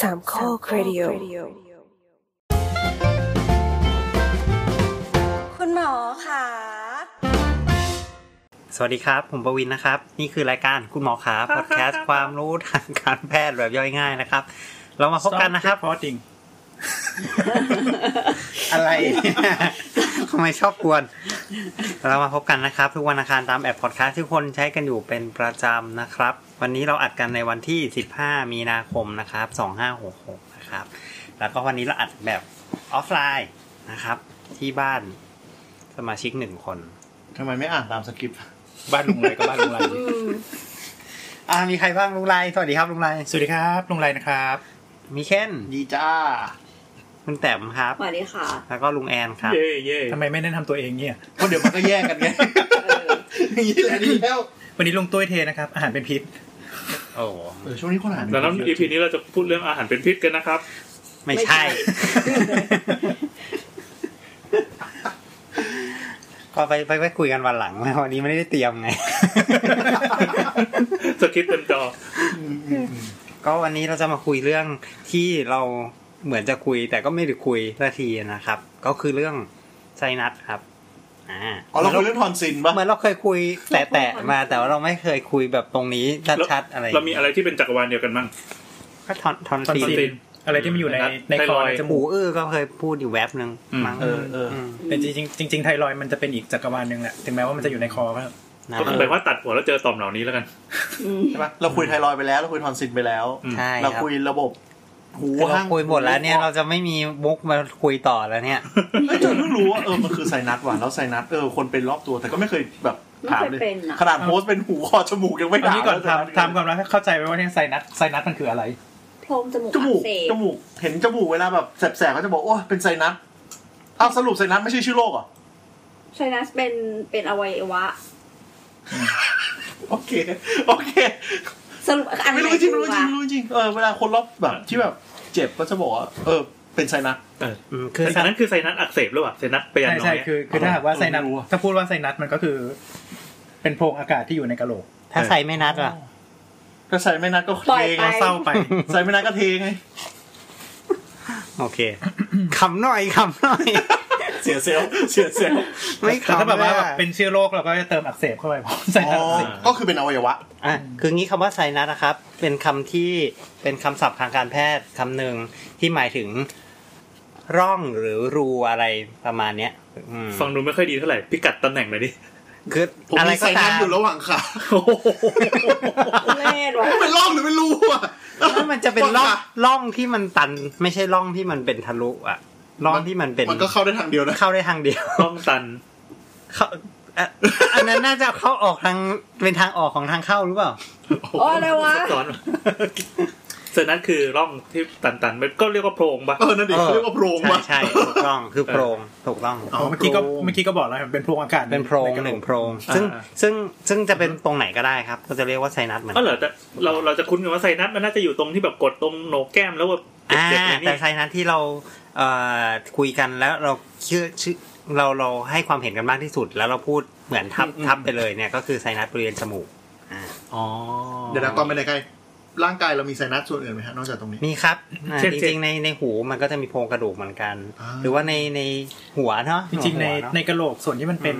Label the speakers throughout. Speaker 1: สามข้อครดิโอ
Speaker 2: คุณหมอค่ะ
Speaker 3: สวัสดีครับ ผมประวินนะครับ นี่คือรายการคุณหมอขาพอดแคสต์ความรู้ทางการแพทย์แบบย่อยง่ายนะครับ เรามาพบกันนะครับ
Speaker 4: พอจริง
Speaker 3: อะไร ทำไมชอบกวน เรามาพบกันนะครับ ทุกวันอังคารตามแอปพอดแคสต์ที่คนใช้กันอยู่เป็นประจำนะครับ วันนี้เราอัดกันในวันที่ 15 มีนาคมนะครับ 2566 นะครับ แล้วก็วันนี้เราอัดแบบออฟไลน์นะครับ ที่บ้านสมาชิกหนึ่งคน
Speaker 4: ทำไมไม่อ่านตามสคริปต์
Speaker 5: บ้านลุงไรก็บ้านลุงไร
Speaker 3: อ่ามีใครบ้างลุงไลสวัสดีครับลุงไล
Speaker 5: สวัสดีครับลุงไรนะครับ
Speaker 3: มีเคน
Speaker 4: ดีจ้า
Speaker 3: คุณแต้มครับ
Speaker 2: สวัสดีค่ะ
Speaker 3: แล้วก็ลุงแอนครับ
Speaker 4: เย่เย่
Speaker 5: ทำไมไม่แนะนำตัวเองเนี่ย
Speaker 4: เพราะเดี๋ยวมันก็แย่งกันไงอย่างนี้แหละดีแล้ว
Speaker 5: วันนี้ลุงตุ้ยเทนะครับ อาหารเป็นพิษ
Speaker 3: โอ้โห
Speaker 4: เออช่วงนี้คนอ่าน
Speaker 6: แล้วน้ำ EP นี้เราจะพูดเรื่องอาหารเป็นพิษกันนะครับ
Speaker 3: ไม่ใช่ ก็ไปไปไปคุยกันวันหลัง นะวันนี้ไม่ได้เตรียมไง
Speaker 6: สคริปต์เต็มจอ
Speaker 3: ก็วันนี้เราจะมาคุยเรื่องที่เราเหมือนจะคุย แต่ก็ไม่ได้คุยสักทีนะครับ ก็คือเรื่องไซนัสครับอ่า
Speaker 4: อ๋อเราคุยเรื่องทอนซินปะ
Speaker 3: เหมือนเราเคยคุยแตะๆมาแต่ว่าเราไม่เคยคุยแบบตรงนี้ชัดๆอะไร
Speaker 6: เรามีอะไรที่เป็นจักรวาลเดียวกันบ้าง
Speaker 3: ก็ทอนทอน
Speaker 5: ทอน
Speaker 3: ซี
Speaker 5: ซิ
Speaker 6: ซิ
Speaker 5: น
Speaker 6: น
Speaker 5: อะไรที่มันอยู่ใน
Speaker 6: นะครับ
Speaker 5: ในคอ
Speaker 6: ไทรอยด์
Speaker 5: ในจ
Speaker 3: หู
Speaker 5: มูก
Speaker 3: อื้อก็เคยพูดอยู่แวบหนึ่ง
Speaker 5: อืม
Speaker 3: มั้ง
Speaker 4: เออเออ
Speaker 3: อืม
Speaker 5: แต่จริงๆจริงๆไทรอยด์มันจะเป็นอีกจักรวาลหนึ่งแหละ ถึงแม้ว่ามันจะอยู่ในคอก็
Speaker 3: นะ
Speaker 6: ก็แปลว่าตัดหัวแล้วเจอต่อมเหล่านี้แล้วกัน
Speaker 4: ใช่ปะเราคุยไทรอยด์ไปแล้วเราคุยทอนซินไปแล้ว
Speaker 3: ใช่
Speaker 4: เรา
Speaker 3: ครับ
Speaker 4: คุยระบบหู
Speaker 3: คือเรา
Speaker 4: ห้าง
Speaker 3: คุยหมดแล้วเนี่ยเราจะไม่มีมุกมาคุยต่อแล้วเนี่ย
Speaker 4: ไม่จนเพิ่งรู้ว่าเออมันคือไซนัสว่ะแล้วไซนัสเออคนเป็นรอบตัวแต่ก็ไม่เคยแบบถามเลย
Speaker 2: ไม่เคยเป็นอะ
Speaker 4: ขนาดโพสต์เป็นหูคอจมูกยังไม่
Speaker 5: อัน
Speaker 4: ด่า
Speaker 5: นี้ก่อน
Speaker 4: แล้วไซส
Speaker 5: ทำทำก่อนว่าเข้าใจไหมว่าเนี่ยไซนัสไซนัสมันคืออะไร
Speaker 2: โพรงจมูก
Speaker 4: จมูก
Speaker 2: อักเสบ
Speaker 4: จมูกเห็นจมูกเวลาแบบแสบๆเขาจะบอกโอ้ยเป็นไซนัสอ้าวสรุปไซนัสไม่ใช่ชื่อโรคเหรอ
Speaker 2: ไซนัสเป็นเป็นอวัยวะ
Speaker 4: โอเคโอเค
Speaker 2: สรุปอัน
Speaker 4: ไม่
Speaker 2: ไหน
Speaker 4: รู้จริงไม่
Speaker 2: ถูกวะ
Speaker 4: รู้จริงไม่รู้จริงเออเวลาคนรอบแบบที่แบบเจ็บก็จะบอกว่าเออเป็นไซนัส
Speaker 3: อืมคือ
Speaker 6: แต่อันนั้นคือไซนัสอักเสบหรือเปล่า ไซนัสไปยัน
Speaker 5: ใช่
Speaker 6: น้
Speaker 5: ใช่
Speaker 6: อย
Speaker 5: คือ คือถ้าหากว่าไซนั
Speaker 4: เอ
Speaker 5: ส
Speaker 4: อไม่รู้อะ
Speaker 5: ถ้าพูดว่าไซนัสมันก็คือ เป็นโพรงอากาศที่อยู่ในกะโหลก
Speaker 3: ถ้าใส่ไม่นัดอ่ะ
Speaker 4: ก็ใส่ไม่นัดก็เท
Speaker 2: ปล่อย
Speaker 4: ไง
Speaker 2: ไป
Speaker 5: เศร้าไป
Speaker 4: ใส่ไม่นัดก็เทไง
Speaker 3: โอเคขำหน่อยขำหน่อย
Speaker 4: เสียเซลลเสียเซลล
Speaker 3: ไม่
Speaker 5: แต่
Speaker 3: ขำ
Speaker 5: ถ้าแบบว่าแบ
Speaker 3: ล
Speaker 5: บ
Speaker 3: ยอะ
Speaker 5: เป็นเชื้อโรคเราก็จะเติมอักเสบเข้าไปเพราะไซ
Speaker 4: อ๋
Speaker 5: นัส
Speaker 4: อ
Speaker 5: อักเสบ
Speaker 4: ก็คือเป็นอวัยวะ
Speaker 3: อ่ะคืองี้คำว่าไซนัสนะครับ เป็นคำที่เป็นคำศัพท์ทางการแพทย์คำหนึ่งที่หมายถึง ร่องหรือรูอะไรประมาณเนี้ยอืม
Speaker 6: ฟังดูไม่ค่อยดีเท่าไหร่ พิกัดตำแหน่งเลยดิ
Speaker 3: คือ
Speaker 7: ผม
Speaker 3: อะไร
Speaker 7: มี
Speaker 3: ก็
Speaker 7: ไซนั
Speaker 3: ตา
Speaker 7: ส
Speaker 3: ม
Speaker 7: อยู่ระหว่างขา
Speaker 2: เล่นวะ
Speaker 7: เป็นร่องหรือไม่รู้อ่ะ
Speaker 3: แล้วมันจะเป็นร่อง
Speaker 7: ว่า
Speaker 3: ร่องที่มันตัน ไม่ใช่ร่องที่มันเป็นทะลุอ่ะร่องที่มันเป็น
Speaker 7: มันก็เข้าได้ทางเดียวนะ
Speaker 3: เข้าได้ทางเดียว
Speaker 6: ต้องตัน
Speaker 3: เขาอ่ะอันนั้นน่าจะเข้าออกทางเป็นทางออกของทางเข้าหรือเปล่า
Speaker 2: โอ้อะไรวะ
Speaker 6: ซ้อนไซนัสคือร่องที่ตันๆมันก็เรียกว่าโพรงปะ
Speaker 7: เออ นั่นดิ
Speaker 3: เออ
Speaker 7: เขาเรียกว่าโพรง
Speaker 3: ใช่
Speaker 7: วะ
Speaker 3: ใช่ถูกต้องคือโพรงถูกต้อง
Speaker 5: อ๋อเมื่อกี้ก็เมื่อกี้ก็บอกแล้วเป็นโพรงอากาศ
Speaker 3: เป็นโพรง
Speaker 5: ใกะ
Speaker 3: ห
Speaker 5: ก
Speaker 3: นึ่งโพรงซึ่งซึ่งซึ่งจะเป็นตรงไหนก็ได้ครับก็จะเรียกว่าไซนัสเหมือน
Speaker 6: ก็
Speaker 3: กัน
Speaker 6: เหรอแต่เราเราจะคุ้นกันว่าไซนัสมันน่าจะอยู่ตรงที่แบบกดตรงโหนกแก้มแล้วแบบ
Speaker 3: อ่า
Speaker 6: เจ็บๆเลย
Speaker 3: แต่
Speaker 6: นี่
Speaker 3: ไซนัสที่เราเอ่อคุยกันแล้วเราเชื่อชื่อเราเราให้ความเห็นกันมากที่สุด แล้วเราพูดเหมือนทับทับไปเลยเนี่ยก็คือไซนัสบริเวณจมูก
Speaker 6: อ๋อ
Speaker 7: เดี๋ยวนะตอนไปไหนไกลร่างกายเรามีไซนัสส่วนอื่นไหมฮะนอกจากตรงนี้
Speaker 3: มีครับอ่า
Speaker 6: เช่น
Speaker 3: จ
Speaker 6: เช่
Speaker 3: ริงๆ
Speaker 6: น
Speaker 3: ในในหูมันก็จะมีโพรงกระดูกเหมือนกัน
Speaker 7: อ่า
Speaker 3: หรือว่าในในหัวเนาะ
Speaker 5: จริงๆใน
Speaker 3: หัวเอะ
Speaker 5: ในกะโหลกส่วนที่มันเป็น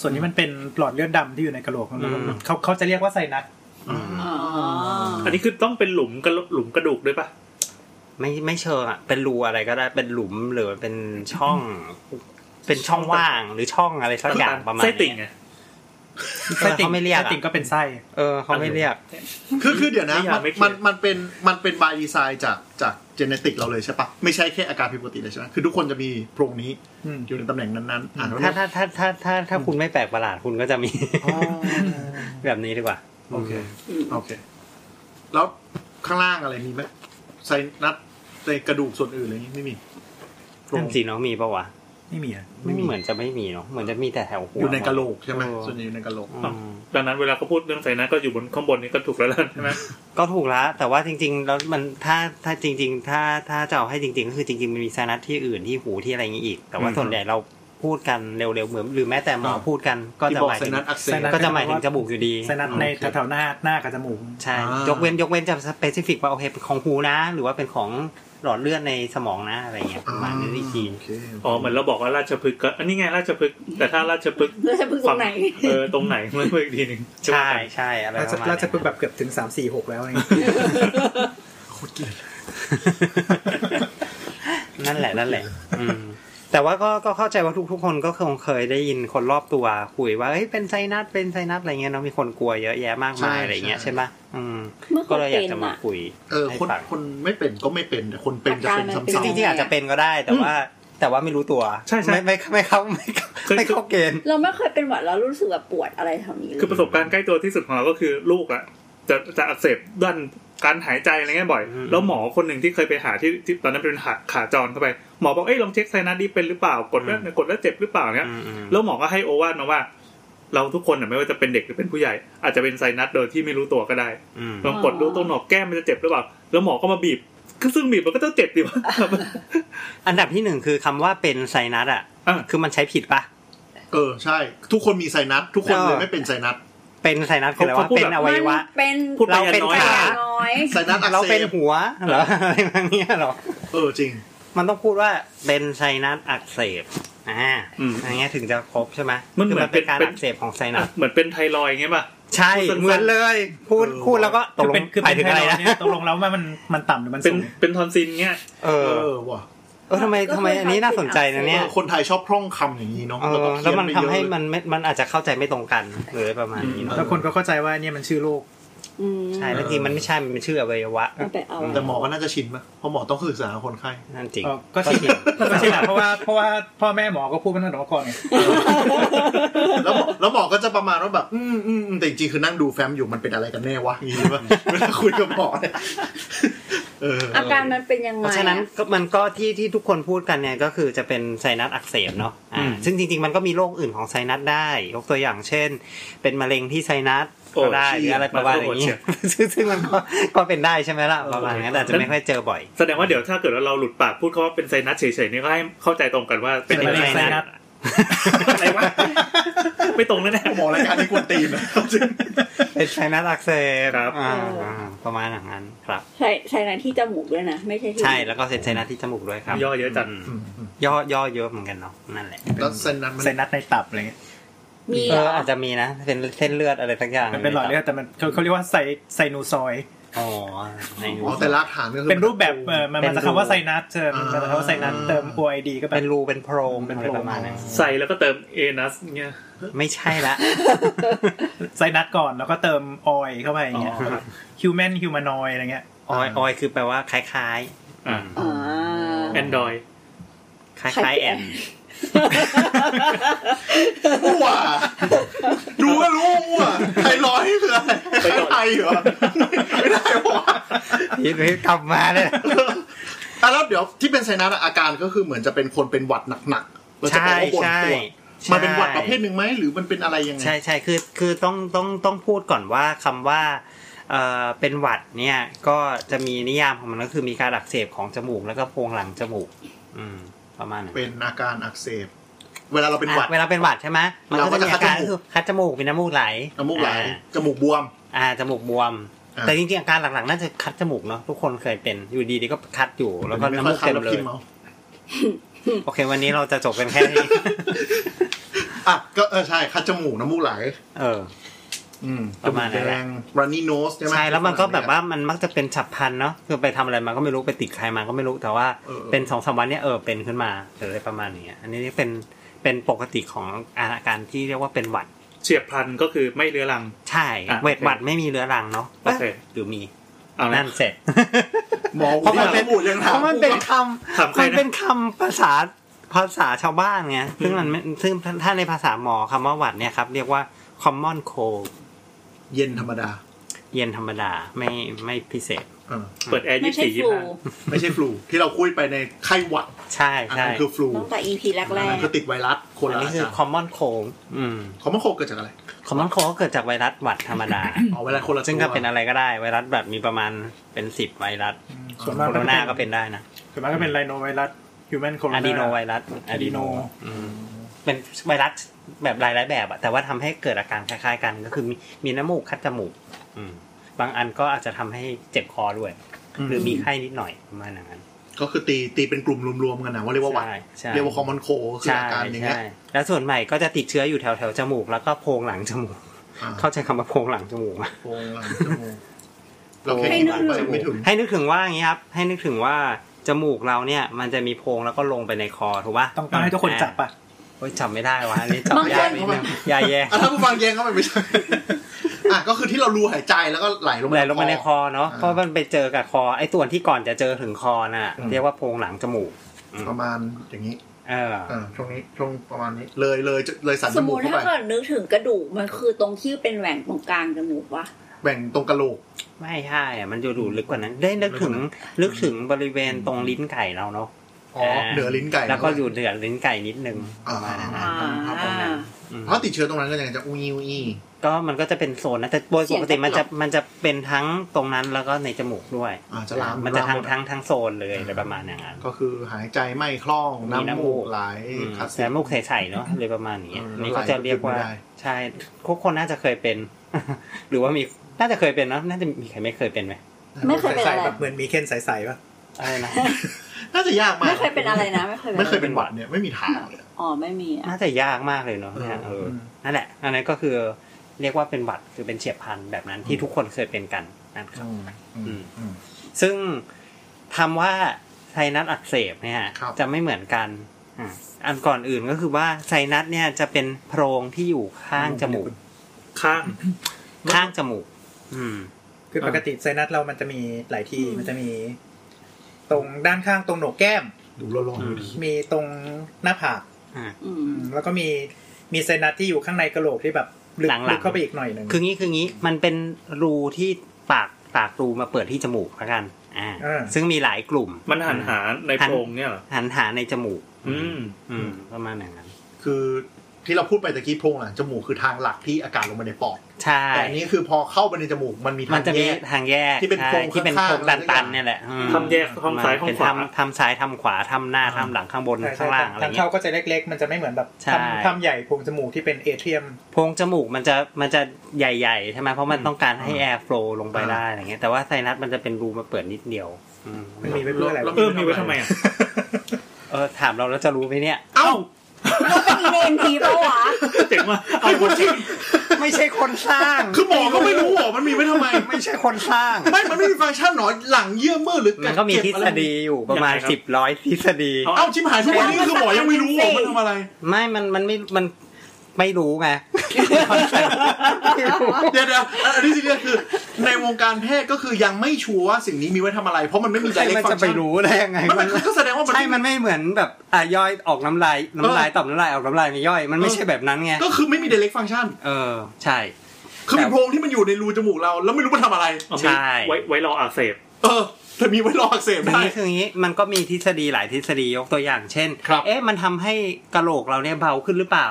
Speaker 5: ส่วนที่มันเป็นหลอดเลือดดำที่อยู่ในกะโหลกของเรา
Speaker 3: อืม
Speaker 5: เขาเขาจะเรียกว่าไซนัส
Speaker 3: อืม
Speaker 2: อ๋อ
Speaker 6: อันนี้คือต้องเป็นหลุมกระโหลกหลุมกระดูกด้วยปะ
Speaker 3: ไม่ไม่เชิงอ่ะ เป็นรูอะไรก็ได้เป็นหลุมหรือเป็นช่อง เป็นช่องว่างหรือช่องอะไรสักอย่างประมาณ
Speaker 6: ไส้
Speaker 3: เนี้ย
Speaker 6: ติ่งไง
Speaker 3: ไส้ติ่ง
Speaker 5: เขาไม่เรียก
Speaker 3: ไส้ติ่
Speaker 5: ติ่
Speaker 3: ง
Speaker 5: ง
Speaker 3: ก็
Speaker 5: ก็
Speaker 3: เป็
Speaker 5: เป็น น
Speaker 3: ไส้
Speaker 5: ไส้
Speaker 3: เออเขาไม่เรียก
Speaker 7: คือคือเดี๋ยวนะ
Speaker 6: ไม่อยากไม่เครียด
Speaker 7: มันมันเป็นมันเป็นบายดีไซน์จากจากเจเนติกเราเลยใช่ปะไม่ใช่แค่อาการผิดปกติเลยใช่ไหมคือทุกคนจะมีโพรงนี้อยู่ในตำแหน่งนั้นๆอ่านแล้ว
Speaker 3: ถ้าถ้าถ้าถ้าถ้าถ้าคุณไม่แปลกประหลาดคุณก็จะมี
Speaker 7: อ๋อ
Speaker 3: แบบนี้ดีกว่า
Speaker 7: โอเค โอเค แล้วข้างล่างอะไรมีไหมไซนัสในกระดูกส่วนอื่นอะไรอย่างนี้ไม่มีโพร
Speaker 3: นั่
Speaker 7: ง
Speaker 3: นสิเนาะมีปะวะ
Speaker 5: ไม่มีอะ
Speaker 3: ไม่เหมือนจะไม่มีเนาะเหมือนจะมีแต่แถวหัว
Speaker 7: อ
Speaker 3: อยู่
Speaker 7: ในกะโหลกใช่ไหม
Speaker 3: เออ
Speaker 7: ส่วนใหญ่อยู่ในกะโหลก
Speaker 3: อืม
Speaker 6: ดังนั้นเวลาเขาพูดเรื่องไซนัสก็อยู่บนข้างบนนี้ก็ถูกแล้วล่ะใช่ไหม
Speaker 3: ก็ถูกละแต่ว่าจริง ๆ แล้วมันถ้าถ้าจริง ๆ ถ้าถ้าจะเอาให้จริง ๆ ก็คือจริงๆมันมีไซนัสที่อื่นที่หูที่อะไรอย่างนี้อีก แต่ว่าส่วนใหญ่เรา พูดกันเร็วๆเหมือนหรือแม้แต่หมอ
Speaker 7: ครับ
Speaker 3: พูดกันก็
Speaker 7: ที่
Speaker 3: จะ
Speaker 7: บอก
Speaker 3: หมาย
Speaker 7: ไซ
Speaker 3: ถึง
Speaker 7: นัสอักเส
Speaker 5: ไซ
Speaker 7: บ
Speaker 5: นัส
Speaker 3: ก็จะหมายถึงจมูกอยู่ดี
Speaker 5: ไซนัสในแถวๆหน้าหน้ากับจมูก
Speaker 3: ใช่
Speaker 7: อ่าย ย
Speaker 3: กเว้นยกเว้นจะสเปซิฟิกว่าโอเคเป็นของหูนะ หรือว่าเป็นของหลอดเลือดในสมองนะอะไรเงี้ยประมาณนี้อีกที
Speaker 7: โอเค
Speaker 6: อ๋อเหมือนเราบอกว่าราชพฤกษ์ก็อันนี้ไงราชพฤกษ์แต่ถ้าราชพฤกษ์
Speaker 2: ราชพฤกษ์ตรงไหน
Speaker 6: เออตรงไหนเมื่ออีกทีหนึ่ง
Speaker 3: ใช่ใช่อะไรประมาณ
Speaker 5: ราช
Speaker 3: นั้น
Speaker 5: ราชพฤกษ์แบบเกือบถึงสามสี่หกแล้วอะไรเงี้ย
Speaker 7: โคตรเกลียด
Speaker 3: นั่นแหละนั่นแหละอืมแต่ว่าก็ก็เข้าใจว่าทุกๆ คนก็คงเคยได้ยินคนรอบตัวคุยว่าเอ้ยเป็นไซนัสเป็นไซนัสอะไรเงี้ยเนาะมีคนกลัวเยอะแยะมากมาย
Speaker 7: ใช่
Speaker 3: อะไรเงี้ย
Speaker 7: ใช่
Speaker 3: ใช่ปะอืม
Speaker 2: เมื่อค
Speaker 3: ก็
Speaker 2: น
Speaker 3: เลยอ
Speaker 2: เป็
Speaker 3: ยาก
Speaker 2: น
Speaker 3: จะมา
Speaker 2: อะ
Speaker 3: คุย
Speaker 7: เออ
Speaker 3: ให้
Speaker 7: คน
Speaker 3: ฟัง
Speaker 7: คนไม่เป็นก็ไม่เป็นแต่คนเป็นจะเป็น
Speaker 2: อาการมันเป็น
Speaker 3: จ
Speaker 7: ซ้ำ
Speaker 3: ริงๆอาจจะเป็นก็ได้ แต่ว่า แต่ว่าไม่รู้ตัว
Speaker 6: ใช่ใช่
Speaker 3: ไม่ไม่ไม่เข้าไม่เข้า
Speaker 6: คือ
Speaker 3: ไม่เข้าเกณฑ์
Speaker 2: เราไม่เคยเป็นหวัดแล้วรู้สึกแบบปวดอะไรแถวนี้เลย
Speaker 6: คือประสบการณ์ใกล้ตัวที่สุดของเราก็คือลูกอะจะจะอักเสบด้านการหายใจอะไรเงี้ยบ่อย แล้วหมอคนหนึ่งที่เคยไปหาที่ที่ตอนนั้นเป็นขาขาจรเข้าไปหมอบอกเอ้ยลองเช็คไซนัสดีเป็นหรือเปล่ากดแล้วกดแล้วเจ็บหรือเปล่าเงี้ย
Speaker 3: อืมอืม
Speaker 6: แล้วหมอก็ให้โอวาทมาว่า เราทุกคนน่ะไม่ว่าจะเป็นเด็กหรือเป็นผู้ใหญ่ อาจจะเป็นไซนัสโดยที่ไม่รู้ตัวก็ได้
Speaker 3: อืม
Speaker 6: ลองกดดูตรงหนอกแก้มมันจะเจ็บหรือเปล่า แล้วหมอก็มาบีบคือซึ่งบีบมันก็ต้องเจ็บดิวะ
Speaker 3: อันดับที่หนึ่งคือคำว่าเป็นไซนัสอ่ะ
Speaker 6: อ่ะ
Speaker 3: คือมันใช้ผิดปะ
Speaker 7: เออใช่ ทุกคนมีไซนัสทุกคน
Speaker 3: เออ
Speaker 7: เลยไม่เป็นไซนัส
Speaker 3: เป็นไซนัสคืออะไรวะ
Speaker 6: เขาพูด
Speaker 3: เป็น
Speaker 6: แบบ
Speaker 3: อวัยวะ
Speaker 2: มันเป็น
Speaker 6: พูดไป
Speaker 3: เรา
Speaker 6: อย่า
Speaker 3: เป็น
Speaker 6: งน้อย
Speaker 3: ขา
Speaker 6: อะ
Speaker 2: น้อย
Speaker 7: ไซนัสอัก
Speaker 3: เรา
Speaker 7: เส
Speaker 3: เป็น
Speaker 7: บ
Speaker 3: หัวเหรออะไรแบบเนี้ยเหรอ
Speaker 7: เออจริง
Speaker 3: มันต้องพูดว่าเป็นไซนัสอักเสบ อ่า
Speaker 6: อืม
Speaker 3: อันเนี้ยถึงจะครบใช่ไหม
Speaker 6: มันเหมือน
Speaker 3: คืเป็นการ
Speaker 6: เป็น
Speaker 3: อักเสบของไซนั
Speaker 6: อ่ะ
Speaker 3: ส
Speaker 6: เหมือนเป็นไทรอยด์อย่างเงี้ยป่ะ
Speaker 3: ใช่
Speaker 6: พูด
Speaker 3: เห
Speaker 6: สั้นๆ
Speaker 3: มือนเลย พูด
Speaker 7: เออ
Speaker 3: พูดแล้วก็ตกล
Speaker 5: คือ
Speaker 3: ง
Speaker 5: เป็นคือ
Speaker 3: หมา
Speaker 5: เป็
Speaker 3: ย
Speaker 5: น
Speaker 3: ถึง
Speaker 5: ไท
Speaker 3: อะไร
Speaker 5: รอยด์
Speaker 3: นะ
Speaker 5: เนี่ยตกลงแล้วว่ามันมันต่ำหรือมัน
Speaker 6: เป็น
Speaker 5: สูง
Speaker 6: เป็นทอนซิลเงี้ย
Speaker 3: เอ
Speaker 7: เอ
Speaker 3: อ
Speaker 7: อว่ะ
Speaker 3: เออทำไม
Speaker 2: ก็คือ
Speaker 3: ทำไมอันนี้น่าสนใจนะ
Speaker 7: เอ
Speaker 3: เนี่ย
Speaker 7: อคนไทยชอบพร่องคำอย่างนี้เนาะ
Speaker 3: เอ
Speaker 7: แล้วก็
Speaker 3: อ
Speaker 7: เพี้
Speaker 3: แล้ว
Speaker 7: ยน
Speaker 3: มัน
Speaker 7: ไป
Speaker 3: ทำ
Speaker 7: เยอะ
Speaker 3: ให้
Speaker 7: เลย
Speaker 3: มันไม่มันอาจจะเข้าใจไม่ตรงกันเลยประมาณนี้เนอะ
Speaker 5: แล้วคนก็เข้าใจว่าเนี่ยมันชื่อโรค
Speaker 2: ๆอืม
Speaker 3: ใช่แล้วจริงมันไม่ใช่ มันเป็นชื่ออวัยวะ
Speaker 2: มันเป็นเอา
Speaker 7: แต่หมอก็น่าจะชินปะเพราะหมอต้องศึกษาคนไข้
Speaker 3: นั่นจริง
Speaker 5: เออก็ชินก็ชินอะเพราะว่าเพราะว่าพ่อแม่หมอก็พูดมาตั้งแต่ก่อนไง
Speaker 7: แล้วหมอแล้วหมอก็จะประมาณว่าแบบ อืมอืมอืมแต่จริงๆคือนั่งดูแฟ้มอยู่มันเป็นอะไรกันแน่วะอย่างนี้ป่ะเวลาคุยกับหมอเนี่ยเออ
Speaker 2: อา
Speaker 7: อา
Speaker 2: การมันเป็นยังไง
Speaker 3: เพราะฉะนั้นก็มันก็ที่ที่ทุกคนพูดกันเนี่ยก็คือจะเป็นไซนัสอักเสบเนาะอ่า
Speaker 6: อืม
Speaker 3: ซึ่งจริงๆมันก็มีโรคอื่นของไซนัสได้ ยกตัวอย่างเช่น เป็นมะเร็งที่ไซนัสก็ได้
Speaker 6: โอ้
Speaker 3: หรื
Speaker 6: เชี่ย
Speaker 3: ออะไรประมาณอย่างนี้
Speaker 6: มันก็
Speaker 3: ซึ่งซึ่งมันก็ก็เป็นได้ใช่ไหมล่ะประมาณนั้นแต่อาจจะไม่ค่อยเจอบ่อย
Speaker 6: แสดงว่าเดี๋ยวถ้าเกิดว่าเราหลุดปากพูดคำว่าเป็นไซนัสเฉยๆนี่ก็ให้เข้าใจตรงกันว่าเป็น
Speaker 3: เป็นมะ
Speaker 6: มะเร็
Speaker 3: เร็ง
Speaker 6: งไซ
Speaker 3: ไซนั
Speaker 6: นัส
Speaker 3: ส
Speaker 6: อะไรวะไม่ตรงแน่
Speaker 7: หมอรายการที่กวนตีนนะจริง
Speaker 3: เป็นไซนัสอักเสบ
Speaker 6: ครับ
Speaker 3: อ่าอ่าประมาณอย่างนั้นครับ
Speaker 2: ใช่ใช่นะที่จมูกด้วยนะไม่ใช่ที่
Speaker 3: ใช่แล้วก็เซนไซนัสที่จมูกด้วยครับ
Speaker 6: ย่อเยอะจัด
Speaker 3: มย่อย่อเยอะเหมือนกันเนาะนั่นแหละ
Speaker 7: แล้วเซนนั้นมัน
Speaker 5: ไซนัสในตับอะไรเงี้ย
Speaker 2: มี
Speaker 3: เอ
Speaker 2: เหร
Speaker 3: อ
Speaker 2: อ
Speaker 3: อาจจะมีนะเป็นเส้นเลือดอะไรสักอย่าง
Speaker 5: มันเป็นหลอดเลือดแต่มันเขาเขาเรียกว่าไซไซนูซอยด์
Speaker 3: อ๋อในนู้
Speaker 7: อ๋อน แต่รากฐานก็คือ
Speaker 5: เป็นรูปแบบเออมัน
Speaker 3: เป็น
Speaker 5: มาจา
Speaker 3: รู
Speaker 5: ก
Speaker 3: ป
Speaker 5: คำว่าไซนัสเติมมาจากคำว่าไซนัสเติม OID ก็แบ
Speaker 3: เป็
Speaker 5: บ
Speaker 3: นรูเป็นโพรง
Speaker 5: เป็น
Speaker 3: อะ
Speaker 5: โพ
Speaker 3: ไร
Speaker 5: รง
Speaker 3: ประมาณนั้น
Speaker 6: ใส่แล้วก็เติมเอนัสเงี้ย
Speaker 3: ไม่ใช่ละ
Speaker 5: ไซนัสก่อนแล้วก็เติมออยเข้าไปอย่างเงี้ย
Speaker 6: อ๋อครับ
Speaker 5: ฮิวแมนฮิวแมนอยอะไรเงี้ย
Speaker 3: ออยออยคือแปลว่าคล้าย
Speaker 6: อ่า
Speaker 2: อ่า
Speaker 6: แอนดรอย
Speaker 3: ๆ คล้ายๆแอน
Speaker 7: มั่วดูก็รู้ว่ามั่วไทรอยด์นี่คืออะไรไทยเหรอไม่ได้หรอ
Speaker 3: พีทพีทกลับมาเลย
Speaker 7: อ่ะแล้วเดี๋ยวที่เป็นไซนัสอะอาการก็คือเหมือนจะเป็นคนเป็นหวัดหนักๆแล้วจะ
Speaker 3: ใช่
Speaker 7: บอกว่าปวด
Speaker 3: ใช่
Speaker 7: หัวมันเป็นหวัดประเภทหนึ่งไหมหรือมันเป็นอะไรยังไง
Speaker 3: ใช่ใช่คือคือต้องต้องต้องพูดก่อนว่าคำว่าเอ่อเป็นหวัดเนี่ยก็จะมีนิยามของมันก็คือมีการอักเสบของจมูกแล้วก็โพรงหลังจมูก อืมประมาณนั้น
Speaker 7: เป็นอาการอักเสบ เวลาเราเป็นหวัด
Speaker 3: อ่ะเวลาเป็นหวัดใช่ไหมมันก็จะมีอาการ
Speaker 7: เราก็จะคัดจมูก
Speaker 3: ก็คือคัดจมูกมีน้ำมูกไหล
Speaker 7: น้ำมูกไหล
Speaker 3: อ่า
Speaker 7: จมูกบวม
Speaker 3: อ่าจมูกบวม
Speaker 7: อ่า
Speaker 3: แต่จริงๆอาการหลักๆน่าจะคัดจมูกเนาะทุกคนเคยเป็นอยู่ดีๆก็คัดอยู่แล้วก็น้ำมูกเต็มเลย
Speaker 7: ไค่อยคัดแล้วพิพ์อา
Speaker 3: โอเค วันนี้เราจะจบกันแค่นี้
Speaker 7: อ่ะก็เออใช่คัดจมูกน้ำมูกไหล
Speaker 3: เออ
Speaker 7: อืม
Speaker 3: ประมาณ
Speaker 7: จ
Speaker 3: นั้น
Speaker 7: ก
Speaker 3: แห
Speaker 7: แด
Speaker 3: ละ
Speaker 7: ง runny nose ใช่ไหม
Speaker 3: ใช่แล้วมันก็แบบว่ามันมักจะเป็นฉับพลันเนาะคือไปทำอะไรมาก็ไม่รู้ไปติดใครมาก็ไม่รู้แต่ว่า
Speaker 7: เออเออ
Speaker 3: เป็นสองสามวันเนี้ยเออเป็นขึ้นมาหรืออะไรประมาณนี้ยอันนี้เป็นเป็นปกติของอาการที่เรียกว่าเป็นหวัด
Speaker 6: เฉียบพลันก็คือไม่เรื้อรัง
Speaker 3: ใช่
Speaker 6: อ่ะ
Speaker 3: เวทหวัดไม่มีเรื้อรังเนาะ
Speaker 6: โอเค
Speaker 3: อ๊ะหรือมี
Speaker 6: เอาละ
Speaker 3: นั่นเสร็จ
Speaker 7: หมอ
Speaker 3: เพราะมันเป็น
Speaker 7: หมูกยัง
Speaker 3: เพ
Speaker 7: ถาม
Speaker 3: ราะมันเป็นค
Speaker 6: ถาม
Speaker 3: ำ
Speaker 6: ใครนะ
Speaker 3: มันเป็นคำภาษาภาษาชาวบ้านไงซึ่งมันไม่ซึ่งถ้าในภาษาหมอคำว่าหวัดเนี่ยครับเรียกว่า common cold
Speaker 7: เย็นธรรมดา
Speaker 3: เย็นธรรมดาไม่ไม่พิเศษ
Speaker 7: อ่า
Speaker 6: เปิดแอร์
Speaker 2: ไม่
Speaker 6: ยี่สิบ
Speaker 2: ใช่
Speaker 6: สี่
Speaker 2: ฟ
Speaker 6: ยี่
Speaker 2: ลู
Speaker 6: สิบห้า
Speaker 7: ไม่ใช่ฟลูที่เราคุยไปในไข้หวัด
Speaker 3: ใช่
Speaker 7: อัน
Speaker 3: ใช่
Speaker 7: นั้นคือฟลู
Speaker 2: ตั้งแต่ EP แร
Speaker 7: อัน
Speaker 2: ก
Speaker 7: นั้นคือติดไวรัสโค
Speaker 3: อัน
Speaker 7: ลา
Speaker 3: นี้คือ common cold อืม
Speaker 7: เขาไม่โคเกิดจากอะไร
Speaker 3: คอมมอนโคก็เกิดจากไวรัสหวัดธรรมดา
Speaker 7: อ๋อไวรัสโคลา
Speaker 3: ซึ่งก็เป็นอะไรก็ได้ ไวรัสแบบมีประมาณเป็นสิบไวรัส
Speaker 5: ส่วน
Speaker 3: โค
Speaker 5: มาก
Speaker 3: โร
Speaker 5: ก็เป็น
Speaker 3: นาก็เป็นได้นะ
Speaker 5: ส่วนมากก็เป็นไรโนไวรัสฮิวแมนโคโร
Speaker 3: อะ
Speaker 5: นา
Speaker 3: ดีโนไวรัส
Speaker 5: อะดีโน
Speaker 3: อืม เป็นไวรัสแบบหลายๆแบบอะแต่ว่าทำให้เกิดอาการคล้ายๆกัน ก็คือมีมีน้ำมูกคัดจมูก อืม บางอันก็อาจจะทำให้เจ็บคอด้วย หรือมีไข้นิดหน่อยประมาณนั้น
Speaker 7: ก็คือตีตีเป็นกลุ่มรวมๆกันนะว่าเรียกว่าหวัด
Speaker 3: ใช่ใช่
Speaker 7: เรียกว่าคอมมอนโคคือ
Speaker 3: ใช่
Speaker 7: อาการอย่างเงี้ย
Speaker 3: ใช่แล้วส่วนใหม่ก็จะติดเชื้ออยู่แถวแถวๆจมูกแล้วก็โพรงหลังจมูก
Speaker 7: อ่า
Speaker 3: เข้าใจคำว่าโพรงหลังจมูกไหม
Speaker 7: โพรงหลังจมูกเราแค่
Speaker 2: ให้
Speaker 7: คิด
Speaker 2: นึก
Speaker 7: ไปไม่ถึง
Speaker 3: ให้นึกถึงว่าอย่างนี้ครับ ให้นึกถึงว่าจมูกเราเนี่ย มันจะมีโพรงแล้วก็ลงไปในคอถูกปะ
Speaker 5: ต้องต้องให้ทุกคนจับอ่ะ
Speaker 3: โอ้ยจับไม่ได้วะอันนี้จับบ
Speaker 2: างค
Speaker 3: ไม่ได้
Speaker 2: น
Speaker 3: นิดนึงอย่าแย่
Speaker 7: อ่ะถ้าผู้ฟังแย้งก็มันไม่ใช่ อ่ะก็คือที่เรารูหายใจแล้วก็ไหลลง
Speaker 3: ไหลลงไปในค
Speaker 7: อ
Speaker 3: อเนาะ
Speaker 7: อ่า
Speaker 3: เพราะมันไปเจอกับคอไอ้ส่วนที่ก่อนจะเจอถึงคอน่ะ เรียกว่าโพรงหลังจมูก
Speaker 7: ประมาณอย่างนี้
Speaker 3: เออ
Speaker 7: อ่าช่วงนี้ช่วงประมาณนี้ เลยเลยเลยสัน
Speaker 2: ส
Speaker 7: จ
Speaker 2: มม
Speaker 7: มูก
Speaker 2: ติ
Speaker 7: เข้า
Speaker 2: ถ้า
Speaker 7: ไป
Speaker 2: เกิดนึกถึงกระดูกมันคือตรงที่เป็นแหว่งตรงกลางจมูกวะ
Speaker 7: แบ่งตรงกะโหลก
Speaker 3: ไม่ใช่อะมันจะดูลึกกว่านั้น ได้นึกถึงลึกถึงบริเวณตรงลิ้นไก่เราเนาะ
Speaker 7: อ๋อเหนือลิ้นไก่
Speaker 3: แล้วก็อยู่เหนือลิ้นไก่นิดนึงป
Speaker 7: อ่า
Speaker 3: ระมาณนั้น
Speaker 2: อ่า
Speaker 3: อืม
Speaker 7: เพราะติดเชื้อตรงนั้นก็ยังจะอุ้ยอุ้ย
Speaker 3: ก็มันก็จะเป็นโซนนะแต่โดย
Speaker 2: เสี
Speaker 3: ป
Speaker 2: ยง
Speaker 3: กติมันจะ
Speaker 2: ตกหรอ
Speaker 3: มันจะเป็นทั้งตรงนั้นแล้วก็ในจมูกด้วย
Speaker 7: อ่าจะลาม
Speaker 3: มันจะ
Speaker 7: ลา
Speaker 3: ทั้ง
Speaker 7: หด
Speaker 3: ทั้งทั้งโซนเลยอะไรประมาณอย่างนั้น
Speaker 7: ก็คือหายใจไม่คล่อง
Speaker 3: มีน้ำ
Speaker 7: น้ำ
Speaker 3: มู
Speaker 7: มู
Speaker 3: ก
Speaker 7: กไหลคัส
Speaker 3: แสบมูกใสๆเนาะเลยประมาณนี้
Speaker 7: เออ
Speaker 3: นี่ก็จะเรียกว่า
Speaker 7: ไหลก็ขึ้นไม่ได้
Speaker 3: ใช่ทุกคนน่าจะเคยเป็น หรือว่ามีน่าจะเคยเป็นเนอะน่าจะมีใครไม่เคยเป็นไหม
Speaker 2: ไม่เคยเป็นอะไร
Speaker 5: แบบเหมือนมีเคนใสๆป่ะ
Speaker 3: อะไรนะ
Speaker 7: น่าจะยากมาก
Speaker 2: ไม่เคยเป็นอะไรนะ ไม่เคย
Speaker 7: ไม่เคย
Speaker 2: น
Speaker 7: เป็นหวัดเนี่ยไม่มีทางเลย
Speaker 2: อ๋อไม่มีอ่ะ
Speaker 3: น่าจะยากมากเลยเนาะเนี่ยเอออ
Speaker 7: ม
Speaker 3: นั่นแหละ อันนั้นก็คือเรียกว่าเป็นหวัดคือเป็นเฉียบพลันแบบนั้นที่ทุกคนเคยเป็นกันนะครับ
Speaker 7: อืมอืมอืม
Speaker 3: ซึ่งคำว่าไซนัสอักเสบเนี่ย
Speaker 7: ครับ
Speaker 3: จะไม่เหมือนกันอ่ะอันก่อนอื่นก็คือว่าไซนัสเนี่ยจะเป็นโพรงที่อยู่ข้างจมูก
Speaker 6: ข้าง
Speaker 3: ข้างจมูก อืม
Speaker 5: คือปกติไซนัสเรามันจะมีหลายที่มันจะมี ตรงด้านข้างตรงโหนกแก้ม
Speaker 7: ดูร้อน
Speaker 3: อืม
Speaker 7: ๆดี
Speaker 5: มีตรงหน้าผาก
Speaker 3: อ่ะ
Speaker 2: อืม
Speaker 5: แล้วก็มีมีไซนัสที่อยู่ข้างในกระโหลกที่แบบลึก
Speaker 3: หลังๆ
Speaker 5: ลึกเข้าไปอีกหน่อยหนึ่ง
Speaker 3: คืองี้คืองี้มันเป็นรูที่ปากปากรูมาเปิดที่จมูกละกัน อ่า
Speaker 5: า
Speaker 3: ซึ่งมีหลายกลุ่ม
Speaker 6: มันหันหาในโพรงเนี่ยเหรอ
Speaker 3: หันหาในจมูก
Speaker 6: อืม
Speaker 3: อืมประมาณอย่างนั้น
Speaker 7: คือที่เราพูดไปตะกี้โพรงหลังจมูกคือทางหลักที่อากาศลงมาในปอด
Speaker 3: ใช่
Speaker 7: แต่อันนี้คือพอเข้าไปในจมูกมันมี
Speaker 3: มั
Speaker 7: ทาน ง
Speaker 3: จะ
Speaker 7: แย
Speaker 3: มี
Speaker 7: ก
Speaker 3: ทางแยก
Speaker 7: ที่เป็นโพรง
Speaker 3: ใช่ที่เป็น
Speaker 7: ข้างๆ
Speaker 3: โพรง
Speaker 7: อะไรสักอ
Speaker 3: ตั
Speaker 7: ย่าน ง
Speaker 3: ๆเนี่ยแหละอืม
Speaker 6: ทำแยกห้องซ้ายห้องขวา
Speaker 3: เป็นทำทำซ้ายทำขวาทำหน้าทำหลังข้างบน
Speaker 5: ใช่ใช่
Speaker 3: ข้างล่างอะไร
Speaker 5: ทาง
Speaker 3: เงี้ย
Speaker 5: เข้าก็จะเล็กๆ มันจะไม่เหมือนแบบ
Speaker 3: ใช่
Speaker 5: ทำทำใหญ่โพรงจมูกที่เป็นเอเทียม
Speaker 3: โพรงจมูกมันจะมันจะใหญ่ๆใช่ไหมเพราะมันต้องการให้แอร์ l o w ลงไปได้อะไรเงี้ยแต่ว่าไซนัสมันจะเป็นรูมาเปิดนิดเดียวอืม
Speaker 5: มันมีไว้เพื่ออะไร
Speaker 7: แล้ว
Speaker 6: เออมีไว้ทำไมอ่ะ
Speaker 3: เออถามเราแล้วจะรู้ไหมเนี่ย
Speaker 7: เอ้า
Speaker 2: มีเนนทีปะวะ
Speaker 6: เจ๋งว่ะเอาคนที่
Speaker 3: ไม่ใช่คนสร้าง
Speaker 7: คือหมอก็ไม่รู้หรอมันมีไว้ทำไม
Speaker 3: ไม่ใช่คนสร้าง
Speaker 7: ไม่ มันไม่มีฟังก์ชันหนอหลังเยื่อเมื่อหรือ
Speaker 3: มันก็มีทฤษฎีอยู่ประมาณสิบร้อยทฤษฎี
Speaker 7: เอ้าชิมหายทุกวันนี้คือหมอยังไม่รู้หรอมันทำอะไร
Speaker 3: ไม่มันมันไม่มันไม่รู้ไง ไม่รู้
Speaker 7: เดี๋ยวเดี๋ยวอันอันนี้สิเรียสคือ ในวงการแพทย์ก็คือยังไม่ชัวร์ว่าสิ่งนี้มีไว้ทำอะไร เพราะมันไม่มี
Speaker 3: ใคร
Speaker 7: direct
Speaker 3: มันจะไป
Speaker 7: function
Speaker 3: รู้ได้ยังไง
Speaker 7: มัน
Speaker 3: น
Speaker 7: มันก็แสดงว่ามัน
Speaker 3: ใช่มันไม่เหมือนแบบอ่ะย่อยออกน้ำลายน้ำลายต่อมน้ำลายออกน้ำลายไม่ย่อย มันไม่ใช่แบบนั้นไง
Speaker 7: ก็คือไม่มี direct function
Speaker 3: เออ ใช่
Speaker 7: คือเป็นโพรงที่มันอยู่ในรูจมูกเรา แล้วไม่รู้มันทำอะไร
Speaker 6: เอา
Speaker 3: ใช่
Speaker 6: มีไว้ไว้รออักเสบ
Speaker 7: เออแต่มีไว้รออักเสบ
Speaker 3: ที
Speaker 7: ได้
Speaker 3: นี้คืออย่างนี้มันก็มีทฤษฎีหลายทฤษฎียกตัวอย่างเช่น
Speaker 7: ครับ
Speaker 3: เอ๊ะมันทำให้กะโหลกเราเนี่ยเบาขึ้นหรือเปล่า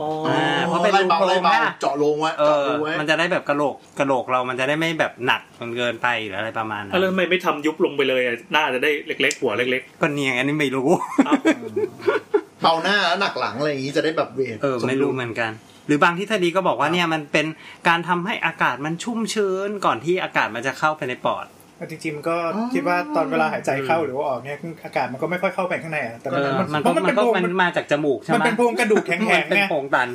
Speaker 6: อ๋อ
Speaker 3: อ่าเพราะเป็นรูโพรง
Speaker 7: ไล่เบาไล่
Speaker 3: นะ
Speaker 7: เบาเจาะลงไว้
Speaker 3: เออ
Speaker 7: เจาะรูไว้
Speaker 3: มันจะได้แบบกะโหลกกะโหลกเรามันจะได้ไม่แบบหนักจนเกินไปหรืออะไรประมาณนั้
Speaker 6: แล้ว
Speaker 3: น
Speaker 6: ทำไมไม่ทำยุบลงไปเลยอะหน้าจะได้เล็กๆ หัวเล็ก
Speaker 3: ก็เนี่ยอันนี้ไม่รู้
Speaker 6: ๆอ้าว
Speaker 7: เบาหน้าแล้วหนักหลังอะไรอย่างนี้จะได้แบบเวท
Speaker 3: เออไม่รู้เหมือนกัน หรือบางทฤษฎีก็บอกว่าเนี่ยมันเป็นการทำให้อากาศมันชุ่มชื้นก่อนที่อากาศมันจะเข้าไปในปอด
Speaker 5: จริงๆมันก็คิดว่าตอนเวลาหายใจเข้าหรือว่าออกเนี่ยอากาศมันก็ไม่ค่อยเข้าไปข้างในอ่ะแต่
Speaker 3: เอ
Speaker 5: มัน
Speaker 3: อ
Speaker 5: มัน
Speaker 3: มัน
Speaker 5: เพ
Speaker 3: ก็
Speaker 5: ราะ
Speaker 3: มัก็
Speaker 5: มันเป็น นโพรง
Speaker 3: มัน
Speaker 5: มัน
Speaker 3: มาจากจมูกใช่
Speaker 5: มัน
Speaker 3: ไหม
Speaker 5: เป็นโพรงกระดูกแข็ง
Speaker 3: มัน
Speaker 5: ๆ
Speaker 3: เป็น
Speaker 5: เนี่ย
Speaker 3: โพรงตัน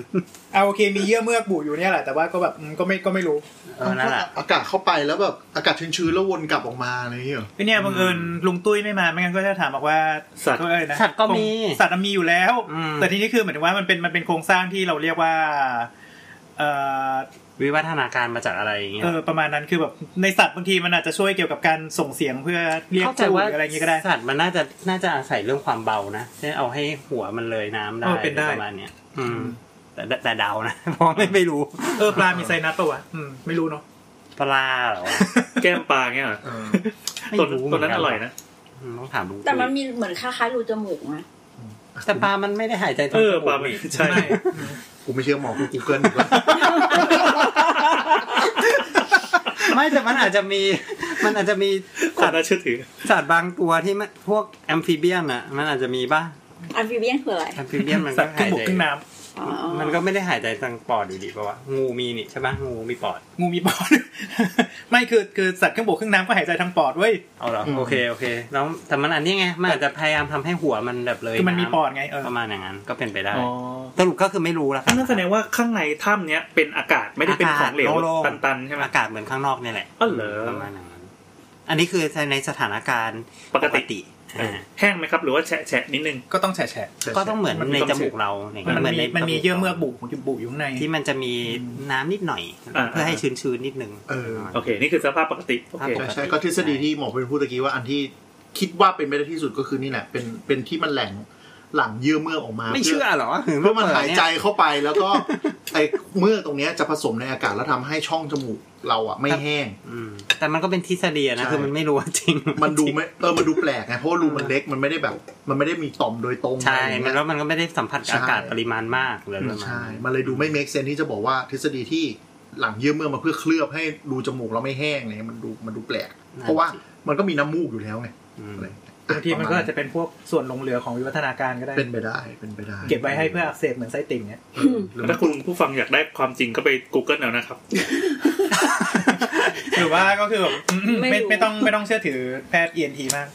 Speaker 5: เอาโอเคมีเยื่อเมือกบุอยู่เนี่ยแหละแต่ว่าก็แบบอืมก็ไม่ก็ไม่รู้
Speaker 3: เออนั่นแหละ
Speaker 7: อากาศเข้าไปแล้วแบบอากาศชื้นๆแล้ววนกลับออกมาอะไรอย่างเงี้ยเหรอ
Speaker 5: เนี่ยบังเอิญลุงตุ้ยไม่มาไม่งั้นก็จะถามบอกว่า
Speaker 6: สัตว์
Speaker 5: เขาเอ่ยนะ
Speaker 3: สัตว์ก็มี
Speaker 5: สัตว์มันมีอยู่แล้ว
Speaker 3: อืม
Speaker 5: แต่ทีนี้คือเหมือนว่ามันเป็นมันเป็นโครงสร้างที่เราเรียกว่าเอ่อ
Speaker 3: วิวัฒนาการมาจากอะไรอย่างเงี้ย
Speaker 5: เออประมาณนั้นคือแบบในสัตว์บางทีมันอาจจะช่วยเกี่ยวกับการส่งเสียงเพื่อเรียก
Speaker 3: เข้าใจ
Speaker 5: คู่
Speaker 3: ว่า
Speaker 5: หรืออะไรอย่างงี้ก็ได้
Speaker 3: สัตว์มันน่าจะน่าจะอาศัยเรื่องความเบานะใช่เอาให้หัวมันเลยน้ำได้
Speaker 5: เออเป็นได้
Speaker 3: ประมาณเนี้ยอืม แต่แต่แต่เดานะ เพราะไม่ไม่รู้
Speaker 5: เออปลามีไซนัสปะวะอืมไม่รู้เนาะ
Speaker 3: ปลาเหรอวะ
Speaker 6: แก้มปลาเงี้ยเหรอ
Speaker 7: เออ
Speaker 3: ไม่
Speaker 6: ตัว
Speaker 3: รู้เห
Speaker 6: ตั
Speaker 3: มื
Speaker 6: วนั้นอร่อยนะ
Speaker 3: อืมต้องถามลุง
Speaker 2: แต่มันมีเหมือนคล้ายๆรูจมูกนะ
Speaker 3: แต่ปลามันไม่ได้หายใจทาง
Speaker 6: เออ
Speaker 3: จมูก
Speaker 6: ปลาหมึ
Speaker 3: นี่
Speaker 6: กใช่
Speaker 7: กูไม่เชื่อหมอกูกูเกิลอีกแล้ว
Speaker 3: ไม่แต่มันอาจจะมี มันอาจจะมี
Speaker 6: ค
Speaker 3: สัต
Speaker 6: น
Speaker 3: ว์
Speaker 6: น่าเชื่อถือ
Speaker 3: สัตว์บางตัวที่มันพวกแอมฟิเบียนอ่ะ มันอาจจะมีป่ะ
Speaker 2: อันฟิเบียนคืออะไร
Speaker 3: แอมฟิเบียนมัน
Speaker 5: สั
Speaker 3: ก็
Speaker 5: ตว์
Speaker 3: หาน ยใจ
Speaker 5: ขึ้บกขึ้นน้
Speaker 2: อ๋อ
Speaker 3: มันก็ไม่ได้หายใจทางปอดอยู่ดีเพราะว่างูมีนี่ใช่ปะงูมีปอด
Speaker 5: ำงูมีปอด ไม่คือคือสัตว์ขึ้นบกขึ้นน้ำก็หายใจทางปอดเว้ย
Speaker 3: เอาเหรอ
Speaker 7: อืม
Speaker 3: โอเคโอเคแล้วแต่มันอันนี้ไงมันอาจจะพยายามทำให้หัวมันแบบเลย
Speaker 5: คือมันมีปอดไงเออ
Speaker 3: น้ำประมาณอย่างนั้นก็เป็นไปได้
Speaker 6: อ๋อ
Speaker 3: สรุปก็คือไม่รู้ละครับ
Speaker 6: นั่นแสดงว่าข้างในถ้ำเนี้ยเป็นอากาศไม่ได้เป็นของเหลว
Speaker 3: อากาศโล่งๆ
Speaker 6: ตันๆใช่ไหม
Speaker 3: อากาศเหมือนข้างนอกเนี่ยแหละ
Speaker 6: อ๋อเหรอ
Speaker 3: ประมาณอย่างนั้นอันนี้คือในสถานการณ์
Speaker 6: ปกติ
Speaker 3: อ่า
Speaker 6: แห้งไหมครับ หรือว่าแฉะแฉะๆนิดนึง
Speaker 5: ก็ต้องแฉะแฉะ
Speaker 3: ก็ต้องเหมือน
Speaker 6: มันมี
Speaker 3: ใน
Speaker 6: ค
Speaker 3: จ
Speaker 6: วามชื้น
Speaker 3: มูกเราอย่าง
Speaker 5: มัน
Speaker 3: เห
Speaker 5: มี
Speaker 3: ใ
Speaker 5: มันมี
Speaker 3: จก
Speaker 5: เยื่อเมือกบุกอยู่บุกอยู่ข้างใน
Speaker 3: ที่มันจะมีน้ำนิดหน่อย
Speaker 6: อ่า
Speaker 3: เพื่อให้ชื้นๆนิดนึง
Speaker 7: เออ
Speaker 6: โอเค นี่คือสภาพปกติโอเค
Speaker 3: ครับผม
Speaker 7: ใช่ใช่ก็ทฤษฎีที่หมอเป็นพูดตะกี้ว่าอันที่คิดว่าเป็นไปได้ที่สุดก็คือนี่แหละเป็นเป็นที่มันแหลงหลังเยื่อเมือกออกมา
Speaker 3: ไม่เชื่อ
Speaker 7: พื่
Speaker 3: เหรอถึง
Speaker 7: เพื่อมันหายใจ
Speaker 3: เ
Speaker 7: เข้าไปแล้วก็ ไอเมือกตรงเนี้ยจะผสมในอากาศแล้วทำให้ช่องจมูกเราอ่ะไม่แห้ง
Speaker 3: อืมแต่มันก็เป็นทฤษฎีอะนะ
Speaker 7: ใช่
Speaker 3: คือมันไม่รู้ว่าจริง
Speaker 7: มันดูไม่เออมันดูแปลกไงเพราะว่ารูมันเล็กมันไม่ได้แบบ มันไม่ได้มีต่อมโดยตรง
Speaker 3: ใช่
Speaker 7: อะไรอย่าง
Speaker 3: มั
Speaker 7: เงี้
Speaker 3: น
Speaker 7: ย
Speaker 3: แล้วมันก็ไม่ได้สัมผัสกับ
Speaker 7: ใช่
Speaker 3: อากาศปริมาณมากเลยประมาณ
Speaker 7: ใช่
Speaker 3: นั้น
Speaker 7: มันเลยดูไม่ make sense ที่จะบอกว่าทฤษฎีที่หลังเยื่อเมือกมาเพื่อเคลือบให้รูจมูกเราไม่แห้งอะไรเนี่ยมันดูมันดูแปลก เพราะว่ามันก็มีน้ำมูกอยู่แล้วไง
Speaker 3: อืม
Speaker 7: อะไรอย่างเงี้ย
Speaker 5: บางทีมันก็อาจจะเป็นพวกส่วนหลงเหลือของวิวัฒนาการก็ได้
Speaker 7: เป็นไปได้เป็นไปได้
Speaker 5: เก็บไว้ให้เพื่ออักเสบเหมือนไส้ติ่งเนี่ย
Speaker 7: เออหรือ
Speaker 6: ถ้าคุณผู้ฟังอยากได้ความจริงก็ไป Google เอานะครับ
Speaker 5: หรือว่าก็คือแบบอืม
Speaker 2: ไม่
Speaker 5: ไม่
Speaker 2: รู้
Speaker 5: ไม่ต้องไม่ต้องเชื่อถือแพทย์ ENT มาก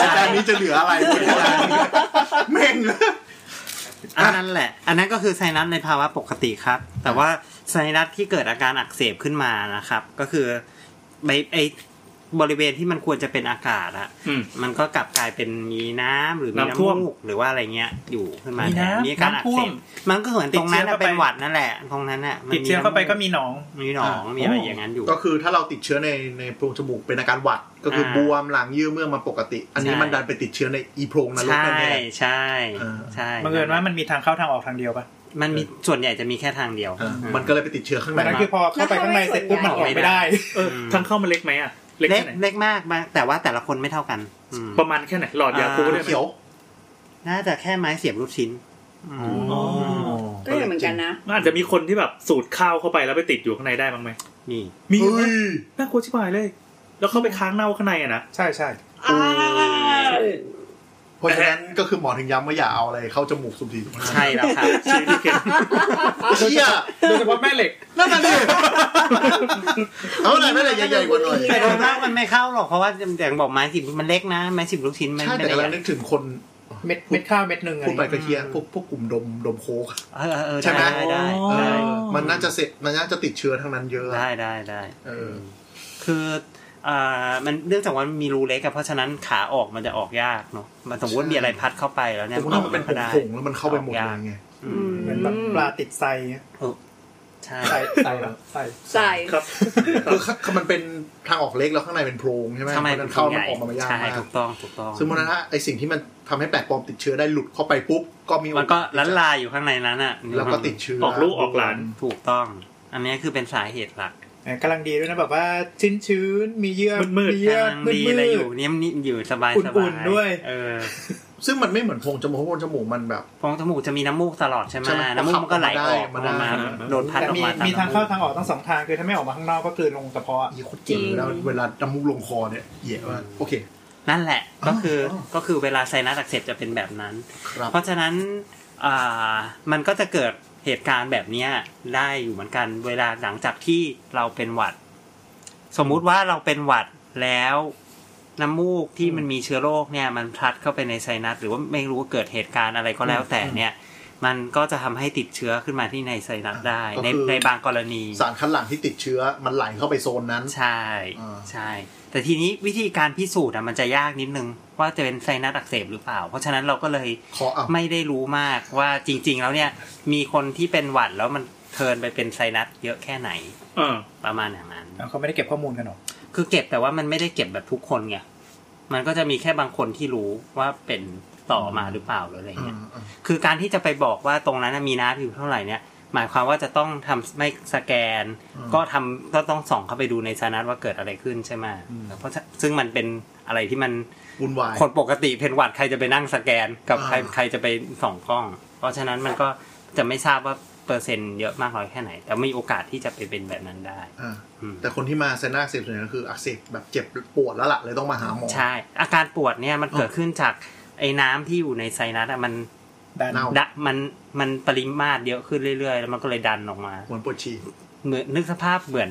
Speaker 7: รายการนี้จะเหลืออะไรวะเนี่ยแม่ง
Speaker 3: อันนั้นแหละ อันนั้นก็คือไซนัสในภาวะปกติครับ แต่ว่าไซนัสที่เกิดอาการอักเสบขึ้นมานะครับ ก็คือใบไอบริเวณที่มันควรจะเป็นอากาศอะ
Speaker 6: อืม
Speaker 3: มันก็กลับกลายเป็นมีน้ำหรือมี
Speaker 6: น้ำ
Speaker 3: น้ำ
Speaker 6: ท่วม
Speaker 3: มูกหรือว่าอะไรเงี้ยอยู่ขึ้นมา
Speaker 5: มีน้ำ
Speaker 3: มีอาการอัก
Speaker 5: น้ำท่ว
Speaker 3: เส
Speaker 5: ม
Speaker 3: บมันก็เหมือนตรงนั้น
Speaker 5: ติด
Speaker 3: อะ
Speaker 5: เชื้อเข้าไป
Speaker 3: เป็นหวัดนั่นแหละ ตรงนั้นอะมัน
Speaker 5: ติดเชื้อเข้าไปก็มีหนอง
Speaker 3: มีหนอง
Speaker 5: อ่ามี
Speaker 3: มีอะไรอย่างนั้นอยู่
Speaker 7: ก็คือถ้าเราติดเชื้อในในโพรงจมูกเป็นอาการหวัด ก็คืออา บวมหลังเยื่อเมื่อมาปกติ อันนี้
Speaker 3: ใช่
Speaker 7: มันดันไปติดเชื้อในอีโพรงนรก
Speaker 3: ใช่
Speaker 7: นั่นเอง
Speaker 3: ใช่
Speaker 7: เออ
Speaker 3: ใช่
Speaker 5: บังเอิญว่ามันมีทางเข้าทางออกทางเดียวปะ
Speaker 3: มันมีส่วนใหญ่จะมีแค่ทางเดียว
Speaker 7: เออมันก็เลยไปติดเชื้อข้างใน
Speaker 5: แต่นั้นคือพอเข้าไปข้างในเสร็จปุ๊บมันออกไม่ได้
Speaker 6: เออ
Speaker 3: อืม
Speaker 6: ทางเข้ามันเล็กไหมอ่ะ เล็ก
Speaker 3: เล็ก
Speaker 6: แค่ไหน
Speaker 3: เล็กมากบางแต่ว่าแต่ละคนไม่เท่ากันอืม
Speaker 6: ประมาณแค่ไหนหลอดยาคูล
Speaker 3: อ่า
Speaker 6: ได้ไหม
Speaker 7: เขียว
Speaker 3: น่าจะแค่ไม้เสียบลูกชิ้นอืม
Speaker 6: อ๋อ
Speaker 2: ก็อย่างเหมือนกันนะ
Speaker 6: มันอาจจะมีคนที่แบบสูดข้าวเข้าไปแล้วไปติดอยู่ข้างในได้บ้างไหม
Speaker 3: นี่
Speaker 6: มีเหรอ
Speaker 7: เฮ้ย
Speaker 6: น่ากลัวชิบหายเลย แล้วเข้าไปค้างเน่าข้างในอะนะ
Speaker 5: ใช่ใช่
Speaker 7: เพราะฉะนั้นก็คือหมอถึงย้ำว่าอย่าเอาอะไรเข้าจมูกสุ่มสี่สุ่มห้า
Speaker 3: ใช่แล้วครับ
Speaker 6: ชีวิตที่เข็น
Speaker 7: เชี่ย
Speaker 5: โดยเฉพาะแม่เหล็ก
Speaker 7: นั่นน่ะดิ เอาหน่อยนั่นแหละใหญ่ๆกว่าหน่อย
Speaker 3: แต่โดยมากมันไม่เข้าหรอก เพราะว่าอย่างบอกไม้สิบมันเล็กนะ ไม้สิบลูกชิ้นมัน
Speaker 7: ใช่
Speaker 3: ไม่
Speaker 7: แต่
Speaker 3: ได้
Speaker 7: กำลัง
Speaker 3: ให
Speaker 7: นึ
Speaker 3: ญ่
Speaker 7: กถึงคน
Speaker 5: เม็ดเม็ดข้าวเม็ดหนึ่งอะ
Speaker 7: พูดไป
Speaker 5: ไร
Speaker 7: ก็เฮียพวกพวกกลุ่มดมดมโคกอะ
Speaker 3: เออเออ
Speaker 7: ใช่ไหม
Speaker 3: ได้ได้
Speaker 7: เอ
Speaker 3: ได้
Speaker 7: อมันน่าจะเสร็จมันน่าจะติดเชื้อทั้งนั้นเยอะอะ
Speaker 3: ได้ได้ได้
Speaker 7: เออ
Speaker 3: คืออ่ามันเนื่องจากว่ามันมีรูเล็กอะเพราะฉะนั้นขาออกมันจะออกยากเนาะมันสมมติมีอะไรพัดเข้าไปแล้วเนี่ย
Speaker 7: แต่พวกนั้นมันเป็นผง
Speaker 3: ได้
Speaker 7: ผงๆแล้วมันเข้าไปหมดเลยไง
Speaker 3: อืม
Speaker 5: เหมือนแบบปลาติดไซ
Speaker 3: ใช่
Speaker 5: ไซไซเหรอไซ
Speaker 2: ใส่
Speaker 6: ครับ
Speaker 7: คือคือมันเป็นทางออกเล็กแล้วข้างในเป็นโพรงใช่ไหม
Speaker 3: ข้างใน
Speaker 7: เพ
Speaker 3: เป็
Speaker 7: ราะ
Speaker 3: น
Speaker 7: ฉะ
Speaker 3: ผใหญ่
Speaker 7: เข้าง มันออกมาไม่ยาก
Speaker 3: ใช่
Speaker 7: มาก
Speaker 3: ถูกต้องถูกต้อง
Speaker 7: ซึ่งมันถ้าไอสิ่งที่มันทำให้แปลกปลอมติดเชื้อได้หลุดเข้าไปปุ๊บ ก็มีโอ
Speaker 3: มันก็
Speaker 7: กาส
Speaker 3: ลันลาอยู่ข้างในนั้นอะ
Speaker 7: แล้วก็ติดเชื้อ
Speaker 6: ออกลูกออกหลาน
Speaker 3: ถูกต้อง อันนี้คือเป็นสาเหตุหลัก
Speaker 5: เออกำลังดีด้วยนะแบบว่าชื้นชื้นๆมีเยื่อ
Speaker 6: มืดๆ
Speaker 5: เยื่อ
Speaker 3: แกำลัง
Speaker 5: มืด
Speaker 3: ดี
Speaker 5: มื
Speaker 3: เลยอยู่
Speaker 5: ด
Speaker 3: เนี่ยมันอยู่สบาย
Speaker 5: อุ่
Speaker 3: ส
Speaker 5: นๆ
Speaker 3: บาย
Speaker 5: ด้วย
Speaker 3: เออ
Speaker 7: ซึ่งมันไม่เหมือนโพรงจมูกเพราะโพรงจมูกมันแบบ
Speaker 3: ฟองจมูกจะมีน้ำมูกตลอดใช่ไหม
Speaker 7: ใช่ไหม
Speaker 3: น้ำมูกมันก็ไหลออก
Speaker 7: มัน
Speaker 3: ออ
Speaker 7: ได้
Speaker 3: ก
Speaker 7: มั
Speaker 3: มาน
Speaker 7: ได้
Speaker 3: โดนพัด
Speaker 5: แต่
Speaker 3: ออก
Speaker 5: มี
Speaker 3: มา
Speaker 5: มี
Speaker 3: น้ำ
Speaker 5: ทางเข้าทางออกทั้งสองทางคือถ้าไม่ออกมาข้างนอกก็คือลงกระเพาะอะ
Speaker 7: ยี่โคตรเจ๋งแล้วเวลาน้ำมูกลงคอเนี่ยเหยะมากโอเค
Speaker 3: นั่นแหละ
Speaker 7: อ๋อ
Speaker 3: ก็คืออ
Speaker 7: อ
Speaker 3: ก็คือเวลาไซนัสอักเสบจะเป็นแบบนั้น
Speaker 7: ครับ
Speaker 3: เพราะฉะนั้นอ่ามันก็จะเกิดเหตุการณ์แบบเนี้ยได้อยู่เหมือนกัน เวลาหลังจากที่เราเป็นหวัด สมมุติว่าเราเป็นหวัดแล้วน้ำมูกที่มันมีเชื้อโรคเนี่ย มันพลัดเข้าไปในไซนัสหรือว่าไม่รู้ว่าเกิดเหตุการณ์อะไรก็แล้วแต่เนี่ย มันก็จะทำให้ติดเชื้อขึ้นมาที่ในไซนัสได้
Speaker 7: ก็
Speaker 3: ใน
Speaker 7: คือ
Speaker 3: ในบางกรณี
Speaker 7: สารคัดหลั่งที่ติดเชื้อมันไหลเข้าไปโซนนั้น
Speaker 3: ใช่
Speaker 7: อ่า
Speaker 3: ใช่ แต่ทีนี้วิธีการพิสูจน์อ่ะมันจะยากนิดนึง ว่าจะเป็นไซนัสอักเสบหรือเปล่า เพราะฉะนั้นเราก็เลย
Speaker 7: ขออ่ะ
Speaker 3: ไม่ได้รู้มากว่าจริง ๆ แล้วเนี่ย มีคนที่เป็นหวัดแล้วมันเทิร์นไปเป็นไซนัสเยอะแค่ไหน
Speaker 6: เออ
Speaker 3: ประมาณอย่างนั้น
Speaker 5: เอาเขาไม่ได้เก็บข้อมูลกันหรอ
Speaker 3: คือเก็บแต่ว่ามันไม่ได้เก็บแบบทุกคนไงมันก็จะมีแค่บางคนที่รู้ว่าเป็นต่อมาหรือเปล่าหรืออะไร
Speaker 7: อื
Speaker 3: เงี้
Speaker 7: ม
Speaker 3: ย
Speaker 7: อืม
Speaker 3: คือการที่จะไปบอกว่าตรงนั้นน่ะมีน้ำอยู่เท่าไหร่เนี่ย หมายความว่าจะต้องทำไม่สแกน ก็ทำก็ต้องส่องเข้าไปดูในไซนัสว่าเกิดอะไรขึ้นใช่ไหมเพราะฉะซึ่งมันเป็นอะไรที่มัน
Speaker 7: วุ่นวาย
Speaker 3: คนปกติเพนหวัดใครจะไปนั่งสแกนกับใคร
Speaker 7: อ่า
Speaker 3: ใครจะไปส่องกล้อง เพราะฉะนั้นมันก็จะไม่ทราบว่าเปอร์เซ็นต์เยอะมากน้อยแค่ไหน แต่มีโอกาสที่จะไปเป็นแบบนั้นได้
Speaker 7: อ่า
Speaker 3: อืม
Speaker 7: แต่คนที่มาเซนาอักเสบส่วนใหญ่ก็คืออักเสบแบบเจ็บปวดแล้วล่ะเลยต้องมาหาหมอ
Speaker 3: ใช่ อาการปวดเนี่ยมันเกิดขึ้นจาก ไอ้น้ำที่อยู่ในไซนัสอะมัน
Speaker 5: ดัน
Speaker 7: เน่า
Speaker 3: ดะมันมันปริมาตรเยอะขึ้นเรื่อยๆ แล้วมันก็เลยดันออกมา
Speaker 7: เหมือนปวดฉี่
Speaker 3: เหมือนนึกสภาพเหมือน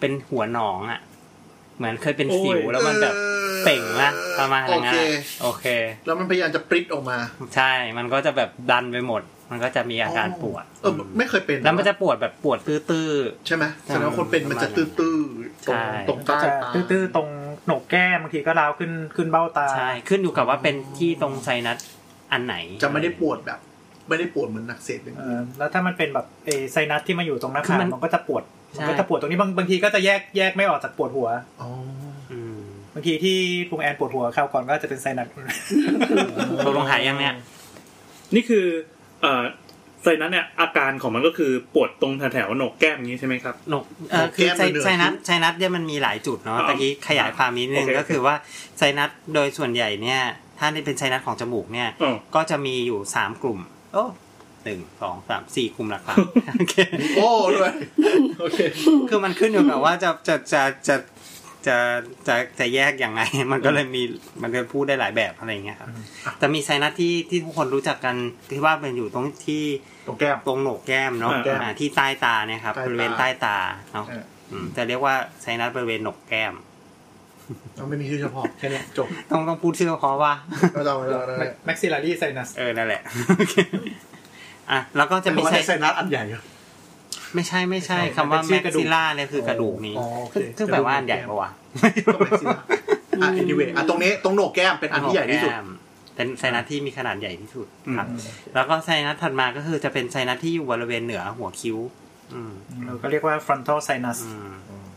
Speaker 3: เป็นหัวหนองอะเหมือนเคยเป็นสิว
Speaker 6: โอ้ย
Speaker 3: แล้วมันแบบเป่งนะประมาณ
Speaker 7: โอ
Speaker 3: นั้น
Speaker 7: เค
Speaker 3: อะโอเค
Speaker 7: แล้วมันพยายามจะปริดออกมา
Speaker 3: ใช่ มันก็จะแบบดันไปหมด มันก็จะมีอาการปวด
Speaker 7: เออไม่เคยเป็น
Speaker 3: แล้วมันจะปวดแบบปวดตื้อ
Speaker 7: ใช่ไหมแสดงว่าคนเป็นมันจะตื้อๆต
Speaker 3: ใช่
Speaker 7: รงตรง
Speaker 5: ก็
Speaker 7: ใต้
Speaker 5: จะ
Speaker 7: ตา
Speaker 5: ตื้อๆตรงโหนกแก้มบางทีก็ร้าวขึ้นขึ้นเบ้าตา
Speaker 3: ๆ ใช่ ขึ้นอยู่กับว่าเป็นที่ตรงไซนัสอันไหน
Speaker 7: จะไม่ได้ปวดแบบ ไม่ได้ปวดเหมือนหนักเสพเป็น
Speaker 5: เออแล้วถ้ามันเป็นแบบเออไซนัสที่มาอยู่ตรงหน้าผากมันก็จะปวด
Speaker 3: ใช่
Speaker 5: มันก็จะปวดตรงนี้บางบางทีก็จะแยกแยกไม่ออกจากปวดหัว
Speaker 7: อ๋อ
Speaker 3: อืม
Speaker 5: บางทีที่ลุงแอนปวดหัวคราวก่อนก็จะเป็นไซนัส
Speaker 3: ตกลงหายยังเนี่ย
Speaker 6: นี่คือเอ่อไซนัสเนี่ยอาการของมันก็คือปวดตรงแถวๆโหนกแก้มอย่างนี้ใช่ไหมครับ
Speaker 3: หนกเอ่อ
Speaker 7: หนกแก้
Speaker 3: คือ
Speaker 7: ม
Speaker 3: ไซ
Speaker 7: เหนือ
Speaker 3: ไซนัส
Speaker 7: คิ้ว
Speaker 3: ไซนัสเนี่ยมันมีหลายจุดเนาะ
Speaker 6: อ๋อ
Speaker 3: ตะกี้ขยายความนิดนึง
Speaker 6: โอเค
Speaker 3: ก็คือว่าไซนัสโดยส่วนใหญ่เนี่ย ถ้าได้เป็นไซนัสของจมูกเนี่ย
Speaker 6: อ๋อ
Speaker 3: ก็จะมีอยู่สามกลุ่ม โอ้หนึ่งสองสามสี่กลุ่มหลัก ๆโอเค
Speaker 7: โอ้ด้วยโอเค
Speaker 3: คือมันขึ้นอยู่กับว่าจะจะจะจะจะจะจะแยกยังไง มันก็เลยมีมันก็พูดได้หลายแบบอะไรอย่างเงี้ยครับแต่มีไซนัสที่ที่ทุกคนรู้จักกันที่ว่าเป็นอยู่ตรงที่
Speaker 7: ตรงแก้ม
Speaker 3: ตรงโหนกแก้มเนาะ
Speaker 6: อ่า
Speaker 3: อ่าที่ใต้ตาเนี่ยครับ
Speaker 7: ใต้
Speaker 3: บ
Speaker 7: ตา
Speaker 3: ริเวณใต้ตาเนาะ
Speaker 7: เออ
Speaker 3: อืมจะเรียกว่าไซนัสบริเวณโหนกแก้ม
Speaker 7: เราไม่มีชื่อเฉพาะแค่เนี้ยจบ
Speaker 3: ต้องต้องพูดชื่อเพราะว่า
Speaker 7: ไม่ต้องไม่ต้องไม่ต้อง
Speaker 5: แม็กซิลารีไซนัส
Speaker 3: เออนั่นแหละ โอเคอ่ะแล้วก็จะ
Speaker 7: แต่
Speaker 3: มี
Speaker 7: ว่า
Speaker 3: ไซ
Speaker 7: ไซนัสอันใหญ่เหรอ
Speaker 3: ไม่ใช่ไม่ใช่คำว่าแม็กซิล่าเนี่ยคือกระดูกนี้
Speaker 7: อ๋อโอเค
Speaker 3: ซึ่งซึ่งแปลว่าอันใหญ่ปะวะ
Speaker 7: ก็แม็กซิลล่าอ่ะ anyway อ่ะตรงนี้ตรงโหนกแก้มเป็นอันที่ใหญ่ที่สุด
Speaker 3: แก้มเป็นไซนัสที่มีขนาดใหญ่ที่สุดครับ
Speaker 5: อืม
Speaker 3: แล้วก็ไซนัสถัดมาก็คือจะเป็นไซนัสที่อยู่บริเวณเหนือหัวคิ้ว อืม
Speaker 5: เราก็เรียกว่า frontal sinus
Speaker 3: อืม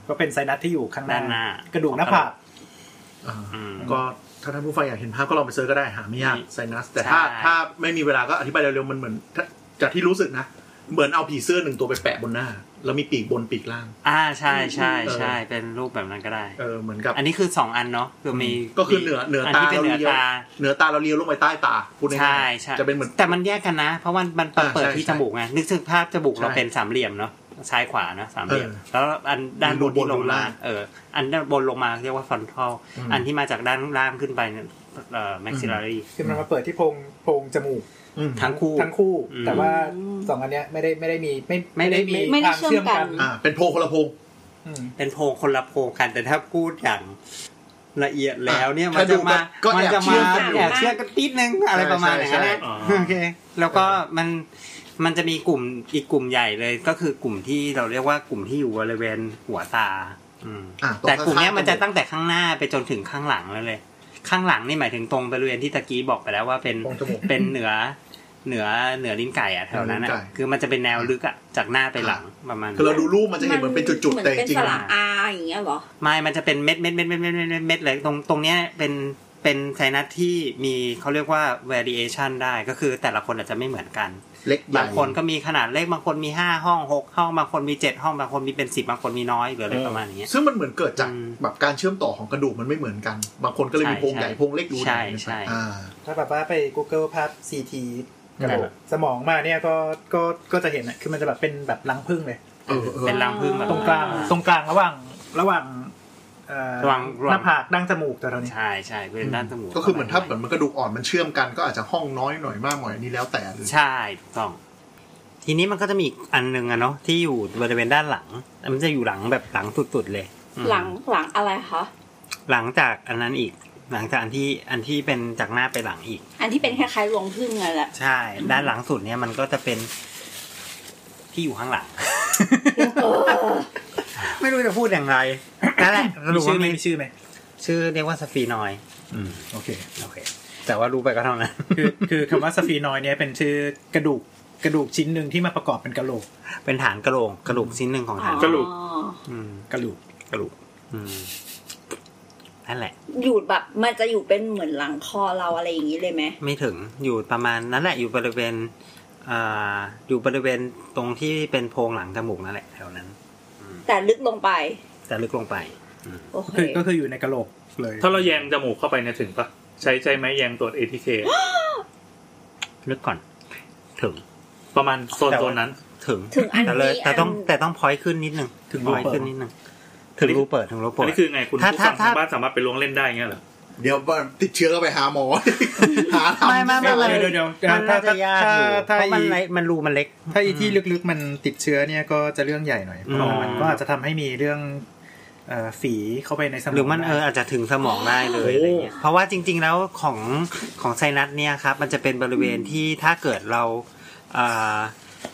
Speaker 5: ก็เป็นไซนัสที่อยู่ข้างหน้า
Speaker 3: ด้านหน้าก
Speaker 5: ระดูกหน้าผาก
Speaker 7: อ่า
Speaker 3: อืม
Speaker 7: ก็ถ้าท่านผู้ฟังอยากเห็นภาพก็ลองไปเซิร์ชก็ได้หาไม่ยาก
Speaker 3: มี
Speaker 7: ไซนัส แต่ถ้า
Speaker 3: ใช่
Speaker 7: ถ้าไม่มีเวลาก็อธิบายเร็วๆมันเหมือนถ้าจากที่รู้สึกนะ เหมือนเอาผีเสื้อหนึ่งตัวไปแปะบนหน้า แล้วมีปีกบนปีกล่าง
Speaker 3: อ่าใช่ใช่ใช่
Speaker 7: เออ
Speaker 3: เป็นรูปแบบนั้นก็ได้
Speaker 7: เออเหมือนกับ
Speaker 3: อันนี้คือสองอันเนาะคือมี
Speaker 7: ก็คือเหนือเหนือ
Speaker 3: อั
Speaker 7: ตา
Speaker 3: ที่เป็น
Speaker 7: เรา
Speaker 3: เหนือ
Speaker 7: เลี้ยว
Speaker 3: ตา
Speaker 7: เหนือตาเราเลี้ยวลงไปใต้ตาพูดง่ายๆ
Speaker 3: ใช่ใช่
Speaker 7: จะเป็นเหมือน
Speaker 3: แต่มันแยกกันนะ เพราะมันมัน
Speaker 7: อ่า
Speaker 3: เปิด
Speaker 7: ใช่
Speaker 3: ที่
Speaker 7: ใช่
Speaker 3: จมูกไงนึกถึงภาพจมูก
Speaker 7: ใช่
Speaker 3: เราเป็นสามเหลี่ยมเนาะซ้ายขวานะสามเหลี่ยม
Speaker 7: เออ
Speaker 3: แล้วอันด้านบน
Speaker 7: ดูบน
Speaker 3: ที่ลง
Speaker 7: ดู
Speaker 3: มา
Speaker 7: ล่าง
Speaker 3: เออ อันด้านบนลงมาเรียกว่าฟอนทัล
Speaker 7: อืม
Speaker 3: อันที่มาจากด้านล่างขึ้นไปเนี่ยเอ่อแม็กซิลารี
Speaker 5: คือมันมาเปิดที่โพรงโพรงจมูก
Speaker 7: อืม
Speaker 3: ทั้งคู่
Speaker 5: ทั้งคู่
Speaker 3: อืม
Speaker 5: แต่ว่าสองอันเนี้ยไม่ได้ไม่ได้มีไม่
Speaker 3: ไม่ได้ไม่
Speaker 2: ไม่ได้
Speaker 5: ทางเชื่อมกัน
Speaker 2: เชื่อมกัน
Speaker 7: อ่าเป็นโพลคนละโพล
Speaker 5: อืม
Speaker 3: เป็นโพรงคนละโพรงกัน แต่ถ้าพูดอย่างละเอียดแล้วเนี่ยมัน
Speaker 7: ถ้
Speaker 3: จะ
Speaker 7: ดู
Speaker 3: มา
Speaker 7: ก็
Speaker 3: มั
Speaker 7: แอบ
Speaker 3: จะ
Speaker 7: เชื่
Speaker 3: มา
Speaker 7: อมกันอยู่
Speaker 3: แอบเชื่อกันนิดนึงอะไรประมาณอย่างนั้นแหละ
Speaker 7: ใช่
Speaker 6: ใช่
Speaker 3: โอเค แล้วก็มันมันจะมีกลุ่มอีกกลุ่มใหญ่เลยก็คือกลุ่มที่เราเรียกว่ากลุ่มที่อยู่บริเวณหัวตา อืม
Speaker 7: อ่ะรง
Speaker 3: แต่กลุ่มเนี้ย
Speaker 7: ข้างๆ
Speaker 3: มันจะตั้งแต่ข้างหน้าไปจนถึงข้างหลังแล้วเลย ข้างหลังนี่หมายถึงตรงบริเวณที่ตะกี้บอกไปแล้วว่าเป็น
Speaker 7: ตรงจมูก
Speaker 3: เป็นเหนือเหนือเหนือลิ้นไก่อะแถวนั้นอะ
Speaker 7: เหนือลิ้นไก่
Speaker 3: คือมันจะเป็นแนวลึกอะจากหน้าไปหลังประมาณนั้น
Speaker 7: คือเราดูรูปมันจะเห็นเหมือนเป็นจุดๆแต่จริ
Speaker 2: เหมือนเป็น
Speaker 7: ง
Speaker 2: ส
Speaker 7: ๆ
Speaker 2: ระ
Speaker 7: อ่ะ
Speaker 2: อาอย่างเงี้ยเหรอ
Speaker 3: ไม่มันจะเป็นเม็ดเม็ดเม็ดเม็ดเม็ดเม็ดเม็ดเม็ดเลยตรงตรงเนี้ยเป็นเป็นไซนัสที่มีเขาเรียกว่า variation ได้ก็คือแต่ละคนอาจจะไม่เหมือนกัน
Speaker 7: เล็กใหญ่
Speaker 3: บางคนก็มีขนาดเล็กบางคนมีห้าห้องหกห้องบางคนมีเจ็ดห้องบางคนมีเป็นสิบบางคนมีน้อยหรืออะไรประมาณอย่างเงี้ย
Speaker 7: ซึ่งมันเหมือนเกิดจาก
Speaker 3: อืม
Speaker 7: แบบการเชื่อมต่อของกระดูกมันไม่เหมือนกัน บางคนก็เลยมีโพรง
Speaker 3: ใช่
Speaker 7: ใหญ่โพรงเล็กดูหน่อย
Speaker 3: ใช่ใช่
Speaker 7: อ่า
Speaker 5: ถ้าแบบว่าไป Google ภาพ CT กระดู
Speaker 7: อื
Speaker 5: ก
Speaker 7: ม
Speaker 5: สมองมาเนี่ยก็ก็ก็จะเห็นอะคือมันจะแบบเป็นแบบรังผึ้งเลย
Speaker 7: เออเออ
Speaker 3: เป็นรังผึ้งแบบ
Speaker 5: ตรงกลางตรงกลางระหว่างระหว่างเอ่อ
Speaker 3: ระหว่างระห
Speaker 5: ห
Speaker 3: ว่าง
Speaker 5: น้าผากดั้งจมูกแต่เราเนี่ย
Speaker 3: ใช่ใช่เป็นด้านจมูก
Speaker 7: ก็คือเหมือนถ้าเหมือนมันกระดูกอ่อนมันเชื่อมกันก็อาจจะห้องน้อยหน่อยมากหน่อยอันนี้แล้วแต่หรือ
Speaker 3: ใช่ถูกต้อง ทีนี้มันก็จะมีอีกอันหนึ่งอะเนาะที่อยู่บริเวณด้านหลัง มันจะอยู่หลังแบบหลังสุดๆเลยอืม
Speaker 2: หลังหลังอะไรคะ
Speaker 3: หลังจากอันนั้นอีก หลังจากอันที่อันที่เป็นจากหน้าไปหลังอีก
Speaker 2: อันที่เป็นคล้ายๆรวงพึ่งนั่นแหละ
Speaker 3: ใช่ ด้านหลังสุดเนี่ยมันก็จะเป็นที่อยู่ข้างหลั ง ไม่รู้จะพูดอย่าง ไรนั่นแหละสรุ
Speaker 5: มี
Speaker 3: ปว่า
Speaker 5: ชื่อไหม
Speaker 3: มี
Speaker 5: มีชื่อไหม
Speaker 3: ชื่อเรียกว่าสฟีนอยด์
Speaker 7: อืมโอเค
Speaker 3: โอเค แต่ว่ารู้ไปก็เท่านั้น
Speaker 5: คือคือคำว่าสฟีนอยด์เนี่ยเป็นชื่อกระดูกกระดูกชิ้นหนึ่งที่มาประกอบเป็นกะโหลก
Speaker 3: เป็นฐานกระโหลกกระดูกชิ้นหนึ่งของฐาน
Speaker 6: กระดูก
Speaker 2: อ๋อก
Speaker 5: ระดูก
Speaker 3: กระดูกอืมนั่นแหละ
Speaker 2: อยู่แบบมันจะอยู่เป็นเหมือนหลังคอเราอะไรอย่างนี้เลยไหม
Speaker 3: ไม่ถึงอยู่ประมาณนั่นแหละ อยู่บริเวณอ่าอยู่บริเวณตรงที่เป็นโพรงหลังจมูกนั่นแหละแถวนั้น
Speaker 2: แต่ลึกลงไป
Speaker 3: แต่ลึกลงไป
Speaker 2: โอเค
Speaker 5: คือก็คืออยู่ในกะโหลกเลย
Speaker 6: ถ้าเราแยงจมูกเข้าไปเนี่ยถึงปะใช้ใช้ไม้แยงตรวจ ATK
Speaker 3: ลึกก่อน ถึง
Speaker 6: ประมาณโซนโซนนั้น
Speaker 3: ถึง
Speaker 2: ถึงอัน
Speaker 3: แต่เลย
Speaker 2: นี้
Speaker 3: แต่ต้อง
Speaker 2: อัน
Speaker 3: แต่ต้องพอยขึ้นนิดนึง
Speaker 5: ถึง
Speaker 3: พ
Speaker 5: รู
Speaker 3: อย
Speaker 5: เปิ
Speaker 3: ขึ้
Speaker 5: ด
Speaker 3: นนิดนึง ถึงรูเปิดถึงรูเปิ
Speaker 6: อั
Speaker 3: ด
Speaker 6: นนี้คือไงคุณ
Speaker 3: ถ้า
Speaker 6: ผู้ฟัง
Speaker 3: ถ้า
Speaker 6: ทางบ้านสามารถไปล้วงเล่นได้เงี้ยเหรอ
Speaker 7: เดี๋ยวติดเชื้อก็ไปหาหมอ หา ทำ
Speaker 3: ไม่ไม่ไม่
Speaker 5: เดี๋ยวเดี๋ยวเดี๋ยว
Speaker 3: มันน่าจะยาก
Speaker 5: ถ้า
Speaker 3: อยู่เพ
Speaker 5: ถ้า
Speaker 3: ราะมัน
Speaker 5: อี
Speaker 3: ไร้มันรูมันเล็ก
Speaker 5: ถ้าอีที่ลึกๆมันติดเชื้อเนี่ยก็จะเรื่องใหญ่หน่อยเพราะว่ามันก็อาจจะทำให้มีเรื่องเอ่อฝีเข้าไปในสมอง
Speaker 3: หรือมันเอออาจจะถึงสมองได้เลยอะไรเงี้ยเพราะว่าจริง ๆแล้วของของไซนัสเนี่ยครับมันจะเป็นบริเวณที่ถ้าเกิดเราอ่า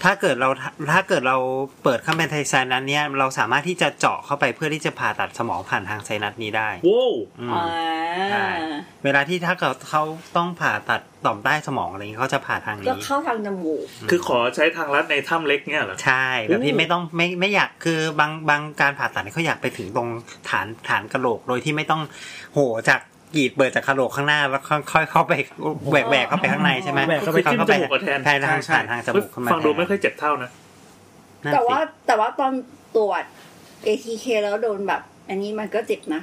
Speaker 3: ถ้าเกิดเราถ้าเกิดเราเปิดเข้าไปในไซนัสเนี่ยเราสามารถที่จะเจาะเข้าไปเพื่อที่จะผ่าตัดสมองผ่านทางไซนัสนี้ได้
Speaker 6: โว้ว
Speaker 3: อืม
Speaker 2: อ่า
Speaker 3: ใช่ เวลาที่ถ้าเกิดเขาต้องผ่าตัดต่อมใต้สมองอะไรเงี้ยเขาจะผ่าทาง
Speaker 2: ก็
Speaker 3: นี้
Speaker 2: เข้าทางจมูก
Speaker 6: คือขอใช้ทางลัดในถ้ำเล็กเนี่ยเหรอ
Speaker 3: ใช่แบบที่
Speaker 6: โอ้
Speaker 3: ไม่ต้องไม่ไม่อยากคือบางบางการผ่าตัดเนี่ยเขาอยากไปถึงตรงฐานฐานกระโหลกโดยที่ไม่ต้องโหจากกรีดเปิดจากกระโหลกข้างหน้าแล้วค่อยๆเข้าไปแหวกแหวกเข้าไปข้างในใช่ไหม
Speaker 6: แหวกเข้าไปจิ้มจมูกกับแทน
Speaker 3: แทนทางผ่านทางจมูกเข้ามา
Speaker 6: ฟังดูไม่ค่อยเจ็บเท่านะ
Speaker 3: นั่นสิ
Speaker 2: แต่ว่าแต่ว่าตอนตรวจ ATK แล้วโดนแบบ อันนี้มันก็เจ็บนะ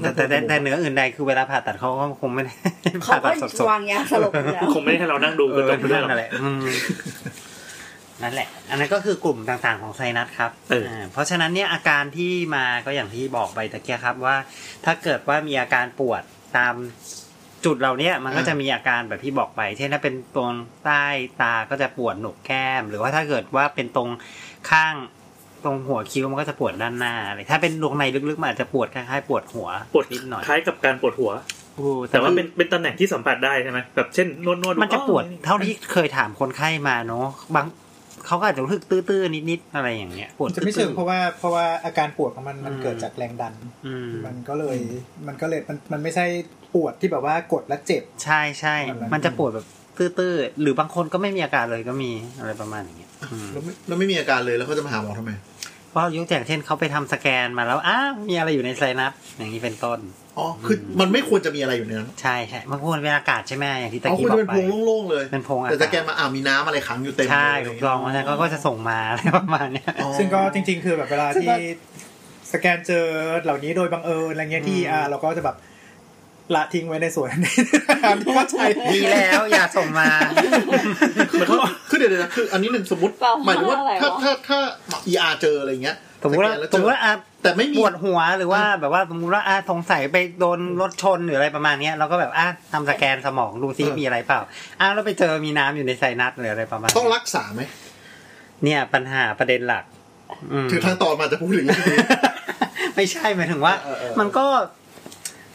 Speaker 3: แต่แต่แต่แต่เหนื้ออื่นใดคือเวลาผ่าตัดเขาก็คงไม่ได้
Speaker 2: เขา
Speaker 3: ผ่า
Speaker 2: ก็
Speaker 3: ตัดสด
Speaker 2: วางยาสลบอยู่แล้ว
Speaker 6: คงไม่ให้เรานั่งดู
Speaker 3: ๆเออ
Speaker 6: กั
Speaker 3: น
Speaker 6: จบ
Speaker 3: เรื่
Speaker 6: เรื่
Speaker 3: อ
Speaker 6: องง
Speaker 3: นั่นแหละอืมนั่นแหละ อันนั้นก็คือกลุ่มต่างๆของไซนัสครับ
Speaker 6: เอออ่
Speaker 3: าเพราะฉะนั้นเนี่ยอาการที่มาก็อย่างที่บอกไปตะเกียครับว่า ถ้าเกิดว่ามีอาการปวดตามจุดเราเนี่ยมันก็จะมีอาการแบบที่บอกไป เช่นถ้าเป็นตรงใต้ตาก็จะปวดหนกแก้ม หรือว่าถ้าเกิดว่าเป็นตรงข้างตรงหัวคิ้วมันก็จะปวดด้านหน้าอะไรถ้าเป็นดวงในลึกๆมันอาจจะปวดคล้ายๆปวดหัว
Speaker 6: ปวด
Speaker 3: นิดหน่อย
Speaker 6: คล้ายกับการปวดหัว
Speaker 3: อู้
Speaker 6: แต่ว่า
Speaker 3: คือ
Speaker 6: เป็นเป็นตำแหน่งที่สัมผัสได้ใช่ไหมแบบเช่นนวดนวด
Speaker 3: มันจะปวดเท่าที่เคยถามคนไข้มาเนาะบางเขาก็อาจจะรู้สึกตื้อๆนิดๆอะไรอย่างเงี้ยปวด
Speaker 5: จะไม่เชิงเพ
Speaker 3: ตื้อ
Speaker 5: ราะว่าเพราะว่าอาการปวดของมันมัน
Speaker 3: อืม
Speaker 5: เกิดจากแรงดัน
Speaker 3: ๆอืม
Speaker 5: มันก็เลยมันก็เลยมันมันไม่ใช่ปวดที่แบบว่ากดแล้วเจ็บ
Speaker 3: ใช่ใช่
Speaker 5: แบบนั้น
Speaker 3: มันจะปวดแบบตื้อๆ หรือบางคนก็ไม่มีอาการเลยก็มีอะไรประมาณอย่างเงี้ยอืม
Speaker 7: แล้วไม่แล้วไม่มีอาการเลยแล้วเขาจะมาหาหมอทำไม
Speaker 3: เพราะยกตัวอย่างเช่นเขาไปทำสแกนมาแล้ว อ้าวมีอะไรอยู่ในไซนัสอย่างนี้เป็นต้น
Speaker 7: อ๋อคือมันไม่ควรจะมีอะไรอยู่ในนั้น
Speaker 3: ใช่ใช่บางคนเป็นอากาศใช่ไหมอย่างที่ตะ
Speaker 7: อ๋อ
Speaker 3: กี้
Speaker 7: คุณ
Speaker 3: บอก
Speaker 7: จะเป็น
Speaker 3: ไป
Speaker 7: โพรงโล่งๆเลย
Speaker 3: เป็นโพรงอา
Speaker 7: แต่จะ
Speaker 3: กาศ
Speaker 7: แกนมาอ่ามีน้ำอะไรขังอยู่เต็มเล
Speaker 3: ใช่
Speaker 7: ยะไร
Speaker 3: ถูก
Speaker 7: ย่าเย
Speaker 3: ต้องเพราะฉะนั้นเขาก็จะส่งมาอะไร ประมาณเนี้ย
Speaker 7: อ๋อ
Speaker 5: ซึ่งก็จริง ๆ คือแบบเวลา
Speaker 2: ซึ่ง
Speaker 5: ที่
Speaker 2: ก็
Speaker 5: สแกนเจอเหล่านี้โดยบังเอิญอะไรเงี้ยที่
Speaker 3: อืม
Speaker 5: อ่าเราก็จะแบบละทิ้งไว้ใน ส่วนนี้ที่เข้าใจ
Speaker 3: ดีแล้วอย่าส่งมา
Speaker 7: คือเดี๋ยวๆนะคืออันนี้หนึ่งสมมติ
Speaker 2: เปล่า
Speaker 7: หมายถึงว่า
Speaker 2: อะไรวะ
Speaker 7: ถ้าถ้าถ้าเออาเจออะไรอย่างเงี้ย
Speaker 3: สมมติว่า
Speaker 7: แกนแล้ว
Speaker 3: ส
Speaker 7: เจ
Speaker 3: ม
Speaker 7: อ
Speaker 3: มติว่าอ่ะ
Speaker 7: แต่ไม่มี
Speaker 3: ปวดหัวหรือว่าแบบว่าสมมติว่าอ่ะสงสัยไปโดนรถชนหรืออะไรประมาณเนี้ยเราก็แบบอ่ะทำสแกนสมองดูซิ
Speaker 7: เออ
Speaker 3: มีอะไรเปล่าอ้าวแล้วไปเจอมีน้ำอยู่ในไซนัสหรืออะไรประมาณ
Speaker 7: ต้อง
Speaker 3: เนี้ย
Speaker 7: รักษาไหม
Speaker 3: เนี่ยปัญหาประเด็นหลักอืม
Speaker 7: ถึงทางตอนมาจะพูดถึง
Speaker 3: ไม่ใช่หมายถึงว่า
Speaker 7: เออเออเออ
Speaker 3: มันก็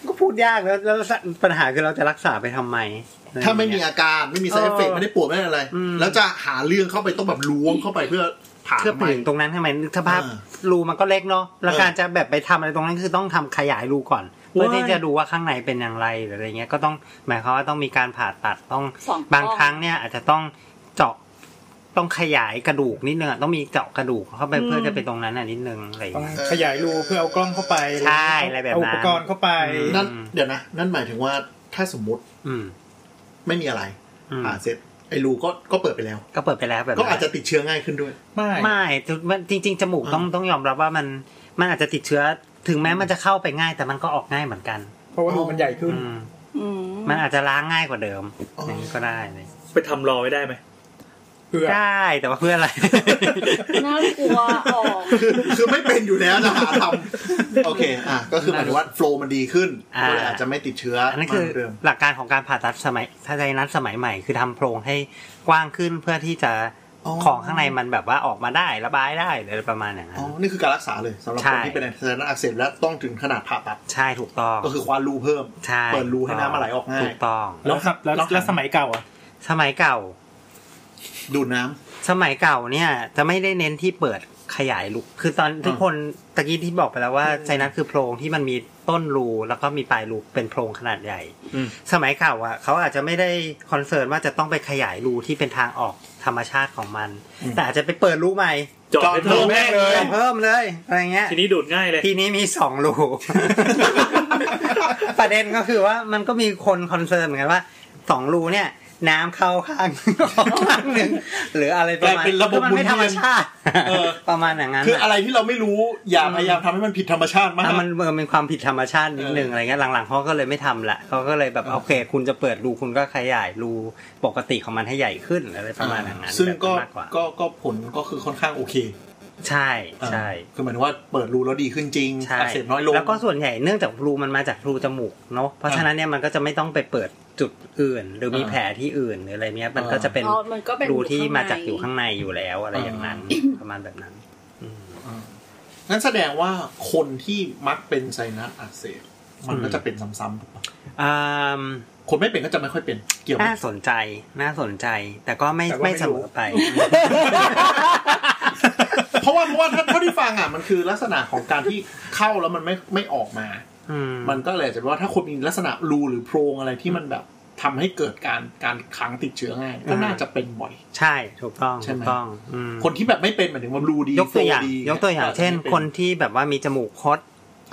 Speaker 3: ก็พูดยากแล้วแล้วปัญหาคือเราจะรักษาไปทำไม
Speaker 7: ถ้าไม่มีอาการไม่มีไซเอฟเฟก
Speaker 3: เออ
Speaker 7: ไม่ได้ปวดไม่ได้อะไร
Speaker 3: อืม
Speaker 7: แล้วจะหาเรื่องเข้าไปต้องแบบล้วงเข้าไปเพื่อผ่า
Speaker 3: เพื่อป
Speaker 7: ทำไม
Speaker 3: ลึงตรงนั้นทำไมนึกสภาพ
Speaker 7: เออ
Speaker 3: รูมันก็เล็กเนาะแล้ว
Speaker 7: เออ
Speaker 3: การจะแบบไปทำอะไรตรงนั้นคือต้องทำขยายรูก่อน เพื่อที่จะดูว่าข้างในเป็นอย่างไรหรืออะไรเงี้ยก็ต้องหมายความว่าต้องมีการผ่าตัดต้อง
Speaker 2: สอง
Speaker 3: บาง
Speaker 2: กล้อง
Speaker 3: ครั้งเนี่ยอาจจะต้องเจาะต้องขยายกระดูกนิดนึงอะต้องมีเจาะกระดูกเข้าไปเพื่อจะไปตรงนั้นอ่ะนิดนึงอะไร
Speaker 5: ต้อง
Speaker 3: เงี้ย
Speaker 5: ขยายรูเพื่อเอากล้องเข้าไป
Speaker 3: ใช่อะไรแบบนั้น
Speaker 5: เอาอุปกรณ์เข้าไป
Speaker 3: อืม
Speaker 7: นั่นเดี๋ยวนะ นั่นหมายถึงว่าถ้าสมมติ
Speaker 3: อืม
Speaker 7: ไม่มีอะไร
Speaker 3: อืม
Speaker 7: ผ่าเสร็จไอ้รูก็ก็เปิดไปแล้ว
Speaker 3: ก็เปิดไปแล้วแบบ
Speaker 7: ก็
Speaker 3: นั้น
Speaker 7: อาจจะติดเชื้อง่ายขึ้นด้วย
Speaker 5: ไม่
Speaker 3: ไม่จมันจริง ๆ จมูกต้องต้องยอมรับว่ามันมันอาจจะติดเชื้อถึงแม้มันจะเข้าไปง่าย แต่มันก็ออกง่ายเหมือนกัน
Speaker 5: เพราะว่ารูมันใหญ่ขึ้น
Speaker 3: อืม
Speaker 2: อืม
Speaker 3: มันอาจจะล้างง่ายกว่าเดิม
Speaker 7: อ๋ออ
Speaker 3: ย่างนี้ก็ได้เลย
Speaker 6: ไปทำรอไว้ได้ไหม
Speaker 5: เพื่อ
Speaker 3: ได้แต่ว่าเพื่อ อะไร
Speaker 2: น่ากลัวออก
Speaker 7: คือคือไม่เป็นอยู่แล้วจะหาทำ โอเคอ่ะก็คือหมายถึงว่าโฟล์มันดีขึ้น
Speaker 3: อ่า
Speaker 7: ก็เลยอาจจะไม่ติดเชื้อ
Speaker 3: อันนั้นคือ
Speaker 7: มากเดิม
Speaker 3: หลักการของการผ่าตัดสมัยถ้าใจนัดสมัยใหม่คือทำโพรงให้กว้างขึ้นเพื่อที่จะ
Speaker 7: อ๋อ
Speaker 3: ของข้างในมันแบบว่าออกมาได้ระบายได้หรืออะไรประมาณอย่างนั้
Speaker 7: อ๋อน นี่คือการรักษาเลยสำหรับ
Speaker 3: ใช่
Speaker 7: คนที่เป็นไซนัสอักเสบและต้องถึงขนาดผ่าตัด
Speaker 3: ใช่ถูกต้อง
Speaker 7: ก็คือคว้ารูเพิ่ม
Speaker 3: ใช่
Speaker 7: เปิดรูให้น้ำมันไหลออกง่าย
Speaker 3: ถูกต้อง
Speaker 5: แล้วครับแล้วแล้วสมัยเก่าอ่ะ
Speaker 3: สมัยเก่า
Speaker 7: ดูดน้ำ
Speaker 3: สมัยเก่าเนี่ยจะไม่ได้เน้นที่เปิดขยายรูคือตอนทุกคนตะกี้ที่บอกไปแล้วว่าไซนัสคือโพรงที่มันมีต้นรูแล้วก็มีปลายรูเป็นโพรงขนาดใหญ่
Speaker 6: อืม
Speaker 3: สมัยเก่าอ่ะเขาอาจจะไม่ได้คอนเซิร์นว่าจะต้องไปขยายรูที่เป็นทางออกธรรมชาติของมัน แต่อาจจะไปเปิดรูใหม่
Speaker 6: เจอดให้เพิ่ม
Speaker 7: เจาะเพิ่มแม่งเลย
Speaker 3: เพิ่มเลยอะไรเงี้ย
Speaker 6: ทีนี้ดูดง่ายเลย
Speaker 3: ทีนี้มีสองรู ประเด็นก็คือว่ามันก็มีคนคอนเซิร์นเหมือนกันว่าสองรูเนี่ย น้ำเข้าข้าง ออกข้างหนึ่งหรืออะไรประมาณ
Speaker 7: กลายเป็นระบบ
Speaker 3: คือมันไม่ธรรมชาติ
Speaker 7: เออ
Speaker 3: ประมาณอย่างนั้น
Speaker 7: คือ
Speaker 3: น่ะ
Speaker 7: อะไรที่เราไม่รู้อย่า
Speaker 3: อืม
Speaker 7: พยายามทำให้มันผิดธรรมชาติมาก
Speaker 3: อ่ะมันเออเป็นความผิดธรรมชาตินิดนึง
Speaker 7: เอออ
Speaker 3: อะไรเงี้ยหลังๆเขาก็เลยไม่ทำละเขาก็เลยแบบโอเค คุณจะเปิดรูคุณก็ขยายรูปกติของมันให้ใหญ่ขึ้นอะไรประมาณอย่างนั้น
Speaker 7: ซึ่งก็
Speaker 3: แบบนั้นมากกว่า
Speaker 7: ก็ก็ผลก็คือค่อนข้างโอเค
Speaker 3: ใช่ใช่
Speaker 7: คือหมายถึงว่าเปิดรูแล้วดีขึ้นจริง
Speaker 3: ใช่
Speaker 7: อักเสบน้อยลง
Speaker 3: แล้วก็ส่วนใหญ่เนื่องจากรูมันมาจากรูจมูกเนาะเพราะฉะนั้นเนี่ยมันก็จะไม่ต้องไปเปิดจุดอื่น หรือมี
Speaker 7: อ่า
Speaker 3: แผลที่อื่นหรืออะไรเนี้ยมัน
Speaker 7: อ่า
Speaker 3: ก็จะเป็น
Speaker 2: อ๋อมันก็เป็น
Speaker 3: รูที่
Speaker 2: ข้งใน
Speaker 3: มาจากอยู่ข้างในอยู่แล้วอะไรอย่างนั้น ประมาณแบบนั้น อืม
Speaker 7: งั้นแสดงว่าคนที่มักเป็นไซนัสอักเสบมันก็จะเป็นซ้ำๆถูกปะ
Speaker 3: อ่า
Speaker 7: คนไม่เป็นก็จะไม่ค่อยเป็นเกี่ยวไหม
Speaker 3: น่าสนใจน่าสนใจ แต่ก็ไม่
Speaker 5: แต่ว่าไม่
Speaker 3: ไม่เสม
Speaker 5: รู้
Speaker 3: อไป
Speaker 7: เพราะว่าเพราะว่าถ้าเท่าที่ฟังอ่ะมันคือลักษณะของการที่เข้าแล้วมันไม่ไม่ออกมา
Speaker 3: อืม
Speaker 7: มันก็เลยอาจจะว่าถ้าคนมีลักษณะรูหรือโพรงอะไรที่มันแบบทำให้เกิดการการขังติดเชื้อง่ายก็
Speaker 3: อ่า
Speaker 7: น่าจะเป็นบ่อย
Speaker 3: ใช่ถูกต้อง
Speaker 7: ใช่
Speaker 3: ถู
Speaker 7: ไหม
Speaker 3: กต้องอืม
Speaker 7: คนที่แบบไม่เป็นหมายถึงว่ารูดี
Speaker 3: ยกตัวอย่าง
Speaker 7: โฟดี
Speaker 3: ยกตัวอย่างเช่น คนที่แบบว่ามีจมูกคด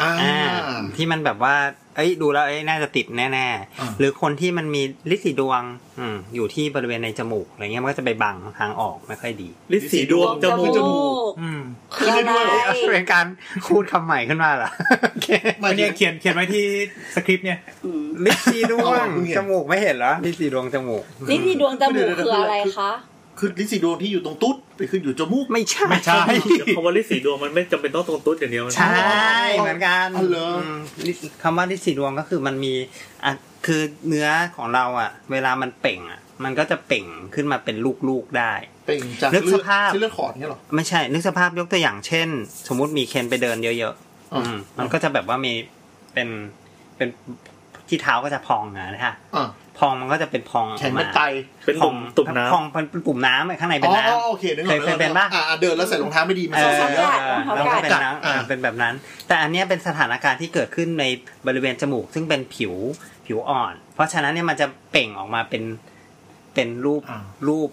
Speaker 7: อ่า
Speaker 3: อ่าที่มันแบบว่า เอ้ยดูแล้วเอ้ยน่าจะติดแน่
Speaker 7: อ่า
Speaker 3: ๆ หรือคนที่มันมีลิสีดวงอืมอยู่ที่บริเวณในจมูกอะไรเงี้ยมันก็จะไปบังทางออกไม่ค่อยดี
Speaker 6: ลิสีดวงจมูก
Speaker 2: ก
Speaker 3: อืม
Speaker 2: คืออะไร
Speaker 3: เป็นการพูดคำใหม่ขึ้นมาเหรอโอเค
Speaker 7: มา
Speaker 5: เนี่ยเขียนเขียนไว้ที่สคริปต์เนี่ย
Speaker 2: อืม
Speaker 3: ลิสีดวง
Speaker 7: อ๋อเพิ่งเห็น
Speaker 3: จมูกไม่เห็นเหรอลิสีดวงจมูก
Speaker 2: นี่ที่ดวงจมูกคืออะไรคะ
Speaker 7: คือลิซิโดนที่อยู่ตรงตุ๊ดไปขึ้นอยู่จมูก
Speaker 3: ไม่ใช่
Speaker 7: ไม่ใช่
Speaker 6: คำว่าลิสีดวงมันไม่จำเป็นต้องตรงตุ๊ดอย่างเดียวมัน
Speaker 3: ใช่เหมือนกัน
Speaker 7: อ๋อเหรออื
Speaker 3: มลิคำว่าลิสีดวงก็คือมันมีอ่ะคือเนื้อของเราอ่ะ เวลามันเป่งอ่ะ มันก็จะเป่งขึ้นมาเป็นลูกๆได้
Speaker 7: เป็นจาก
Speaker 3: นึก
Speaker 7: เลื
Speaker 3: ส
Speaker 7: อด
Speaker 3: ภาพ
Speaker 7: ที่เลือดขอดเนี่ยหรอ
Speaker 3: ไม่ใช่นึกสภาพยกตัวอย่างเช่น สมมุติมีเคนไปเดินเยอะๆ
Speaker 7: อ่า
Speaker 3: อืมมันก็จะแบบว่ามีเป็นเป็นที่เท้าก็จะพองนะฮะ
Speaker 7: อ่า
Speaker 3: พองมันก็จะเป็นพองออก
Speaker 7: แข็งเป็
Speaker 3: มาน
Speaker 7: ไต
Speaker 6: เป็นตุ่มตุ่มน้
Speaker 3: พองเป็นตุ่มน้ำอะข้างในเป็
Speaker 7: อ๋
Speaker 3: น
Speaker 7: อ
Speaker 3: น้ำ
Speaker 7: โอเคนึกออก
Speaker 3: เคยเป็นปะ
Speaker 7: อ่าเดินแล้วใส่รองเท้าไม่ดีมัน
Speaker 3: เออ
Speaker 7: เศ
Speaker 3: แล้ว
Speaker 7: ร้า
Speaker 3: ก็
Speaker 7: ๆเนอะ
Speaker 3: เป็นน้ำ
Speaker 7: อ่า
Speaker 3: อ่าเป็นแบบนั้น แต่อันเนี้ยเป็นสถานการณ์ที่เกิดขึ้นในบริเวณจมูก ซึ่งเป็นผิวผิวอ่อน เพราะฉะนั้นเนี่ยมันจะเป่งออกมาเป็นเป็นรูป
Speaker 7: อ่า
Speaker 3: รูป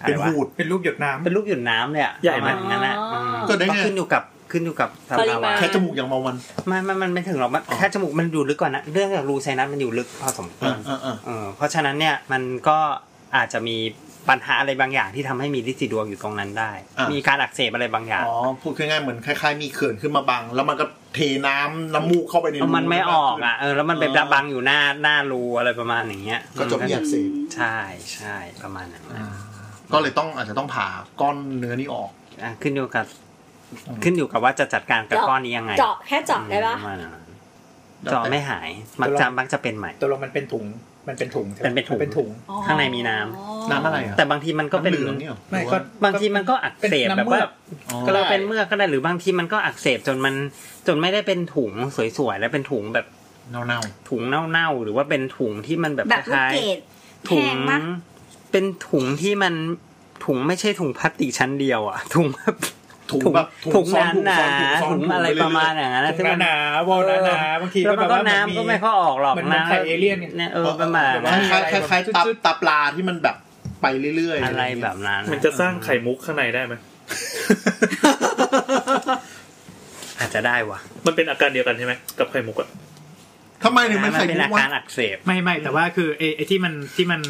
Speaker 3: อะไร
Speaker 7: เป็น
Speaker 3: วะ
Speaker 7: หูด
Speaker 5: เป็นรูปหยดน้ำ
Speaker 3: เป็นรูปหยุดน้ำเลยอะ
Speaker 6: ำใหญ่
Speaker 3: ประ
Speaker 6: ไหม
Speaker 3: มาณอย่างนั้นนะ
Speaker 2: อ๋อ
Speaker 3: ม
Speaker 7: เกิดได้ไง
Speaker 3: ขึ้นอยู่กับขึ้นอยู่กับส
Speaker 2: ปริ
Speaker 3: ภาวะ
Speaker 2: มาณ
Speaker 7: แค่จมูกอย่างเมาวัน
Speaker 3: มันมันมันไม่ถึงหรอกมัน
Speaker 7: อ๋อ
Speaker 3: แค่จมูกมันอยู่ลึกกว่านะเรื่องจากรูไซนัสมันอยู่ลึกพอสมคว
Speaker 7: อ่าร อ่าอ่า
Speaker 3: เออเพราะฉะนั้นเนี่ยมันก็อาจจะมีปัญหาอะไรบางอย่างที่ทำให้มีลิซิดวงอยู่ตรงนั้นได้ มีการอักเสบอะไรบางอย่าง
Speaker 7: อ๋อพูดง่ายๆเหมือนคล้ายๆ มีเขื่อนขึ้นมาบัง แล้วมันก็เทน้ำน้ำมูกเข้าไปในรู
Speaker 3: มันไม่ออกอ่ะเออแล้วมันไป
Speaker 7: อ่า
Speaker 3: บังอยู่หน้าหน้ารูอะไรประมาณอย่างเงี้ย
Speaker 7: ก็จบที่อักเสบ
Speaker 3: ใช่ใช่ประมาณนั้น
Speaker 7: อ่าก็เลยต้องอาจจะต้องผ่าก้อนเนื้อนี้ออก
Speaker 3: อ่ะขึ้นอยู่กับ
Speaker 7: อืม
Speaker 3: ขึ้นอยู่กับว่าจะจัดการกับ
Speaker 2: เจาะ
Speaker 3: ก้อนนี้ยังไง
Speaker 2: เจาะแค่เจาะได้ปะ
Speaker 3: ประมาณนั้นเจาะไม่หายมัก
Speaker 5: เดี๋ยว
Speaker 3: จะ
Speaker 5: ลอง
Speaker 3: มักจะเป็นใหม่
Speaker 5: ตัวลงมันเป็นถุง มันเป็นถุงใช่ไหม
Speaker 3: มันเป็นถุง
Speaker 5: มัเป็นถุง
Speaker 2: อ๋อ
Speaker 3: ข้างในมีน้
Speaker 7: น้ำอะไรอ่ะ
Speaker 3: แต่บางทีมันก็เป็น
Speaker 7: ำหลืองเนี่ยหรอ
Speaker 5: ไม่
Speaker 7: หรือ
Speaker 5: ก็
Speaker 7: ว่า
Speaker 3: บางทีมันก็อักเสบแบบว่า
Speaker 7: อ๋อ
Speaker 3: ก็เราเป็นเมื่อกก็ได้หรือบางทีมันก็อักเสบจนมันจนไม่ได้เป็นถุงสวยๆแล้วเป็นถุงแบบ
Speaker 7: เน่า
Speaker 3: ถุงเน่าๆหรือว่าเป็นถุงที่มันแบบ
Speaker 2: แบบ
Speaker 3: ค
Speaker 2: ลูก
Speaker 3: ล้าย
Speaker 2: เก
Speaker 3: ๆ
Speaker 2: ด
Speaker 3: ถุ
Speaker 2: แพ
Speaker 3: ง
Speaker 2: งมาก
Speaker 3: เป็นถุงที่มันถุงไม่ใช่ถุงพลาสติกชั้นเดียวอ่ะ ถุงแบบ
Speaker 7: ๆถุงแบบ
Speaker 3: ถุงหนาหนา
Speaker 7: ซ้อน
Speaker 3: ถุงอะไรประมาณอย่างนั้นนะ
Speaker 5: ถุงหนาๆวอลหนาๆบางที
Speaker 3: แล้
Speaker 5: ก็
Speaker 3: วมัน
Speaker 5: แบบ
Speaker 3: ก็
Speaker 5: ว่ามั
Speaker 3: น้ำก็ไม่ค่อยออกหรอก
Speaker 5: เหมือน
Speaker 3: นะ
Speaker 5: ไข่เอเลี่ยนเนี่ย
Speaker 3: เนี่ยเออประมาณ
Speaker 5: แบบ
Speaker 7: ค
Speaker 5: ว่
Speaker 7: ล้ายๆคล้ายๆคล้ายๆตับ
Speaker 5: จุด
Speaker 7: ตับปลาที่มันแบบไปเรื่อยๆ
Speaker 3: อะไรแบบนั้น
Speaker 6: มันจะสร้างไข่มุกข้างในได้ไหม
Speaker 3: อาจจะได้วะ
Speaker 6: มันเป็นอาการเดียวกันใช่ไหมกับไข่มุกอะ
Speaker 7: ทำไมถึงมัน
Speaker 3: มัน
Speaker 7: ใส่
Speaker 3: เป็น
Speaker 7: มุ
Speaker 3: อาก
Speaker 7: วะ
Speaker 3: การอักเสบ
Speaker 5: ไม่ไม่แต่ว่าคือไอ้ไอ้ที่มันที่มัน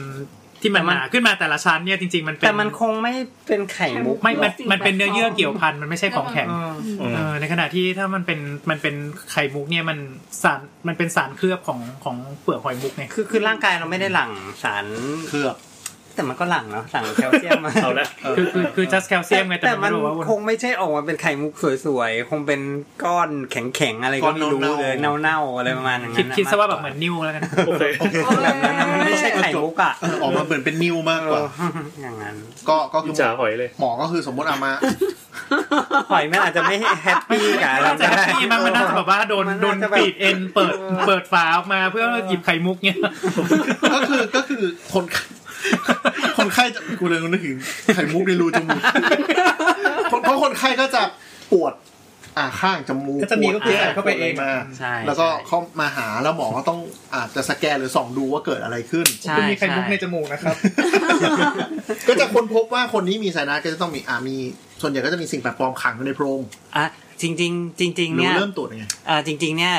Speaker 5: ที่มัน
Speaker 3: แต่
Speaker 5: ห
Speaker 3: มัน
Speaker 5: นาขึ้นมาแต่ละชั้นเนี่ยจริงๆมันเป็น
Speaker 3: แต่มันคงไม่เป็นไข่มุก
Speaker 5: ไม่มัน
Speaker 2: จริงๆ
Speaker 5: มันเป็นเนื้อเยื่อ
Speaker 2: แบบ
Speaker 5: เกี่ยวพันมันไม่ใช่ของแข็ง
Speaker 3: เออ
Speaker 6: อืม
Speaker 5: เออในขณะที่ถ้ามันเป็นมันเป็นไข่มุกเนี่ยมันสารมันเป็นสารเคลือบของของเปลือกหอยมุกไง
Speaker 3: คือคือร่างกายเราไม่ได้หลั่งสาร
Speaker 7: เคลือบ
Speaker 3: แต่มันก็หลั่งเนาะหลั่งแคลเซียมมา
Speaker 6: เอาละ
Speaker 5: คือคือคือ just calcium ไงแต่
Speaker 3: แต่
Speaker 5: มั
Speaker 3: มัน น
Speaker 5: ไม่รู้ว่า
Speaker 3: คงไม่ใช่ออกมาเป็นไข่มุกสวยๆ คงเป็นก้อนแข็งๆ อะไรก็ไม่รู้เลยเน่าๆ อะไรประมาณอย่าง
Speaker 5: คิ
Speaker 3: นั้
Speaker 5: ด
Speaker 3: น
Speaker 5: คิดซะว่าแบบเหมือนนิ้วแล้วกัน
Speaker 6: โอเค
Speaker 7: โอเค
Speaker 3: แบบนั้นนะมันไม่ใช่ไข่มุกอ่ะ
Speaker 7: เออออกมาเหมือนเป็นนิวมากกว่า
Speaker 3: เอออย่างนั้น
Speaker 7: ก็ก็คื
Speaker 6: อิ
Speaker 7: อ
Speaker 6: จฉาหอยเลย
Speaker 7: หมอก็คือสมมติเอามา
Speaker 3: หอยมันอาจจะไม่แฮปปี้กับ
Speaker 5: มัน
Speaker 3: เรา
Speaker 5: น่าจะ
Speaker 3: ได้
Speaker 5: แฮปปี้มั้งมันน่าจะแบบว่าโดน
Speaker 3: มัน
Speaker 5: โด
Speaker 3: น่านจะแบบ
Speaker 5: ปีดเอ็นเปิดเปิดฝาออกมาเพื่อหยิบไข่มุกเนี่ย
Speaker 7: ก็คือก็คือคนไข้คนไข้จะกูเลยนึกถึงไข่มุกในรูจมูก คนเพราะคนไข้ก็จะปวด อ่าข้างจมูก
Speaker 5: ก็จะมี
Speaker 7: ปวด
Speaker 5: ก็คือ
Speaker 7: แย
Speaker 5: ใส่เข้าไปเอง
Speaker 7: ปวดะรมา
Speaker 3: ใช่
Speaker 7: แล้วก็เขามาหาแล้วหมอก็ต้องอาจจะสแกนหรือส่องดูว่าเกิดอะไรขึ้น
Speaker 3: ใช่
Speaker 5: ก็มีไข่มุกใน
Speaker 3: ใช่
Speaker 5: จมูกนะครับ
Speaker 7: ก็จะค้นพบว่าคนที่มีไซนัสก็จะต้องมีอ่ามี ส่วนใหญ่ก็จะมีสิ่งแปลกปลอมขังอยู่ในโพรง
Speaker 3: อ่ะจริง ๆ จริง ๆ
Speaker 7: รู้
Speaker 3: เนี่ย
Speaker 7: เริ่มตรวจยังไง
Speaker 3: เอ่อจริงๆเนี่ย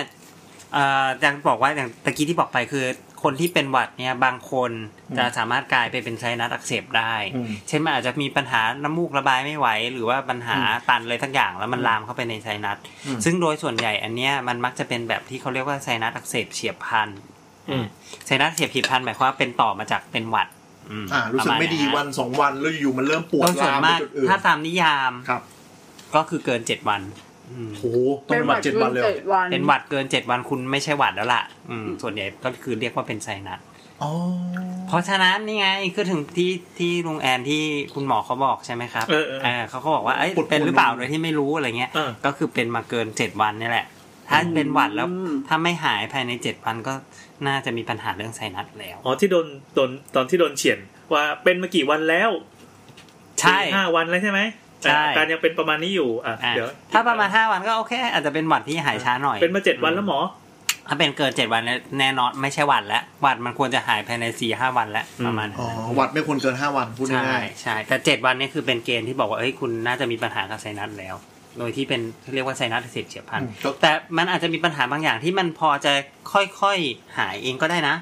Speaker 3: เอ่ออย่างบอกว่าอย่างตะกี้ที่บอกไปคือ คนที่เป็นหวัดเนี่ยบางคนจะสามารถกลายไปเป็นไซนัสอักเสบได้
Speaker 7: อืม
Speaker 3: เช่นมันอาจจะมีปัญหาน้ำมูกระบายไม่ไหว หรือว่าปัญหาตันอะไรทั้งอย่างแล้วมันลามเข้าไปในไซนัสซึ่งโดยส่วนใหญ่อันเนี้ยมันมักจะเป็นแบบที่เขาเรียกว่าไซนัสอักเสบเฉียบพลัน
Speaker 6: อืม
Speaker 3: ไซนัสเฉียบผิดพันธุ์หมายความว่าเป็นต่อมาจากเป็นหวัดม
Speaker 7: อ่า รู้สึกไม่ดี
Speaker 3: ปะาณ
Speaker 7: วันสองวันแล้วอยู่ๆมันเริ่มปวด
Speaker 3: โดยส่ว
Speaker 7: ลาน มไป
Speaker 3: มาก
Speaker 7: จุดอื่น
Speaker 3: ถ้าตามนิยาม
Speaker 7: ครับ
Speaker 3: ก็คือเกินเจ็ดวันอืม
Speaker 4: โอ้โหต้องเป็นหวัดเจ็ดวันเลยเหรอ
Speaker 2: จ็ดวัน
Speaker 3: เป็นหวัดเกินเจ็ดวันคุณไม่ใช่หวัดแล้วล่ะ อืมส่วนใหญ่ก็คือเรียกว่าเป็นไซนัส
Speaker 7: อ๋อ
Speaker 3: เพราะฉะนั้นนี่ไงคือถึงที่ที่ลุงแอนที่คุณหมอเขาบอกใช่ไหมครับ
Speaker 6: เออเออ
Speaker 3: เเขาก็บอกว่าเอ้ย
Speaker 4: ปวดๆ
Speaker 3: เป็นหรือเปล่าโดยที่ไม่รู้อะไรเงี้ย
Speaker 6: เออ
Speaker 3: ก็คือเป็นมาเกินเจ็ดวันนี่แหละ ถ้าเป็นหวัดแล้วถ้าไม่หายภายในเจ็ดวันก็น่าจะมีปัญหาเรื่องไซนัสแล้ว
Speaker 6: อ๋อที่โดนโดนตอนที่โดนเฉียนว่าเป็นมากี่วันแล้ว
Speaker 3: ใช่
Speaker 6: สี่ห้าวันแล้วใช่ไหม
Speaker 3: ใช่
Speaker 6: อาการยังเป็นประมาณนี้อยู่อ่ะ
Speaker 3: อ่ะ
Speaker 6: เดี๋ยว
Speaker 3: ถ้าประมาณห้าวันก็โอเค อาจจะเป็นหวัดที่หายช้าหน่อย
Speaker 6: เป็นมาเจ็ดวันแล้วหมอ
Speaker 3: ถ้าเป็นเกินเจ็ดวันเนี่ยแน่นอนไม่ใช่หวัดแล้วหวัดมันควรจะหายภายในสี่ห้าวันแล้วประมาณนั้น
Speaker 7: อ๋อหวัดไม่ควรเกินห้าวันพูด
Speaker 3: ใช่
Speaker 7: ง่าย
Speaker 3: ใช่แต่เจ็ดวันนี่คือเป็นเกณฑ์ที่บอกว่าเอ้ยคุณน่าจะมีปัญหากับไซนัสแล้ว โดยที่เป็นเรียกว่าไซนัสอักเสพเฉียบพลัน
Speaker 7: ๆก็
Speaker 3: แต่มันอาจจะมีปัญหาบางอย่างที่มันพอจะค่อยๆหายเองก็ได้นะ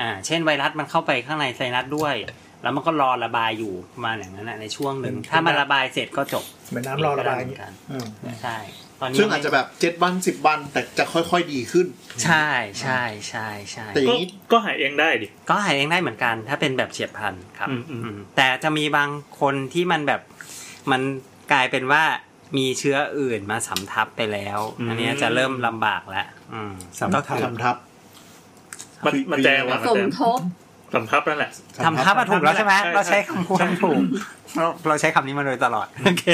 Speaker 3: อ่า เช่นไวรัสมันเข้าไปข้างในไซนัสด้วย แล้วมันก็รอระบายอยู่ประมาณอย่างนั้นนะในช่วงหนึ่ง ถ้ามันระบายเสร็จก็จบ
Speaker 5: เหมือนน้ำรอระบายอย่าง
Speaker 3: เหมืนกัน
Speaker 5: เงี้ยอืม
Speaker 3: ใช่ ตอนนี้
Speaker 7: ซึ่งอาจจะแบบเจ็ดวันสิบวัน แต่จะค่อยๆดีขึ้น
Speaker 3: ใช่ใช่ใช่ใช่
Speaker 7: แต่อ
Speaker 6: ก็
Speaker 7: ย่างนี้
Speaker 6: ก็หายเองได้ดิ
Speaker 3: ก็หายเองได้เหมือนกัน ถ้าเป็นแบบเฉียบพลันครับ
Speaker 6: อืมอืม
Speaker 3: อืมแต่จะมีบางคนที่มันแบบมันกลายเป็นว่ามีเชื้ออื่นมาสำทับไปแล้ว อันเนี้ยจะเริ่มลำบากแล้วอืม
Speaker 5: สำทับ
Speaker 3: ก็คือ
Speaker 7: ทำทับ
Speaker 6: มัน
Speaker 7: คือ
Speaker 6: มันแจง
Speaker 7: คือ
Speaker 6: ว่ะมัน
Speaker 2: ส
Speaker 6: แจ
Speaker 2: ม
Speaker 6: ง
Speaker 2: ทบ
Speaker 6: สำทับนั่นแหละ
Speaker 3: ทำทับอะถูกแล้วใช่ไหม
Speaker 6: ใช่
Speaker 3: เราใช้คำพูดถูกเราเราใช้คำนี้มาโดยตลอดโอเค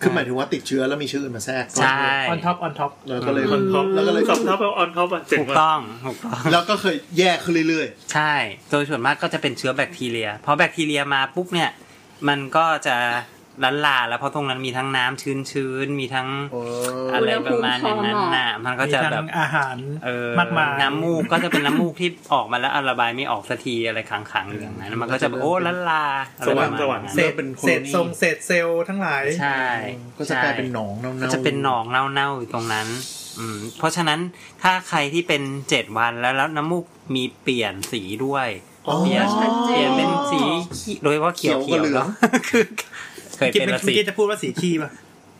Speaker 7: คือหมายถึงว่าติดเชื้อแล้วมีเชื้ออื่นมาแทรก
Speaker 3: ใช่
Speaker 5: ออนท็อปออนท็อป
Speaker 7: แล้วก็เลย
Speaker 6: ออนท็อป
Speaker 7: แล้วก็เลย
Speaker 6: สำทับเอาออนท็อปอ่ะเจ๋ง
Speaker 3: ถูก
Speaker 6: ว่ะ
Speaker 3: ต้องถูกต้อง
Speaker 7: แล้วก็เคยแย่ขึ้นเรื่อย
Speaker 3: ใช่โดยส่วนมากก็จะเป็นเชื้อแบคทีเรียพอแบคทีเรียมาปุ๊บเนี่ย มันก็จะลันลาแล้วเพราะตรงนั้นมีทั้งน้ำชื้นๆมีทั้ง
Speaker 7: ๆโอ้
Speaker 3: อะ
Speaker 7: ย
Speaker 3: ไรประมาณอย่างนั้นน่ะมันก็
Speaker 5: มี
Speaker 3: จะ
Speaker 5: ทั้
Speaker 3: แบบ
Speaker 5: งอาหาร
Speaker 3: เออ
Speaker 5: มากมาย
Speaker 3: น้ำมูกก็จะเป็นน้ำมูกที่ออกมาแล้วอ่ะระบายไม่ออกสักทีอะไรขังๆอยู่อย่างนั้น มันก็จะแบบโอ้ลันลาอะไรประมาณนั้น
Speaker 5: เศษเศษทรงเศษเซลล์ทั้งหลาย
Speaker 3: ใช่
Speaker 7: ก็จะกลายเป็นหนองเน่าๆ
Speaker 3: ก็จะเป็นหนองเน่าๆอยู่ตรงนั้น อืม เพราะฉะนั้นถ้าใครที่เป็นเจ็ดวันแล้วแล้วน้ำมูกมีเปลี่ยนสีด้วย
Speaker 7: อ๋อ
Speaker 3: เปลี่ยน
Speaker 7: ชัดเจน
Speaker 3: เปลี่ยนเป็นสีเขียวโดยเฉพาะเขียว
Speaker 7: เขี
Speaker 3: เขี
Speaker 7: ย
Speaker 3: ยวว
Speaker 7: กับเหลือง
Speaker 3: เนาะคือ เคย
Speaker 5: คิด
Speaker 3: เป็น
Speaker 5: เป็น
Speaker 3: ละ
Speaker 5: เมื่
Speaker 3: สิ
Speaker 5: อกี้จะพูดว่าสีขี้ป่ะ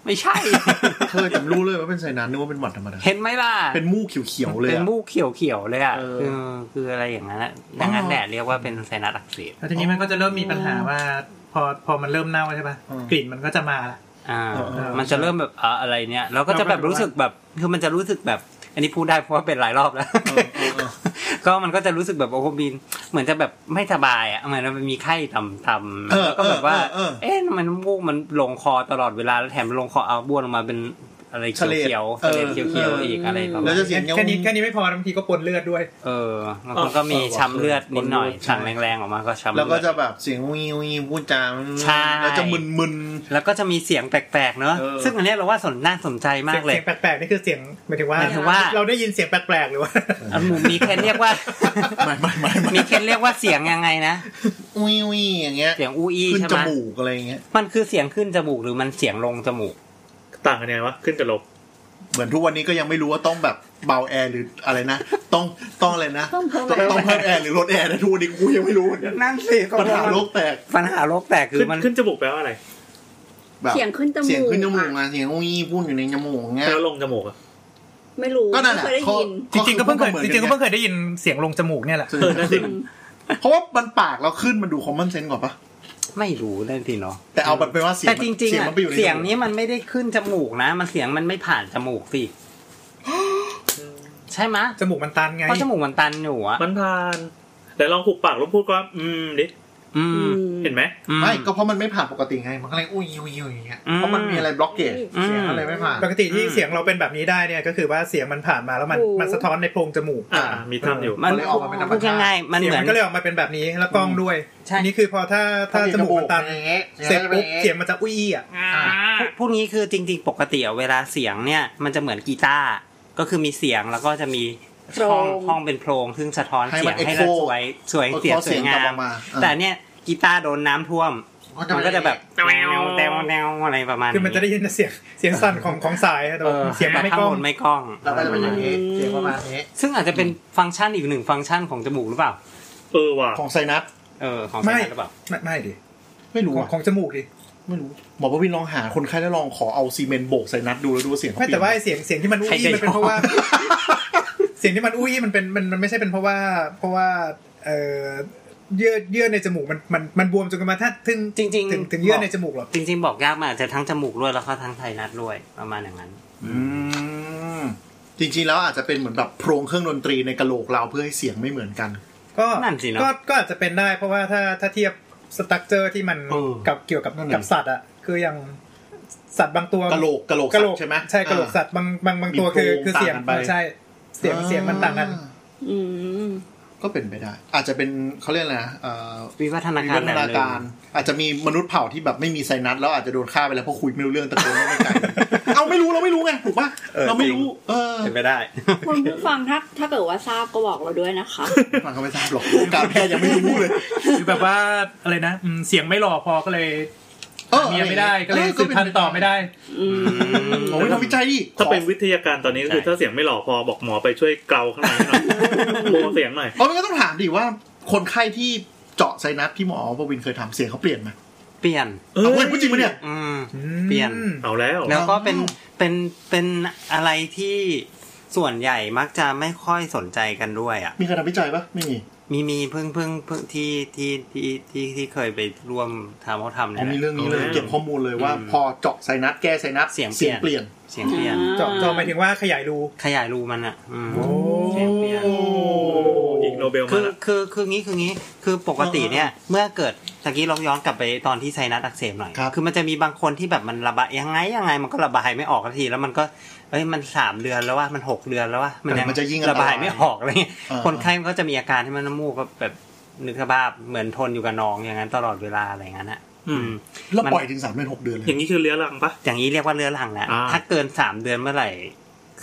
Speaker 3: ไม่ใช่
Speaker 7: เคยจำรู้เลยว่าเป็นไซนัสนึกว่าเป็นหวัดธรรมดา
Speaker 3: เห็นไหมล่ะ
Speaker 7: เป็นมูกเขียวๆเลย
Speaker 3: เป็น
Speaker 7: อะ
Speaker 3: มูกเขียวๆเลยอ่ะ
Speaker 7: เออ
Speaker 3: เออคืออะไรอย่างนั้นอะดังนั้นแหละเรียกว่าเป็นไซนัสอักเสบ
Speaker 5: แล้วทีนี้มันก็จะเริ่มมีปัญหาว่า พอพอมันเริ่มเน่าใช่ป่ะ
Speaker 7: อืม
Speaker 5: กลิ่นมันก็จะมาละ
Speaker 3: อ่า
Speaker 7: เออเออ
Speaker 3: มันจะเริ่มแบบอ่ะอะไรเนี่ยเราก็จะแบบรู้สึกแบบคือมันจะรู้สึกแบบ อันนี้พูดได้เพราะว่าเป็นหลายรอบแล้ว
Speaker 7: เออเออเออ
Speaker 3: ก็มันก็จะรู้สึกแบบโอโคบิน เหมือนจะแบบไม่สบายอ่ะเหมือนมันมีไข้ต่ำๆ
Speaker 7: เออ
Speaker 3: แล้วก็แบบว่า
Speaker 7: เออ
Speaker 3: เอ๊ะทำไมันมูกมันลงคอตลอดเวลาแล้วแถมลงคอเอาบ้วนออกมาเป็นอะไรเขียวๆ
Speaker 7: เฉลด
Speaker 3: เฉลดเขียว
Speaker 7: เออ
Speaker 3: ๆ
Speaker 7: อี
Speaker 3: อีกอะไรประ
Speaker 7: แล้
Speaker 3: มาว ณ
Speaker 7: จะเสียงเงี้ย
Speaker 5: แค่นี้แค่นี้ไม่พอนะบางทีก็ปนเลือดด้วย
Speaker 3: เออบางคนก็มีช้ำเลือดนิดหน่อย
Speaker 7: ใช่
Speaker 3: สั่งแรงๆออกมาก็ช้ำ
Speaker 7: แล้วก็
Speaker 3: เอด
Speaker 7: จะแบบเสียงวิววิวพูดจา
Speaker 3: ใช่
Speaker 7: แล้วจะมึน
Speaker 3: แล้วก็จะมีเสียงแปลกๆเนอะ
Speaker 7: เออ
Speaker 3: ซึ่งอันเนี้ยเราว่าสนน่าสนใจมา
Speaker 5: เสีย
Speaker 3: ก
Speaker 5: ง
Speaker 3: เลย
Speaker 5: เสียงแปลกๆนี่คือเสียงหมายถึงว่า
Speaker 3: หมายถึงว่า
Speaker 5: เราได้ยินเสียงแปลกๆหรือว่า
Speaker 3: อันหมูมีเคนเรียกว่า
Speaker 7: ๆไม่ไม่ไม่
Speaker 3: มี
Speaker 7: ไม่
Speaker 3: เคนเรียกว่าเสียงยังไงนะ
Speaker 7: วิววิวอย่างเงี้ย
Speaker 3: เสียงอูอี
Speaker 7: ขึ้น
Speaker 3: ใช่
Speaker 7: จ
Speaker 3: ไหม
Speaker 7: มูกอะไรอย่างเงี้ย
Speaker 3: มันคือเสียงขึ้นจมูกหรือมันเสียงลงจมูก
Speaker 6: ต่างกันยังไงวะขึ้นกับลบ
Speaker 7: เหมือนทุกวันนี้ก็ยังไม่รู้ว่าต้องแบบเบาแอร์หรืออะไรนะ ต้องต้องอะไรนะ
Speaker 2: ต้องเพิ่ม
Speaker 7: ต้อง
Speaker 2: แรง
Speaker 7: ต้องเพิ่มแอร์หรือลดแอร์นะทุกวันนี้กูยังไม่รู้เหมือนกัน
Speaker 3: นั่นสิ
Speaker 7: ปัญหาโลกแตก
Speaker 3: ปัญหาโรคแตกคื
Speaker 6: ขึ้
Speaker 3: อน มัน
Speaker 6: ขึ้นจมูกแปลว่าอะไร
Speaker 7: แบบ
Speaker 2: เสียงขึ้นจมูก
Speaker 7: เสียงขึ้นจมูก
Speaker 2: อะ
Speaker 7: นะเสียงวิวพูดอยู่ในจมูกอย่างเงี้ย
Speaker 6: แล้วลงจมูกอ่ะ
Speaker 2: ไม่รู้
Speaker 7: ก็นั่นแหละ
Speaker 2: ไม่เคยได้
Speaker 7: ข้อ
Speaker 2: ยิน
Speaker 5: จริงๆก็เพิ่งเคย
Speaker 7: ก็เหมือนกั
Speaker 5: จ
Speaker 7: น
Speaker 5: ริงๆก็เพิ่งเคยได้ยินเสียงลงจมูกเนี่ยแหละ
Speaker 6: เออนั่นสิ
Speaker 7: เพราะว่ามันปากเราขึ้นมันดูคอมมอนเซนส์กว่าปะ
Speaker 3: ไม่รู้นั่นสิเนาะ
Speaker 7: แต่เอาแบบเป็นว่าเสียง
Speaker 3: แต่
Speaker 7: มัน
Speaker 3: จริง
Speaker 7: เสีย
Speaker 3: ๆ
Speaker 7: ง
Speaker 3: อะ
Speaker 7: มันไปอยู่ในจมูก
Speaker 3: เสียงนี้มันไม่ได้ขึ้นจมูกนะ มันเสียงมันไม่ผ่านจมูก สิ ใช่ไหมะ
Speaker 5: จมูกมันตันไง
Speaker 3: เพราะจมูกมันตันอยู่อะ
Speaker 6: มันผ่านแต่ลองหุบปากแล้วพูดก็อืมดิ
Speaker 3: อืม
Speaker 6: เห็นไหม
Speaker 3: อืม
Speaker 7: ไม่ก็เพราะมันไม่ผ่านปกติไงมันก็เลยอุ้ยอุ้ยอุ้ยอย่างเงี้ย
Speaker 3: อืม
Speaker 7: เพราะมันมีอะไรบล็อกเกจ
Speaker 3: อื
Speaker 7: เสียง
Speaker 3: ม
Speaker 7: อะไรไม่ผ่าน
Speaker 5: ปกติที่เสียงเราเป็นแบบนี้ได้เนี่ย ก็คือว่าเสียงมันผ่านมาแล้วมัน
Speaker 2: โอ้
Speaker 5: มันสะท้อนในโพรงจมูก
Speaker 6: อ่า มีทำอยู่
Speaker 3: มัน
Speaker 7: มันเลยออกมาเป็นธรรมชาติ
Speaker 3: พูดยังไงมัน
Speaker 5: เสียง
Speaker 3: เหมือ
Speaker 5: มัน นก็เลยออกมาเป็นแบบนี้แล้วกล้องด้วย
Speaker 3: ใช่
Speaker 5: อันนี่คือพอถ้าถ้าจมูกมันตัน
Speaker 7: อย่างเงี้ย
Speaker 5: เสร็จปุ๊บเสีย
Speaker 7: ง
Speaker 5: งมันจะอุ้ยอ่ะ
Speaker 3: พูดพูดงี้คือจริง ๆ ปกติอะเวลาเสียงเนี่ย มันจะเหมือนกีตาร์ก็คือมีเสียงแล้วก็จะมีช่อง
Speaker 2: โพรง
Speaker 3: ห้องเป็นโพรงซึ่งสะท้อน
Speaker 7: ให้
Speaker 3: เสี
Speaker 7: มั
Speaker 3: ยง
Speaker 7: น echo
Speaker 3: ให้เราสวยสวยเสียงสวยงาม แต่อันเนี่ยกีตาร์โดนน้ำท่วม มันก็จะแบบแนวแนวแนวอะไรประมาณ
Speaker 5: คือมันจะได้ยินแต่เสียงเสียงสั่นของของสายอะแต่
Speaker 3: เอ
Speaker 5: ว่า
Speaker 3: อ
Speaker 5: เสียงมันไม่กล้อง
Speaker 3: ข้าบนไม่กล้อง
Speaker 7: แล้วก็จะเป็นอย่างนี้เสียงประมาณนี้
Speaker 3: ซึ่งอาจจะเป็นฟังก์ชันอีกหนึ่งฟังก์ชันของจมูกหรือเปล่า
Speaker 6: เออว่ะ
Speaker 7: ของไซนัส
Speaker 3: เออ ของ
Speaker 5: ไม่
Speaker 3: ไซนัสหรือเปล่า
Speaker 5: ไม่ไม่ดิ
Speaker 7: ไม่รู้
Speaker 5: ของ
Speaker 7: อะ
Speaker 5: ของจมูกดิ
Speaker 7: ไม่รู้หมอประวินลองหาคนไข้แล้วลองขอเอาซีเมนต์โบกไซนัสดูแล้วดูว่าเสียงเขา
Speaker 5: ไม่
Speaker 7: เปลี่
Speaker 5: แต่
Speaker 7: ยน
Speaker 5: ว่าไอ้เสียงเสียงที่มันอุ้ย
Speaker 3: ใครจะ
Speaker 5: มันเป็นเพราะว่า เสียงที่มันอุ้ยมันเป็นมันมันไม่ใช่เป็นเพราะว่า เพราะว่าเออ เยื่อเยื่อในจมูกมันมันมันบวมจนกระทั่งถึง
Speaker 3: จริงๆ
Speaker 5: ถึงถึงเยื่
Speaker 3: บ
Speaker 5: อ
Speaker 3: อก
Speaker 5: ในจมูกเหรอ
Speaker 3: จริงๆบอกยากมากอาจจะทั้งจมูกด้วยแล้วก็ทั้งไทนัดด้วยประมาณอย่างนั้น
Speaker 4: อืม
Speaker 7: จริงๆแล้วอาจจะเป็นเหมือนแบบโพรงเครื่องดนตรีในกะโหลกเราเพื่อให้เสียงไม่เหมือนกัน
Speaker 5: ก็
Speaker 3: นั่นสิเนอะ
Speaker 5: ก็ก็อาจจะเป็นได้เพราะว่าถ้าถ้าเทียบสตั๊กเจอร์ที่มัน
Speaker 7: เออ
Speaker 5: กับเกี่ยวกับ
Speaker 7: นั่นน่ะ
Speaker 5: กับสัตว์อ่ะคืออย่างสัตว์บางตัว
Speaker 7: กะโหลกกะโหลก
Speaker 5: กะโหลก
Speaker 7: ใช่ไหม
Speaker 5: ใช่กะโหลกสัตว์บางบางบางตัว
Speaker 7: มีโพรง
Speaker 5: คือคือเสียง
Speaker 7: ต่างกันไป
Speaker 5: ใช่เสียงเสียงมันต่างกัน
Speaker 7: อ่
Speaker 2: อืม
Speaker 7: ก็เป็นไปได้ อาจจะเป็นเขาเรียกอะไรนะเอ่อ
Speaker 3: วิวัฒนา
Speaker 7: วิ
Speaker 3: การ
Speaker 7: วั
Speaker 3: แบ
Speaker 7: ฒ
Speaker 3: บห
Speaker 7: นา
Speaker 3: นึ่ง
Speaker 7: การอาจจะมีมนุษย์เผ่าที่แบบไม่มีไซนัสแล้วอาจจะโดนฆ่าไปแล้วเพราะคุยไม่รู้เรื่องตะโกนไม่ไกล เอาไม่รู้เราไม่รู้ไงถูกปะ
Speaker 3: ออ
Speaker 7: เราไม่รู้ เออ
Speaker 3: เป็นไปได้
Speaker 2: คุณผู้ฟังถ้าถ้าเกิดว่าทราบก็บอกเราด้วยนะคะ
Speaker 7: ฟังเขาไม่ทราบหรอกวงการแพทย์ยังไม่รู้เลย
Speaker 1: หรือแบบว่าอะไรนะอืมเสียงไม่หล่อพอก็เลย
Speaker 7: ออ
Speaker 1: เมียไม่ได้ก็เลยสืบพันธุ์ต่อไม่ได้
Speaker 2: อืม
Speaker 7: โอ้ยทำวิจัยดิ
Speaker 6: ถ้าเป็น
Speaker 7: ขอ
Speaker 6: วิทยาการตอนนี้ก็คือ
Speaker 3: ใช่
Speaker 6: ถ้าเสียงไม่หล่อพอบอกหมอไปช่วยเกลาข้างในหน่อยโมเสียงหน่อย
Speaker 7: เอาไม่ก็ต้องถามดิว่า คนไข้ที่เจาะไซนัสที่หมอประวินเคยทำเสียงเขาเปลี่ยนไหม
Speaker 3: เปลี่ยน
Speaker 7: เอาเว้ยพูดจริงปะเนี่ย
Speaker 3: อืมเปลี่ยน
Speaker 6: เอาแล้ว
Speaker 3: แล้วก็เป็น
Speaker 7: อ้าว
Speaker 3: เป็นเป็นอะไรที่ส่วนใหญ่มักจะไม่ค่อยสนใจกันด้วยอ่ะ
Speaker 7: มีใครทำวิจัยปะไม่มี
Speaker 3: มีมีเพิ่งเพิ่งเพิ่งที่ที่ที่ที่ที่เคยไปร่วมทำเขาทำ
Speaker 7: อ๋
Speaker 3: เนี่
Speaker 7: อย
Speaker 3: แห
Speaker 7: มี
Speaker 3: ละ
Speaker 7: เรื่องนี้เลย
Speaker 6: เอาแล้ว
Speaker 7: เก็บข้อมูลเลยว่า
Speaker 3: อืม
Speaker 7: พอเจาะไซนัสแก้ไซนัส
Speaker 3: เสียงเปลี่
Speaker 7: เสี
Speaker 3: ย
Speaker 7: ย
Speaker 3: น
Speaker 7: งเปลี่ยน
Speaker 3: เสียงเปลี่ยน
Speaker 2: อ่า
Speaker 5: เจาะเจาะหมายถึงว่าขยายรู
Speaker 3: ขยายรูมันอ่ะอืม
Speaker 5: โอ้
Speaker 3: เสียงเปลี่ยน
Speaker 6: อีกโนเบล
Speaker 3: คื
Speaker 6: มา
Speaker 3: อ
Speaker 6: ละ
Speaker 3: คือคืองี้คืองี้คือปกติเนี่ยเมื่อเกิดตะกี้ลองย้อนกลับไปตอนที่ไซนัสอักเสบหน่อย
Speaker 7: ครับ
Speaker 3: อมันจะมีบางคนที่แบบมันระบายยังไงยังไงมันก็ระบายไม่ออกสักทีแล้วมันก็เอ้ยมันสามเดือนแล้วว่ามันหกเดือนแล้วว่ามั
Speaker 7: มันจะยิ่ง
Speaker 3: ระบาย
Speaker 7: อันตราย
Speaker 3: ไม่ออกอะไรเงี้ย
Speaker 7: อ่า
Speaker 3: คนไข้มันก็จะมีอาการที่มันน้ำมูกก็แบบนึกสภาพเหมือนทนอยู่กับน้องอย่างนั้นตลอดเวลาอะไรอย่างนั้นอ่ะอืม
Speaker 7: แล้ว
Speaker 3: มัน
Speaker 7: ปล่อยถึงสามเดือนหกเดือนเลย
Speaker 6: อย่างนี้คือเลี้ยรังปะ
Speaker 3: อย่างนี้เรียกว่าเรื้อรังแหละ
Speaker 6: อ่า
Speaker 3: ถ้าเกินสามเดือนเมื่อไหร่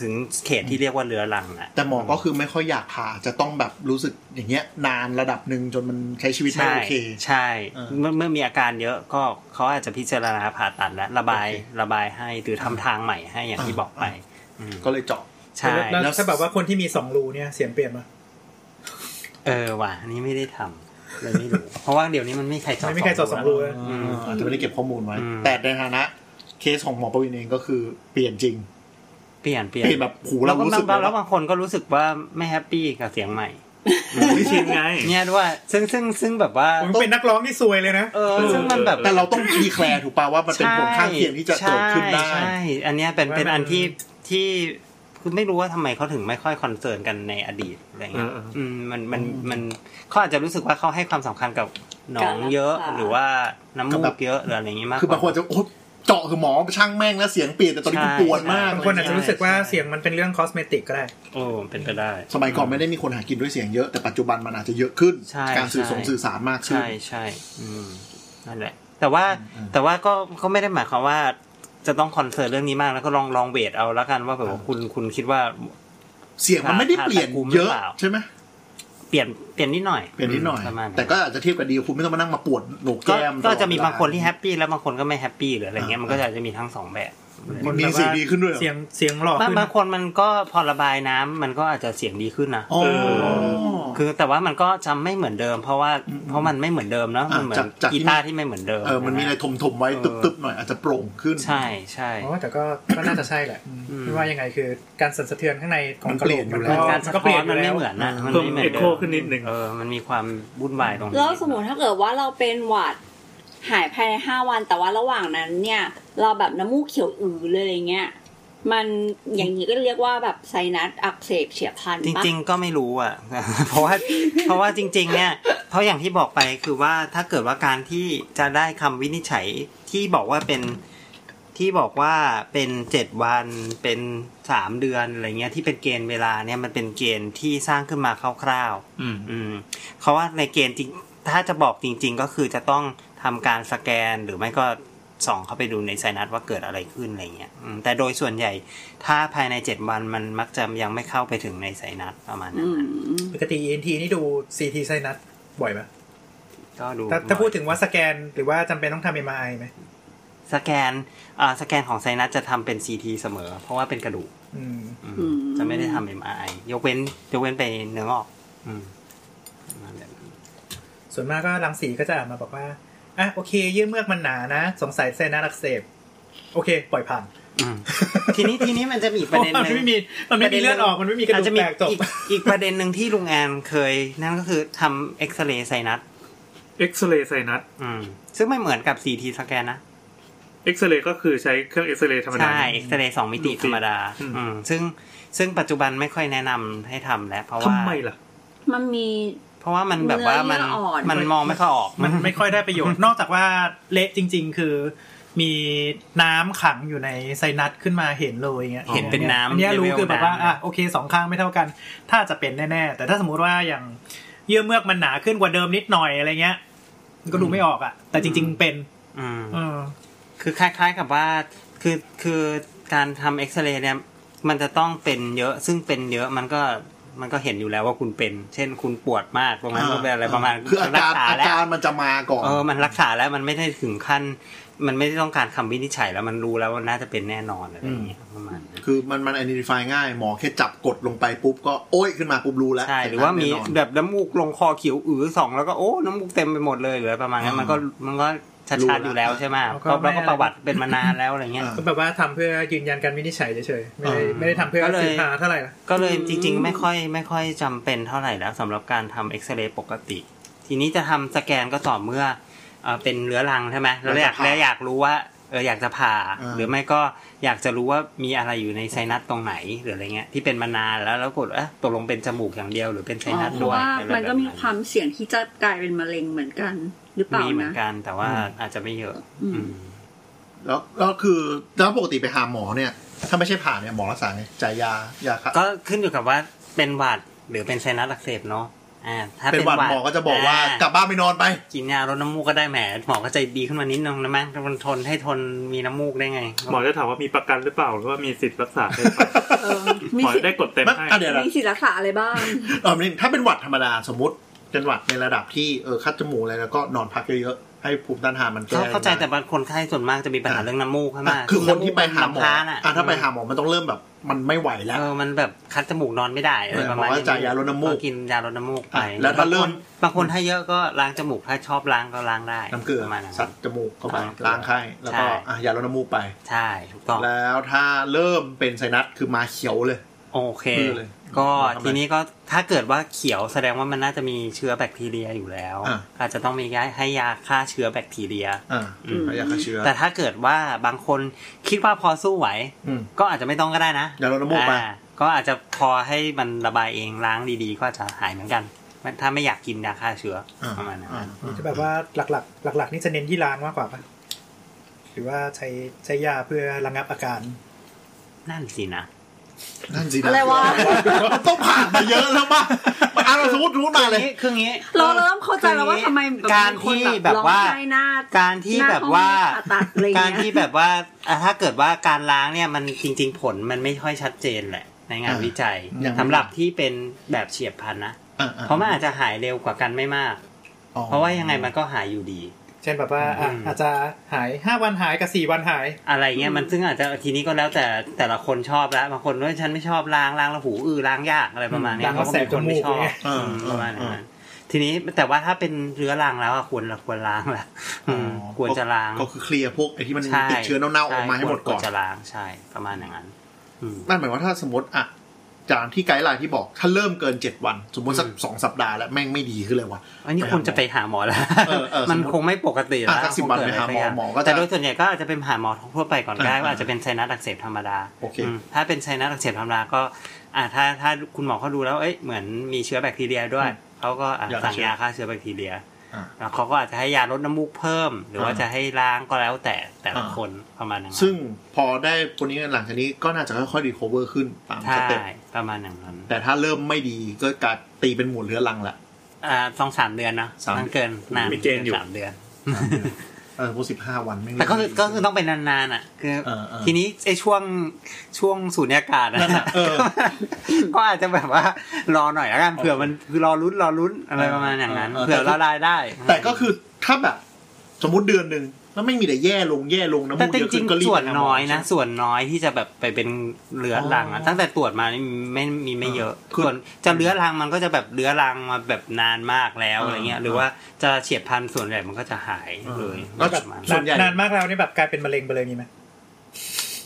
Speaker 3: ถึงเขตที่เรียกว่าเรื้อรังแหละ
Speaker 7: แต่หมอก็คือไม่ค่อยอยากผ่าจะต้องแบบรู้สึกอย่างเงี้ย นานระดับหนึ่งจนมันใช้ชีวิตไม่
Speaker 3: ใช่
Speaker 7: โอเค
Speaker 3: ใช่
Speaker 7: เออ
Speaker 3: เมื่อเมื่อมีอาการเยอะก็เขาอาจจะพิจารณาผ่าตัดและระบาย
Speaker 7: โอเค
Speaker 3: ระบายให้หรือทำทางใหม่ให้อย่างที่
Speaker 7: อ่า
Speaker 3: บอกไปอืม
Speaker 7: ก็เลยเจาะ
Speaker 3: ใช่
Speaker 5: แล้ว
Speaker 7: แล้
Speaker 5: แล้ว
Speaker 7: ว
Speaker 5: ถ้าแบบว่าคนที่มีสองรูเนี่ยเสียงเปลี่ยนปะ
Speaker 3: เออว่ะอันนี้ไม่ได้ทำเลยไม่รู้ เพราะว่าเดี๋ยวนี้มันไม่มีใครจอด
Speaker 5: ไม่มีใครเจาะสองรูนะ
Speaker 7: อ่าอาจจะไม่ได้เก็บข้อมูลไว้
Speaker 3: อืม
Speaker 7: แต่ในฐานะเคสของหมอประวินเองก็คือเปลี่ยนจริง
Speaker 3: เปลี่ยนเปลี่ยน
Speaker 7: เปลี่ยนแบบหู
Speaker 3: แล้
Speaker 7: เรา
Speaker 3: วก็
Speaker 7: รู้
Speaker 3: บา
Speaker 7: สึ
Speaker 3: ง
Speaker 7: กเลย
Speaker 3: แล้ว
Speaker 7: ว่า
Speaker 3: บางคนก็รู้สึกว่าไม่แฮปปี้กับเสียงใหม่
Speaker 6: ไม่ชินไง
Speaker 3: เนี่ยด้วยซึ่งซึ่งซึ่งแบบว่า
Speaker 5: ผมเป็นนักร้องที่ซวยเลยนะ
Speaker 3: เออซึ่งมันแบบ
Speaker 7: แต่เราต้องดีแคลร์ถูกป่าวว่ามันเป็นผลข้างเคียงที่จะเกิดขึ้นได้
Speaker 3: ใช่ใช่อันเนี้ยเป็น
Speaker 5: ว่า
Speaker 3: เป็นอัน
Speaker 5: มัน
Speaker 3: ที่ที่คือไม่รู้ว่าทำไมเขาถึงไม่ค่อยคอนเซิร์นกันในอดีตอะไรเงี้ย
Speaker 6: เออเออ
Speaker 3: ื
Speaker 6: อื
Speaker 3: มมันมันมันเขาอาจจะรู้สึกว่าเขาให้ความสำคัญกับหนองเยอะ
Speaker 2: การรักษา
Speaker 3: หรือว่าน้ำมู
Speaker 7: กับแบ
Speaker 3: ก
Speaker 7: บ
Speaker 3: เยอะหรืออะไรอย่างงี้มากก
Speaker 7: คือบางคน
Speaker 3: ว่า
Speaker 7: จะโอ๊ยเจาะคือหมอช่างแม่งแล้วเสียงเปลี่ยนแต่ตอนนี้กูปวดมาก
Speaker 5: บางคนอาจจะรู้สึกว่า
Speaker 3: ใช่
Speaker 5: เสียงมันเป็นเรื่องคอสเมติกก็ได้
Speaker 3: โอ้เป็นไปได้
Speaker 7: สมัยก่อนไม่ได้มีคนหากินด้วยเสียงเยอะแต่ปัจจุบันมันอาจจะเยอะขึ้น
Speaker 3: ใช่
Speaker 7: การสื่อสง
Speaker 3: ใช่
Speaker 7: สื่อสารมากขึ้น
Speaker 3: ใช่ใช่อืมนั่นแหละ แต่ว่า
Speaker 7: อืม
Speaker 3: แต่ว่าก็ก็ไม่ได้หมายความว่า จะต้องคอนเซิร์นเรื่องนี้มากแล้วก็ลองลองเวทเอาแล้วกันว่าแบบว่าคุณคุณคิดว่า
Speaker 7: เสียงมันไม่ได้เปลี่ยนเยอะ
Speaker 3: ผ่าตัดกูหรือเปล่า
Speaker 7: ใช่ไหม
Speaker 3: เปลี่ยนเปลี่ยนนิดหน่อย
Speaker 7: เปลี่ยนนิดหน่อย
Speaker 3: ประมาณนั้น
Speaker 7: แต่ก็อาจจะเทียบกับดีคุณไม่ต้องมานั่งมาปวดโหนก
Speaker 3: ก็
Speaker 7: แก้ม
Speaker 3: ก็
Speaker 7: ตลอด
Speaker 3: จะมีบางคนที่แฮ
Speaker 7: เวล
Speaker 3: ปปี้แล้วบางคนก็ไม่แฮปปี้หรืออะไรเงี้ย
Speaker 7: อ่ามั
Speaker 3: มันก็อาจจะมีทั้งสองแบบ
Speaker 7: ามันมีเสียงดีขึ้นด้วยเหรอ
Speaker 5: เสียงเสียงหล่อบ
Speaker 3: าง
Speaker 5: ขึ้น
Speaker 3: บางคนมันก็พอระบายน้ำมันก็อาจจะเสียงดีขึ้นนะ
Speaker 7: อ๋อ
Speaker 3: คือแต่ว่ามันก็จำไม่เหมือนเดิม เพราะว่า
Speaker 7: อืม
Speaker 3: เพราะมันไม่เหมือนเดิมเนาะ
Speaker 7: อ่ะ
Speaker 3: มันเหมือ
Speaker 7: จาก
Speaker 3: น
Speaker 7: จากที่
Speaker 3: กีตาร์ที่ไม่เหมือนเดิม
Speaker 7: เออมันมีอะไรถมๆไว้ตึบๆหน่อยอาจจะโปร่งขึ้น
Speaker 3: ใช่ใช่
Speaker 5: อ๋อแต่ก็ก็น่าจะใช่แหละอืม
Speaker 3: อืม
Speaker 5: ไม่ว่ายังไงคือการสั่นสะเทือนข้างในของ
Speaker 7: มัน
Speaker 5: กระโหล
Speaker 7: เปลี่
Speaker 5: ก
Speaker 7: ยนอยู่
Speaker 5: มัน
Speaker 7: แล้
Speaker 5: ก็
Speaker 7: ว
Speaker 3: การสะ
Speaker 5: ก็เป
Speaker 3: ท้อนมั
Speaker 5: ลี่ยน
Speaker 3: นไม่
Speaker 5: ยู่แล้ว
Speaker 3: เหมือนนะมัน
Speaker 6: เพิ่ม
Speaker 3: ไม่เหมือ
Speaker 6: เอ็
Speaker 3: น
Speaker 6: กโคขึ้นนิดนึง
Speaker 3: เออมันมีความวุ่นวายตรงนี้
Speaker 2: แล้วสมมติถ้าเกิดว่าเราเป็นหวัดหายภายในห้าวัน แต่ว่าระหว่างนั้นเนี่ย เราแบบน้ำมูกเขียวอือเลยอะไรเงี้ย มันอย่างนี้ก็เรียกว่าแบบไซนัสอักเสบเฉียบพลัน
Speaker 3: จ
Speaker 2: ปะ
Speaker 3: ริง ๆ ก็ไม่รู้อ่ะ เพราะว่าเพราะว่าจริง ๆ เนี่ย เพราะอย่างที่บอกไปคือว่าถ้าเกิดว่าการที่จะได้คำวินิจฉัยที่บอกว่าเป็น ที่บอกว่าเป็นเจ็ดวันเป็นสามเดือนอะไรเงี้ยที่เป็นเกณฑ์เวลาเนี่ยมันเป็นเกณฑ์ที่สร้างขึ้นมาคร่าว
Speaker 6: อืม
Speaker 3: ๆอืมเขาว่าในเกณฑ์จริงถ้าจะบอกจริง ๆ ก็คือจะต้องทำการสแกนหรือไม่ก็ส่องเข้าไปดูในไซนัสว่าเกิดอะไรขึ้นอะไรเงี้ยอืมแต่โดยส่วนใหญ่ ถ้าภายในเจ็ดวันมันมักจะยังไม่เข้าไปถึงในไซนัสประมาณนั้
Speaker 2: อื
Speaker 3: น
Speaker 2: ม
Speaker 3: นะ
Speaker 5: ปกติ ENT นี่ดู CT ไซนัสบ่อยปะ
Speaker 3: ก็ดู
Speaker 5: ถ้าถ้าพูดถึงว่าสแกนหรือว่าจำเป็นต้องทำ MRI ไหม
Speaker 3: สแกนอ่าสแกนของไซนัสจะทำเป็น CT เสมอ เพราะว่าเป็นกระดูก
Speaker 5: อืม
Speaker 3: อืม
Speaker 2: อืม
Speaker 3: จะไม่ได้ทำ MRI ยกเว้นยกเว้นไปเนื้องอกอืมประมาณแบบนั้น
Speaker 5: ส่วนมากก็รังสีก็จะอ่านมาบอกว่าอ่ะโอเค เยื่อเมือกมันหนานะ สงสัยไซนัสอักเสบโอเค ปล่อยผ่าน
Speaker 3: อื มทีนี้ทีนี้มันจะมีอีก
Speaker 5: เพ
Speaker 3: ประ
Speaker 5: ราะ
Speaker 3: เด็น
Speaker 5: ว่า
Speaker 3: ห
Speaker 5: มัน
Speaker 3: นึ่ง
Speaker 5: ไม่มีมันไม่มีเลือดออกมันไม่มีกระ
Speaker 3: อาจ
Speaker 5: ดูก
Speaker 3: จะมี
Speaker 5: แตกจบ
Speaker 3: อีกอีกประเด็นหนึ่งที่ลุงแอนเคย นั่นก็คือทำเอ็กซเรย์ไซนัส
Speaker 6: เอ็กซเรย์ไซนัส
Speaker 3: อืมซึ่งไม่เหมือนกับ CT สแกนนะ
Speaker 6: เอ็กซเรย์ก็คือใช้เครื่องเอ็กซเรย์ธรรมดา
Speaker 3: ใช่เอ็กซเรย์สองมิติ
Speaker 6: ดูสิ
Speaker 3: ธรรมดา
Speaker 6: อืม
Speaker 3: อืมซึ่งซึ่งปัจจุบันไม่ค่อยแนะนำให้ทำแล้ว เพราะว่า
Speaker 6: ทำไมล่ะ
Speaker 2: มันมี
Speaker 3: เพราะว่ามันแบบว่ามัน
Speaker 2: เนื้อเยื่ออ่อน
Speaker 3: มันมองไม่ค่อยออก
Speaker 5: มันไม่ค่อยได้ประโยชน์ นอกจากว่าเละจริง ๆ คือ มีน้ำขังอยู่ในไซนัสขึ้นมาเห็นเลยอย่างเงี้ย
Speaker 3: เห็นเป็นน้ำ
Speaker 5: อันเนี้ย
Speaker 3: ลวล
Speaker 5: รู้คือแบบว่า
Speaker 3: น้ำ
Speaker 5: อ่ะโอเคสองข้างไม่เท่ากัน ถ้าจะเป็นแน่ๆ แต่ถ้าสมมติว่าอย่างเยื่อเมือกมันหนาขึ้นกว่าเดิมนิดหน่อยอะไรเงี้ยก็ดูไม่ออกอ่ะ แต่จริง ๆ เป็น
Speaker 3: อืม
Speaker 5: เออ
Speaker 3: คือคล้าย ๆกับว่าคือคือการทำเอ็กซเรย์เนี่ยมันจะต้องเป็นเยอะซึ่งเป็นเยอะมันก็มันก็เห็นอยู่แล้วว่าคุณเป็น เช่นคุณปวดมากตรงนั้นก็เป็นอะไรประมาณ
Speaker 7: คืออาการ
Speaker 3: ษ
Speaker 7: อา
Speaker 3: แล้ว
Speaker 7: การมันจะมาก่อน
Speaker 3: เออ มันรักษาแล้วมันไม่ได้ถึงขั้น มันไม่ได้ต้องการคำวินิจฉัยแล้วมันรู้แล้วว่าน่าจะเป็นแน่นอนอะไรอย่างเงี้ยประมาณนั้น
Speaker 7: คือมันมัน identify ง่าย หมอแค่จับกดลงไปปุ๊บก็โอ้ยขึ้นมาปุ๊บรู้แล้ว
Speaker 3: ใช่ หรือว่ามี
Speaker 7: แน่นอน
Speaker 3: แบบน้ำมูกลงคอเขียวอือสองแล้วก็โอ้ น้ำมูกเต็มไปหมดเลยหรืออะไรประมาณนั้น
Speaker 7: อ่ามั
Speaker 3: มันก็มันก็ชั
Speaker 7: รู้
Speaker 3: ดๆอ
Speaker 7: ละ
Speaker 3: ยู่แล้วใช่ไหม
Speaker 5: แล้ว
Speaker 3: เพ
Speaker 5: ก็
Speaker 3: ราะ
Speaker 5: ไม่
Speaker 3: เราก็
Speaker 5: อะไร
Speaker 3: ประวัติเป็นมานานแล้วอะไรเงี้ย
Speaker 5: ก็แบบว่าทำเพื่อยืนยันการวินิจฉัยเฉยๆไม่ได้ไม่ได้ทำเพื่อ
Speaker 3: ก็เลย
Speaker 5: สืบหาเท่าไหร่ละ
Speaker 3: ก็เลยจริง ๆ ไม่ค่อยไม่ค่อยจำเป็นเท่าไหร่แล้วสำหรับการทำเอ็กซเรย์ปกติ ทีนี้จะทำสแกนก็ต่อเมื่อเอ่อเป็นเรื้อรังใช่ไหมแล้วอยาก
Speaker 7: แล้
Speaker 3: แล้ว
Speaker 7: จะผ่าว
Speaker 3: อยากรู้ว่าเอออยากจะผ่า
Speaker 7: อ่า
Speaker 3: หรือไม่ก็อยากจะรู้ว่ามีอะไรอยู่ในไซนัสตรงไหนหรืออะไรเงี้ยที่เป็นมานานแล้วแล้วกดเอ๊ะตกลงเป็นจมูกอย่างเดียวหรือเป็นไซนัส
Speaker 2: เพราะ
Speaker 3: ด้วย
Speaker 2: ว่า
Speaker 3: อะไร
Speaker 2: มันก็มี
Speaker 3: แบบ
Speaker 2: ความเสี่ยงที่จะกลายเป็นมะเร็งเหมือนกัน หรือเปล่า
Speaker 3: มีเหมือ
Speaker 2: นะ
Speaker 3: นกันแต่ว่าอาจจะไม่เยอะ
Speaker 2: อืม
Speaker 3: อืม
Speaker 7: แล้วแล้วคือแล้วปกติไปหาหมอเนี่ย ถ้าไม่ใช่ผ่าเนี่ยหมอรักษาไงจ่ายยายาค่ะ
Speaker 3: ก็ขึ้นอยู่กับว่าเป็นหวัดหรือเป็นไซนัสอักเสบเนาะอ่าถ้า
Speaker 7: เป็นหวัดหมอก็จะบอกว่า
Speaker 3: า
Speaker 7: กลับบ้านไปนอนไป
Speaker 3: กินยาลดน้ำมูกก็ได้แหมหมอก็ใจดีขึ้นมานิดนึงนะมั้งมันทนให้ทนมีน้ำมูกได้ไง
Speaker 6: หมอจะถามว่ามีประกันหรือเปล่าหรือว่ามีสิทธิ์รักษาได้หรือเปล่า
Speaker 2: เออ
Speaker 6: ห
Speaker 2: มี
Speaker 6: มอ
Speaker 2: สิท
Speaker 6: จะได้
Speaker 2: ธิ์
Speaker 6: กดเต็ม
Speaker 7: มัน
Speaker 6: ให้
Speaker 7: อ่ะเดี๋ยวนะ
Speaker 2: มีสิทธิ์รักษาอะไรบ้าง
Speaker 7: เออนี่ถ้าเป็นหวัดธรรมดาสมมติเป็นหวัดในระดับที่เออคัดจมูกอะไรแล้วก็นอนพักเยอะๆให้ภูมิต้านทานมันแก้
Speaker 3: เขาเข้าใจ
Speaker 7: ได้
Speaker 3: แต่บางคนไข้ส่วนมากจะมีปัญหาเรื่องน้ำมูกใช่ไหม
Speaker 7: อ่ะคือคนที่ไปหาหมอ
Speaker 3: น้ำค้งน่ะ
Speaker 7: อ่ะถ้าไปหาหมอมันต้องเริ่มแบบ มันไม่ไหวแล้ว
Speaker 3: เออมันแบบคัดจมูกนอนไม่ได้อะไรประมาณนี้
Speaker 7: หมอว่าจ่ายยาลดน้ำมูก
Speaker 3: ก็กินยาลดน้ำมูกไป
Speaker 7: อ่ะแล้วถ้าเริ่
Speaker 3: บง
Speaker 7: ม
Speaker 3: คนบางคนถ้าเยอะก็ล้างจมูกถ้าชอบล้างก็ล้างได้
Speaker 7: น้ำเกลือ
Speaker 3: ประมาณนั้น
Speaker 7: ซัดจมูกเข้าไป
Speaker 3: น้ำเกลือ
Speaker 7: ล้างไข้แล้วก็
Speaker 3: ใช่
Speaker 7: อ่ะยาลดน้ำมูกไป
Speaker 3: ใช่ถูกต้อง
Speaker 7: แล้วถ้าเริ่มเป็นไซนัสคือมาเขียวเลย
Speaker 3: โอเค
Speaker 7: มือเลย
Speaker 3: ก็
Speaker 7: ทำไม
Speaker 3: ทีนี้ก็ถ้าเกิดว่าเขียวแสดงว่ามันน่าจะมีเชื้อแบคทีเรียอยู่แล้ว
Speaker 7: อ่ะ
Speaker 3: อาจจะต้องมีย้ายให้ยาฆ่าเชื้อแบคทีเรีย
Speaker 7: อ่า
Speaker 3: อืม
Speaker 7: ยาฆ่าเชื้อ
Speaker 3: แต่ถ้าเกิดว่าบางคนคิดว่าพอสู้ไหว
Speaker 7: อืม
Speaker 3: ก็อาจจะไม่ต้องก็ได้นะ
Speaker 7: อย่าลดน้ำมูกไป
Speaker 3: อ่าก็อาจจะพอให้มันระบายเองล้างดีๆ ก็อาจจะหายเหมือนกัน ถ้าไม่อยากกินยาฆ่าเชื้ออ
Speaker 7: อ่า
Speaker 3: ประมาณนั้น
Speaker 7: อ่า
Speaker 5: จะแบบว่าหลักๆ หลัก ๆ นี่จะเน้นที่ร้านมากกว่าปะหรือว่าใช้ใช้ยาเพื่อระงับอาการ
Speaker 3: นั่นสินะ
Speaker 7: นั่นสิน
Speaker 2: อะไรวะ
Speaker 7: มันต้องผ่านมาเยอะแล้วป่ะมาอ่ะเราสมมติรู้มาเลย
Speaker 3: คืออย่างนี้
Speaker 2: เราเริ่มเข้าใจแล้วว่าทำไมแบบ
Speaker 3: การ
Speaker 2: มีคน
Speaker 3: ที่แบบว่า
Speaker 2: ร้องไห้หน้า
Speaker 3: การที่
Speaker 2: หน้า
Speaker 3: แบบว่า
Speaker 2: ห้องผ่าตัดอะไรเงี้ย
Speaker 3: การที่แบบว่าอ่ะถ้าเกิดว่าการล้างเนี่ยมันจริง ๆ ผลมันไม่ค่อยชัดเจนแหละ ในงาน
Speaker 7: อ่า
Speaker 3: วิจัย
Speaker 7: ยังไม่
Speaker 3: สำหรับที่เป็นแบบเฉียบพลันนะ
Speaker 7: อ่อ่
Speaker 3: เพราะมันอาจจะหายเร็วกว่ากันไม่มาก
Speaker 7: อ๋อ
Speaker 3: เพราะว่ายังไงมันก็หายอยู่ดี
Speaker 5: เช่นแบบว่าอ่ะ
Speaker 3: อืม
Speaker 5: อาจจะหายห้าวันหายกับสี่วันหาย
Speaker 3: อะไรเงี้ยมันซึ่งอาจจะทีนี้ก็แล้วแต่แต่ละคนชอบแล้วบางคนว่าฉันไม่ชอบล้างล้างแล้วหูอื้อล้างยากอะไรประมาณเนี้ย
Speaker 5: ล้างแล้
Speaker 3: เขา
Speaker 5: ว
Speaker 3: ก็
Speaker 5: แส
Speaker 3: เป็
Speaker 5: บ
Speaker 3: น
Speaker 5: จ
Speaker 3: คน
Speaker 5: มู
Speaker 3: ไม่
Speaker 5: ก
Speaker 3: ชอบ
Speaker 5: เนี่ย
Speaker 3: อืม
Speaker 7: เออเออ
Speaker 3: ประมาณนั้น
Speaker 7: เออ
Speaker 3: ทีนี้แต่ว่าถ้าเป็นเรื้อรังแล้วอะควรควรล้างแล้วอืม
Speaker 7: อ๋อ
Speaker 3: ควรจะล้าง
Speaker 7: ก็คือเคลียร์พวกไอ้ที่มัน
Speaker 3: ใช่
Speaker 7: ติดเชื้อเน่าๆออกมาให้หมดก่อ
Speaker 3: ค
Speaker 7: น
Speaker 3: วรจะล้างใช่ประมาณอย่างนั้นอืม
Speaker 7: นั่นหมายว่าถ้าสมมติอ่ะจามที่ไกด์ไลน์ที่บอกถ้าเริ่มเกินเจ็ดวัน สมมติสัก
Speaker 3: อืม
Speaker 7: สองสัปดาห์แล้วแม่งไม่ดีขึ้นเลยว่ะ
Speaker 3: อันนี้ควรจะไปหาหมอแล้ว
Speaker 7: เออเออ
Speaker 3: มัน
Speaker 7: สมมุติ
Speaker 3: คงไม่ปกติแล้
Speaker 7: อ่ะ
Speaker 3: ว
Speaker 7: สักสิบวัน
Speaker 3: คงเดะร
Speaker 7: ไปหาหมอ
Speaker 3: สัย่ง
Speaker 7: หมอก็จะ
Speaker 3: แต่โดยส่วนใหญ่ก็อาจจะเป็นหาหมอทั่วไปก่อนก็ได้
Speaker 7: อ่า
Speaker 3: ว่าอาจจะเป็นไซนัสอักเสบธรรมดา
Speaker 7: โอเค
Speaker 3: มถ้าเป็นไซนัสอักเสบธรรมดาก็อ่าถ้าถ้าคุณหมอเขาดูแล้วเอ้ยเหมือนมีเชื้อแบคทีเรียด้วยเขาก็อ่ะ
Speaker 7: ยาฆ่า
Speaker 3: สั่
Speaker 7: เชื้อย
Speaker 3: งาฆ่าเชื้อแบคทีเรีย
Speaker 7: อ่า
Speaker 3: แล้วเขาก็อาจจะให้ยาลดน้ำมูกเพิ่ม หรือว่า
Speaker 7: อ่า
Speaker 3: จะให้ล้างก็แล้วแต่แต่ละ
Speaker 7: อ่า
Speaker 3: คนประมาณนั้น
Speaker 7: ซึ่งพอได้คนนี้หลังจากนี้ก็น่าจะค่อยๆรีคเวอร์ขึ้นตามส
Speaker 3: ใช่
Speaker 7: เต็ป
Speaker 3: ประมาณอย่างนั้น
Speaker 7: แต่ถ้าเริ่มไม่ดีก็การตีเป็นหมุนเรื้อรังละ
Speaker 3: อ่าสองสามเดือนนะ
Speaker 7: สาม
Speaker 3: นั่นเกินนาน
Speaker 6: มีเกณฑ์อยู่
Speaker 3: สามเดือน
Speaker 7: เออพวกสิบห้าวันแม่ง
Speaker 3: แต่ก็คือ
Speaker 7: เริ่มไม่ดี
Speaker 3: ก็คือต้องเป็นนานๆอ่ะ คือ
Speaker 7: เออเออ
Speaker 3: ทีนี้ไอ้ช่วงช่วงสูญญากาศอะ
Speaker 7: นั่นน่ะเออ
Speaker 3: ก็อาจจะแบบว่ารอหน่อยละกันเผื่อมันคือรอลุ้นรอลุ้นอะไรประมาณอย่างนั้นเผื่อละลายได้
Speaker 7: แต่ก็คือถ้าแบบ สมมติเดือนหนึ่งแล้วไม่มีแต่แย่ลงแย่ลงน้ำ
Speaker 3: แต่
Speaker 7: มูก
Speaker 3: จ
Speaker 7: เยอะ
Speaker 3: ริ
Speaker 7: ขึ้
Speaker 3: ง
Speaker 7: นก็
Speaker 3: ๆ
Speaker 7: รีบ
Speaker 3: ส่วน
Speaker 7: ไปหาหม
Speaker 3: น้อยนะ ส่วนน้อยที่จะแบบไปเป็นเรื้อรัง
Speaker 7: อ๋
Speaker 3: อะ
Speaker 7: อ
Speaker 3: ตั้งแต่ตรวจมานี่ไม่มีไม่เยอะ
Speaker 7: คือ
Speaker 3: ส่วนจะเรื้อรังมันก็จะแบบเรื้อรังมาแบบนานมากแล้วอะไรเงี้ย หรือว่าจะเฉียบพลันส่วนใหญ่มันก็จะหายเลย
Speaker 7: แล้ว
Speaker 3: ประมาณนั้น
Speaker 7: ส่วนใหญ่
Speaker 5: นานมากแล้วนี่แบบกลายเป็นมะเร็งไปเลยมีไหม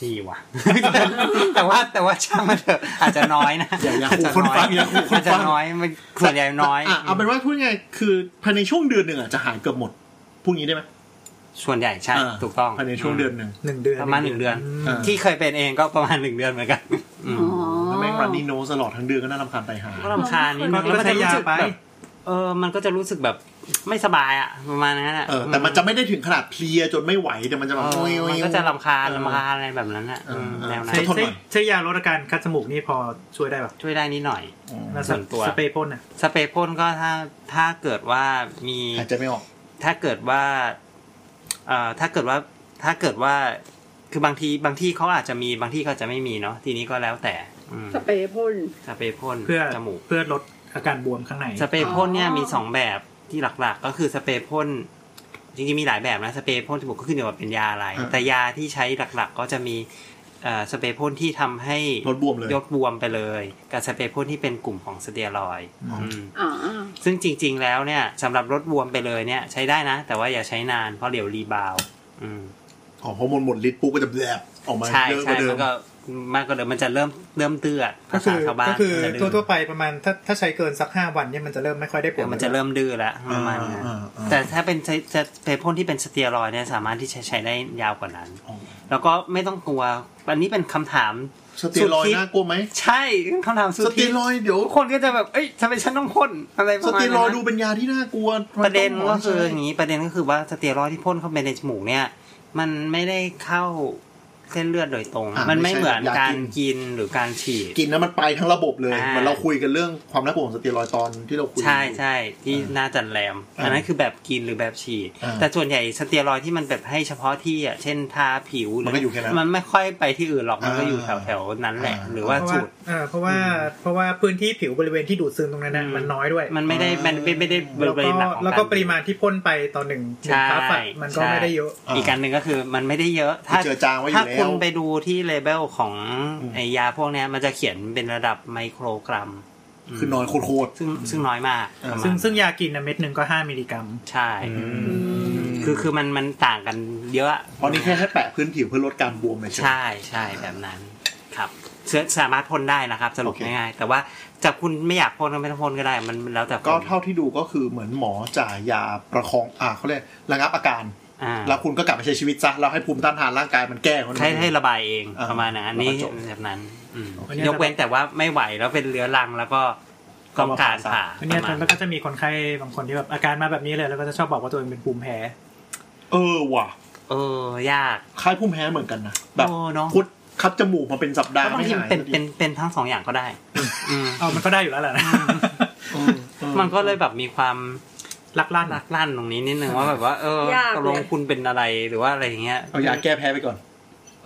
Speaker 3: ทีว่ะ แต่ว่าแต่ว่าช่างมันเถอะอาจจะน้อยนะ
Speaker 7: อย่าอย่า
Speaker 3: อาจจะ
Speaker 7: ขู่คน
Speaker 3: น้อย
Speaker 7: ฟังอย่าขู่คนฟั
Speaker 3: อาจ
Speaker 7: ง
Speaker 3: จะน้อยมันส่วนใหญ่น้อย
Speaker 7: ะเอาเป็นว่าพูดไงายๆคือภายในช่วงเดือนหนึ่งอ่ะจะหายเกือบหมดพวกนี้ได้ไหม
Speaker 3: ส่วนใหญ่ใช่
Speaker 7: อ่า
Speaker 3: ถูกต้อง
Speaker 7: ภายในช่วงเดือนหนึ่ง
Speaker 5: หนึ่งเดือน
Speaker 3: ประมาณหนึ่งเดือน
Speaker 7: อ่า
Speaker 3: ที่เคยเป็นเองก็ประมาณหนึ่งเดือนเหมือนกันอืม
Speaker 2: อ๋อ
Speaker 7: แล้วแม่งรันนี่โนตลอดทั้งเดือนก็น่ารำคาญไปหา
Speaker 3: ก็รำคาญนี้
Speaker 2: มั
Speaker 3: มัน น
Speaker 2: ก็
Speaker 3: ก็
Speaker 2: ใช้
Speaker 3: จะรู้
Speaker 2: ยา
Speaker 3: สึก
Speaker 5: ไป
Speaker 3: แบบเออมันก็จะรู้สึกแบบไม่สบายอ่ะประมาณนั้นอ่ะ
Speaker 7: เออแต่มันจะไม่ได้ถึงขนาดเพลียจนไม่ไหวแต่มันจะ
Speaker 3: เอ
Speaker 7: แบบ
Speaker 3: อมันก็จะรำคาญ
Speaker 7: เออ
Speaker 3: รำคาญอะไรแบบนั้นอ่ะ
Speaker 7: เอออื
Speaker 3: ม
Speaker 7: เออ
Speaker 3: แนวนั้
Speaker 5: ใช้
Speaker 3: น
Speaker 7: ทนหน่
Speaker 5: ใช้
Speaker 7: อย
Speaker 5: ใช้ยาลดอาการคัดจมูกนี่พอช่วยได้ป่ะ
Speaker 3: ช่วยได้นิดหน่อย
Speaker 5: แล้ว
Speaker 3: ส่วนตัว
Speaker 5: สเปรย์พ่นอ่ะ
Speaker 3: สเปรย์พ่นก็ถ้าถ้าเกิดว่ามี
Speaker 7: หายใจไม่ออก
Speaker 3: ถ้าเกิดว่าเอ่อถ้าเกิดว่า ถ้าเกิดว่า คือบางทีบางที่เขาอาจจะมี บางที่เขาจะไม่มีเนาะ ทีนี้ก็แล้วแต่อืม
Speaker 2: สเปรย์พ่น
Speaker 3: สเปรย์พ่น
Speaker 5: เพื่อ
Speaker 3: จมูก
Speaker 5: เพื่อลดอาการบวมข้างใน
Speaker 3: สเปรย์พ่นเนี่ย
Speaker 2: อ๋อ
Speaker 3: มีสองแบบที่หลักๆ ก็คือสเปรย์พ่น จริงๆมีหลายแบบนะ สเปรย์พ่นจมูกก็ขึ้นอยู่กับเป็นยาอะไร
Speaker 7: อ่า
Speaker 3: แต่ยาที่ใช้หลักๆ ก็จะมีเอ่อสเปรย์พ่นที่ทำให้
Speaker 7: ลดบวมเลย
Speaker 3: ดบวมไปเลย กับสเปรย์พ่นที่เป็นกลุ่มของสเตียรอยด์อืม
Speaker 2: อ๋อ
Speaker 3: ซึ่งจริง ๆ แล้วเนี่ยสำหรับรถบวมไปเลยเนี่ยใช้ได้นะ แต่ว่าอย่าใช้นานเพราะเดี๋ยวรีบาวด์อืม
Speaker 7: อ๋อฮอร์โมนหมดฤทธิ์ปุ๊บก็จะแบบออกมา
Speaker 3: ใช่
Speaker 7: เยอะก
Speaker 3: ใช่
Speaker 7: ว่าเดิ
Speaker 3: มั
Speaker 7: ม
Speaker 3: นก็มากกว่าเดิมมันจะเริ่มเริ่มเตื้อ
Speaker 5: ก็
Speaker 3: ภา
Speaker 5: คื
Speaker 3: ษา
Speaker 5: อ
Speaker 3: ชาวบ้าน
Speaker 5: ก็คือ
Speaker 3: มันจะดื้
Speaker 5: ทั่วๆไปประมาณถ้าถ้าใช้เกินสักห้าวันเนี่ยมันจะเริ่มไม่ค่อยได้ผ
Speaker 3: เอ
Speaker 5: ล
Speaker 3: อมันจะเริ่มดื้อแล้วประมาณนั้น
Speaker 7: อ่าอ่า
Speaker 3: แต่ถ้าเป็นใช้จะเปพ่นที่เป็นสเตียรอยด์เนี่ยสามารถที่ใช้ใช้ได้ยาวกว่านั้น
Speaker 7: อ๋อ
Speaker 3: แล้วก็ไม่ต้องกลัวอันนี้เป็นคำถาม
Speaker 7: สเตียรอย
Speaker 3: สุดที่
Speaker 7: ด์น่ากลัวไหม
Speaker 3: ใช่คำถามสุด
Speaker 7: สเตี
Speaker 3: ที่
Speaker 7: ยรอยด์เดี๋ยว
Speaker 3: คนก็จะแบบเอ้ยทำไมฉันต้องพ่นอะไรประ
Speaker 7: ส
Speaker 3: มาณ
Speaker 7: เตียร
Speaker 3: นั้
Speaker 7: อย
Speaker 3: น
Speaker 7: ด์
Speaker 3: นะ
Speaker 7: ดูเป็นยาที่น่ากลัว
Speaker 3: ประเด็นก็คืออ
Speaker 7: มั
Speaker 3: ย่าน งนี้ประเด็นก็คือว่าสเตียรอยด์ที่พ่นเข้าไปในจมูกเนี่ย มันไม่ได้เข้าเส้นเลือดโดยตรง
Speaker 7: ะ
Speaker 3: มันไม่
Speaker 7: ไม่ใช่
Speaker 3: เหมือน
Speaker 7: แบบยา
Speaker 3: การ
Speaker 7: กิน
Speaker 3: กินหรือการฉีด
Speaker 7: ต้องกินแล้วมันไปทั้งระบบเลย
Speaker 3: อ่า
Speaker 7: เหมือนเราคุยกันเรื่องความน่ากลัวของสเตียรอยด์ตอนที่เราคุย
Speaker 3: ใช่ใช่ที่หน้าจันแรม
Speaker 7: อ่า
Speaker 3: อันนั้นคือแบบกินหรือแบบฉีด
Speaker 7: อ่า
Speaker 3: แต่ส่วนใหญ่สเตียรอยด์ที่มันแบบให้เฉพาะที่อ่ะเช่นทาผิวหรื
Speaker 7: มันก็อยู่แค่นั้น
Speaker 3: มันไม่ค่อยไปที่อื่นหรอกมันก็อยู่
Speaker 7: อ่า
Speaker 3: แถวๆนั้นแหละ
Speaker 7: อ่า
Speaker 3: หรือ
Speaker 5: เพ
Speaker 3: ว่าสู
Speaker 5: ราะว่า
Speaker 3: ตร
Speaker 5: เออเพราะว่าเพราะว่าพื้นที่ผิวบริเวณที่ดูดซึมตรงนั้นน่ะ
Speaker 3: อืม
Speaker 5: มันน้อยด้วย
Speaker 3: มันไม่ได้มันไม่ไม่ได้บ
Speaker 5: แล้
Speaker 3: ริ
Speaker 5: ว
Speaker 3: เว
Speaker 5: ก็
Speaker 3: ณหนักของ
Speaker 5: แล้วก็
Speaker 3: น
Speaker 5: ปริมาณที่พ่นไปต่อหนึ่งหนึ่งครับอะมันก็ไม่ได้เยอะ
Speaker 3: ใช่อีกการหนึ่งก็คือมันไม่ได้เยอะ
Speaker 7: เจือจางไว้อยู่
Speaker 3: ถ้าคุณ
Speaker 7: แล้ว
Speaker 3: ไปดูที่เลเบลของ
Speaker 7: อืม
Speaker 3: ไอยาพวกเนี้ยมันจะเขียนเป็นระดับไมโครกรัม
Speaker 7: คือน้อยโคตร
Speaker 3: ซึ่งซึ่งน้อยมาก
Speaker 7: อ่า
Speaker 3: ประมาณ
Speaker 5: ซึ่งซึ่งยากินน่ะเม็ดหนึ่งก็ห้ามิลลิกรัม
Speaker 3: ใช่คือคือมันมันต่างกันเยอะ
Speaker 7: ๆตอนนี้แค่ให้แปะพื้นผิวเพื่อลดการบวมเลยใช่ไหม
Speaker 3: ใช่ใช่แบบนั้นครับเชื้อสามารถพ่นได้นะครับสรุป
Speaker 7: โอเค
Speaker 3: ง่ายๆแต่ว่าจากคุณไม่อยากพ่นก็ไม่ต้องพ่นก็ได้ มันมันแล้วแต่คน
Speaker 7: ก็เท่าที่ดูก็คือเหมือนหมอจ่ายยาประคองอ่าเขาเรียกระงับอาการ
Speaker 3: อ่า
Speaker 7: แล้วคุณก็กลับไปใช้ชีวิตซะแล้วให้ภูมิต้านทานร่างกายมันแก้มันเอง
Speaker 3: ให้ให้ระบายเอง
Speaker 7: อ่า
Speaker 3: ประมาณนั้นอันนี้
Speaker 7: แล้วก็จบ
Speaker 3: แบบนั้นอืม
Speaker 5: โอเค
Speaker 3: ยกเว้นแต่ว่าไม่ไหวแล้วเป็นเรื้อรังแล้วก็ต้องการผ่า
Speaker 5: อันเนี้ย
Speaker 3: ประ
Speaker 5: ต
Speaker 3: มาณ
Speaker 5: อนแล้วก็จะมีคนไข้บางคนที่แบบอาการมาแบบนี้เลย แล้วก็จะชอบบอกว่าตัวเองเป็นภูมิแพ้
Speaker 7: เออว่ะ
Speaker 3: เออ ยาก
Speaker 7: คล้ายภูมิแพ้เหมือนกันนะแบบ
Speaker 3: โอ้เนาะ
Speaker 7: คุดคัดจมูกมาเป็นสัปดาห์
Speaker 3: ก็บาง
Speaker 7: ไม่
Speaker 3: ที
Speaker 7: หาย
Speaker 3: เป็นเป็นเป็นทั้งสองอย่างก็ได้อืม
Speaker 5: เอามันก็ได้อยู่แล้วแหละนะ
Speaker 7: อืมอื
Speaker 3: มันก็เลยแบบมีความ
Speaker 5: ลักลั่น
Speaker 3: รักลั่นตรงนี้นิดนึงว่าแบบว่า เออย
Speaker 2: ากเลย
Speaker 3: ตกลงคุณเป็นอะไรหรือว่าอะไรอย่างเงี้ย
Speaker 7: เอายาแก้แพ้ไปก่อน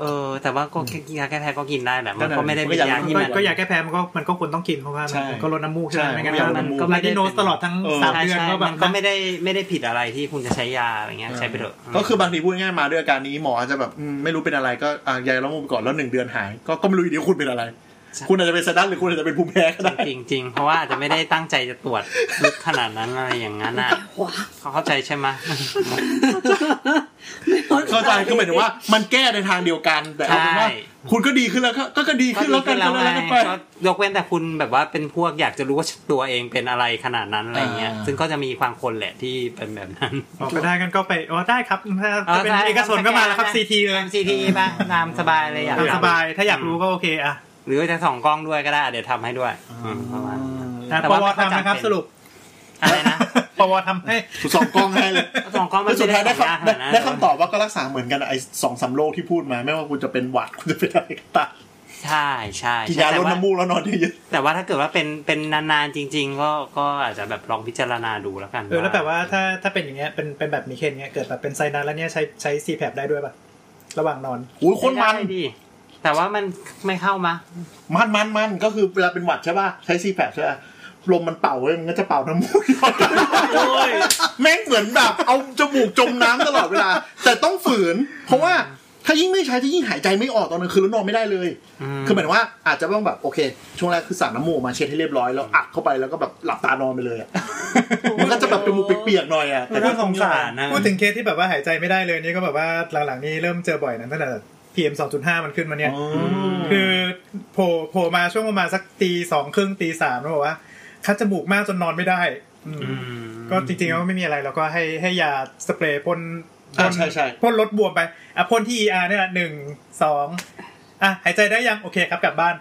Speaker 3: เออ แต่ว่าก็กินยาแก้แพ้ก็กินได้แหละมัน
Speaker 7: ก็
Speaker 3: ก็
Speaker 7: นั่นแหละ
Speaker 3: ไม่ได้เป็
Speaker 7: ก็ยาย
Speaker 3: นาที่
Speaker 5: ก็
Speaker 3: มัน
Speaker 5: ก็ยาแก้แพ้มันก็มันก็ควรต้องกินเพราะว่า
Speaker 7: ใช่
Speaker 5: มันก็ลดน้ำมูกใช่ไหม
Speaker 7: ใช่
Speaker 5: ไม่งั้น
Speaker 7: มันก็
Speaker 5: มันก็
Speaker 7: ลดน้ำมูก
Speaker 5: ไม่ได้โนสตลอดทั้งสาม
Speaker 3: ใช่
Speaker 5: เดือน
Speaker 3: ใช่
Speaker 5: ก็แบ
Speaker 3: มั
Speaker 5: บ
Speaker 3: นก็ไม่ได้ไม่ได้ผิดอะไรที่คุณจะใช้ยาอะไรเงี้ยใช้ไปเถอะ
Speaker 7: ก็คือบางทีพูดง่ายๆมาด้วยอาการนี้หมออาจจะแบบอืมไม่รู้เป็นอะไรก็อ่ะยาละมุนไปก่อนแล้วหนึ่งเดือนหาย ก็ก็ไม่รู้อยู่ดีว่าคุณเป็นอะไร คุณอาจจะเป็นสะดันหรือคุณอาจจะเป็นภูมิแพ้ก็ได้
Speaker 3: จริงๆจริงๆเพราะว่าอาจจะไม่ได้ตั้งใจจะตรวจลึกขนาดนั้นอะไรอย่างนั้นอ่ะเขาเข้าใจใช่ไหม
Speaker 7: เข้าใจก็หมายถึงว่ามันแก้ในทางเดียวกันแต่เอาเป็นว่า
Speaker 3: ใช่
Speaker 7: คุณก็ดีขึ้นแล้วก็ก็ก็ดีขึ้นแล้วกันก็แล้วกันไป
Speaker 3: ก็ยกเว้นแต่คุณแบบว่าเป็นพวกอยากจะรู้ว่าตัวเองเป็นอะไรขนาดนั้นอะไรเงี้ย
Speaker 7: อ่า
Speaker 3: ซึ่งก็จะมีบางคนแหละที่เป็นแบบนั้น
Speaker 5: บอกก็ได้กันก็ไปอ๋อได้ครับถ้าถ้าเป็นเอกชนก็มาแล้วครับซีทีเลย
Speaker 3: ซีทีป่ะตามสบายเลยอยาก
Speaker 5: ตามสบายถ้าอยากรู้ก็โอเคอะ
Speaker 3: หรือจะส่องกล้องด้วยก็ได้เดี๋ยวทำให้ด้วยอืมประมาณนั้น
Speaker 5: อ่ะ
Speaker 3: แต่
Speaker 5: ป
Speaker 3: ว่าไม่
Speaker 5: ว
Speaker 3: ค่อย
Speaker 5: ทำนะครับ
Speaker 3: จำเป็น
Speaker 5: สรุป
Speaker 3: อะไรนะ
Speaker 5: ปวทำให้
Speaker 7: สองกล้องให้เลย
Speaker 3: ส่องกล้องมั
Speaker 7: แล้
Speaker 3: น
Speaker 7: วสุดท้ายได้
Speaker 3: ไม่ได้
Speaker 7: คำ
Speaker 3: ข
Speaker 7: ได้
Speaker 3: นาดนั้น
Speaker 7: ได้คำตอบว่าก็รักษาเหมือนกันไอ้สองสามโรคที่พูดมา ไม่ว่าคุณจะเป็นหวัดคุณจะเป็นอะไรก็ตาม
Speaker 3: ใช่ใช่
Speaker 7: กิน
Speaker 3: ใช่
Speaker 7: ยาล
Speaker 3: แต่
Speaker 7: ด
Speaker 3: ว่า
Speaker 7: น้ำมูกแล้วนอนเยอะ
Speaker 3: แต่ว่าถ้าเกิดว่าเป็นเป็นนานๆจริง ๆ ก็ก็อาจจะแบบลองพิจารณาดูแล้วกัน
Speaker 5: เออแล้วแบบว่าถ้าถ้าเป็นอย่างเงี้ยเป็นเป็นแบบมีเคนเงี้ยเกิดแบบเป็นไซนัสแล้วเนี่ยใช้ใช้ซีแพได้ด้วยป่ะ ระหว่างนอน
Speaker 7: ๆอุ้ยคนมัน
Speaker 3: ได้ดีแต่ว่ามันไม่เข้ามา
Speaker 7: มันมันมันก็คือเวลาเป็นหวัดใช่ป่ะ ใช้ซีแพดใช่ป่ะลมมันเป่าเว้ยมันก็จะเป่าน้ำมูกแม่งเหมือนแบบเอาจมูกจมน้ำตลอดเวลา แต่ต้องฝืน เพราะว่าถ้ายิ่งไม่ใช้จะยิ่งหายใจไม่ออกตอนกลางคืนแล้วนอนไม่ได้เลย
Speaker 3: อืม
Speaker 7: คือหมายถึงว่าอาจจะต้องแบบโอเค ช่วงแรกคือสาดน้ำมูกมาเช็ดให้เรียบร้อยแล้วอัดเข้าไปแล้วก็แบบหลับตานอนไปเลยอะมันก็จะแบบจมูกเปียกๆหน่อยอะแต่ก็
Speaker 3: น่าสงสารนะ
Speaker 5: พูดถึงเคสที่แบบว่าหายใจไม่ได้เลยนี่ก็แบบว่าหลังๆนี่เริ่มเจอบ่อยนะตั้งแต่ PM 2.5 มันขึ้นมาเนี่ย
Speaker 7: อ๋อ
Speaker 5: คือโผล่โผล่มาช่วงประมาณสักตีสองครึ่งตีสามแล้วบอกว่าคัดจมูกมากจนนอนไม่ได้อืมก็จริงๆแล้วไม่มีอะไรเราก็ให้ให้ยาสเปรย์พ่น
Speaker 7: อ่า
Speaker 5: พ่น
Speaker 7: ใช่ใช่
Speaker 5: พ่นลดบวมไปอ่ะพ่นที่ ER เนี่ยหนึ่งสองอ่ะหายใจได้ยังโอเคครับกลับ บ้าน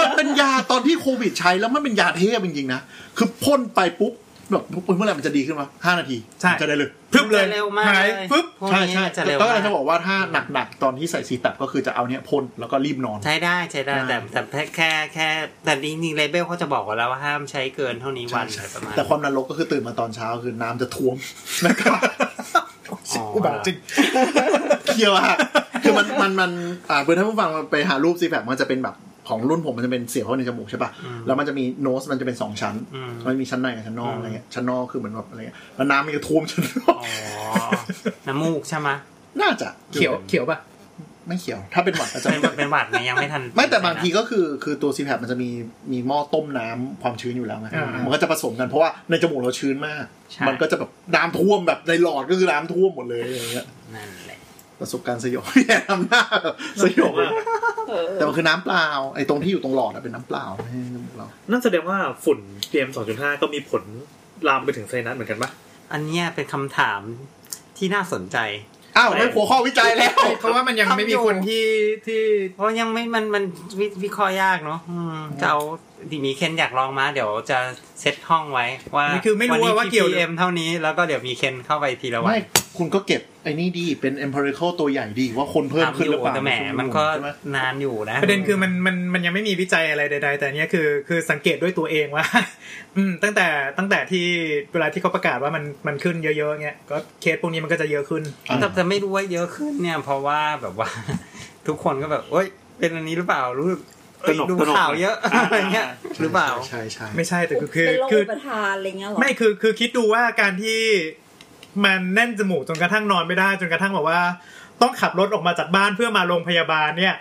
Speaker 7: มันเป็นยาตอนที่โควิดใช้แล้วมันเป็นยาเทพจริงๆนะ คือพ่นไปปุ๊บแบบเมื่อไหร่มันจะดีขึ้นวะห้านาที
Speaker 5: ใช่
Speaker 7: จะได้เลย
Speaker 5: พึบเลย
Speaker 3: จะเร็วมาก
Speaker 5: หาย
Speaker 3: เลย
Speaker 5: ปึ๊บ
Speaker 3: พวก
Speaker 7: ใช่
Speaker 3: นี้
Speaker 7: ใช่
Speaker 3: จะเร็ว
Speaker 7: ก็กำ
Speaker 3: มา
Speaker 7: ลั
Speaker 3: ก
Speaker 7: งจะบอกว่าถ้าหนักๆ ตอนที่ใส่ซีแตบก็คือจะเอาเนี้ยพ่นแล้วก็รีบนอน
Speaker 3: ใช้ได้ใช้ได้แต่แต่แค่แค่แค่แต่จริงๆเลเบลเขาจะบอกไว่าแล้วว่าห้ามใช้เกินเท่านี้วันอะไรประมาณ
Speaker 7: แต่ความนรกก็คือตื่นมาตอนเช้าคือน้ำจะท่ว มนะครับ
Speaker 5: อุบัติจริง
Speaker 7: เคียวอะคือมันมันมันอ่าเพื่อนท่านผู้ฟังไปหารูปซีแตบมันจะเป็นแบบของรุ่นผมมันจะเป็นเสียบเข้าในจมูกใช่ป่ะแล้วมันจะมีโนสมันจะเป็นสองชั้น มันมีชั้นในกับชั้นนอกอะไรเงี้ยชั้นนอกคือเหมือนแบบอะไรเงี้ยแล้วน้ำมันจะท่วมชั้นนอก
Speaker 3: อ๋อน้ำมูกใช่ไหมะ
Speaker 7: น่าจะ
Speaker 5: เขียวเขียวป่ะ
Speaker 7: ไม่เขียว ถ้าเป็นหวัดก็จะ
Speaker 3: เป็นเป็นหวัดนะยังไม่ทัน
Speaker 7: ไม่แต่บางทีก็คือคือตัวซีแพมันจะมีมีหม้อต้มน้ำความชื้นอยู่แล้วไง
Speaker 5: อ่ามั
Speaker 7: มันก็จะผสมกันเพราะว่าในจมูกเราชื้นมาก
Speaker 3: ใช่
Speaker 7: มันก็จะแบบน้ำท่วมแบบในหลอดก็คือน้ำท่วมหมดเลยอะไรเงี้ย
Speaker 3: นั่นแหละ
Speaker 7: ประสบการณ์สยอง แย่ทำหน้าแบบสยองมาก
Speaker 2: เออ
Speaker 7: แต่มันคือน้ำเปล่าไอ้ตรงที่อยู่ตรงหลอดอะเป็นน้ำเปล่าไม่ใช่น้ำเรา
Speaker 6: นั่นแสดงว่าฝุ่น PM 2.5 ก็มีผลลามไปถึงไซนัสเหมือนกันปะ
Speaker 3: อันเนี้ยเป็นคำถามที่น่าสนใจ
Speaker 7: อ้าวไม่หัวข้อวิจัยแล้ว
Speaker 5: เพราะว่ามันยังไม่มีคนที่ที่
Speaker 3: เพราะยังไม่มันมันวิวิเคราะห์ยากเนาะอืมจะเอาดีมีเคนอยากลองมาเดี๋ยวจะเซตห้องไว้ ว่า
Speaker 5: นี่คือไม่รู้ว่าว่าเกี่ยวหรือ
Speaker 3: เอ็มเท่านี้แล้วก็เดี๋ยวมีเคนเข้าไปทีละวัน
Speaker 7: ไม่คุณก็เก็บไอ้นี่ดีเป็น empirical ตัวใหญ่ดีว่าคนเพิ่มขึ้นหรือเปล่า
Speaker 3: แต่แหมมันก็
Speaker 7: ใช่ไหม
Speaker 3: นานอยู่นะ
Speaker 5: ประเด็นคือมันมันมันยังไม่มีวิจัยอะไรใด ๆ แต่อันเนี้ยคือคือสังเกตด้วยตัวเองว่า อืมตั้งแต่ตั้งแต่ที่เวลาที่เขาประกาศว่ามันมันขึ้นเยอะๆเงี้ยก็เคสพวกนี้มันก็จะเยอะขึ้น
Speaker 3: แต่แต่ไม่รู้ว่าเยอะขึ้นเนี่ย เพราะว่าแบบว่า ทุกคนก็แบบเอ้ย เป็นอันนี้หรือเปล่ารู้สึก
Speaker 6: ตระหนก
Speaker 3: ดู
Speaker 6: ตระหนก
Speaker 3: ข่าวเยอะอะไรเงี้ยหรือเปล่า
Speaker 7: ใช่ใช่
Speaker 5: ไม่ใช่แต่คือคือ
Speaker 2: เป็นโรค
Speaker 5: คือ
Speaker 2: อุปทานอะไรเงี้ยเหรอ
Speaker 5: ไม่คือคือคิดดูว่าการที่มันแน่นจมูกจนกระทั่งนอนไม่ได้จนกระทั่งแบบว่า ต้องขับรถออกมาจากบ้านเพื่อมาโรงพยาบาลเนี่ย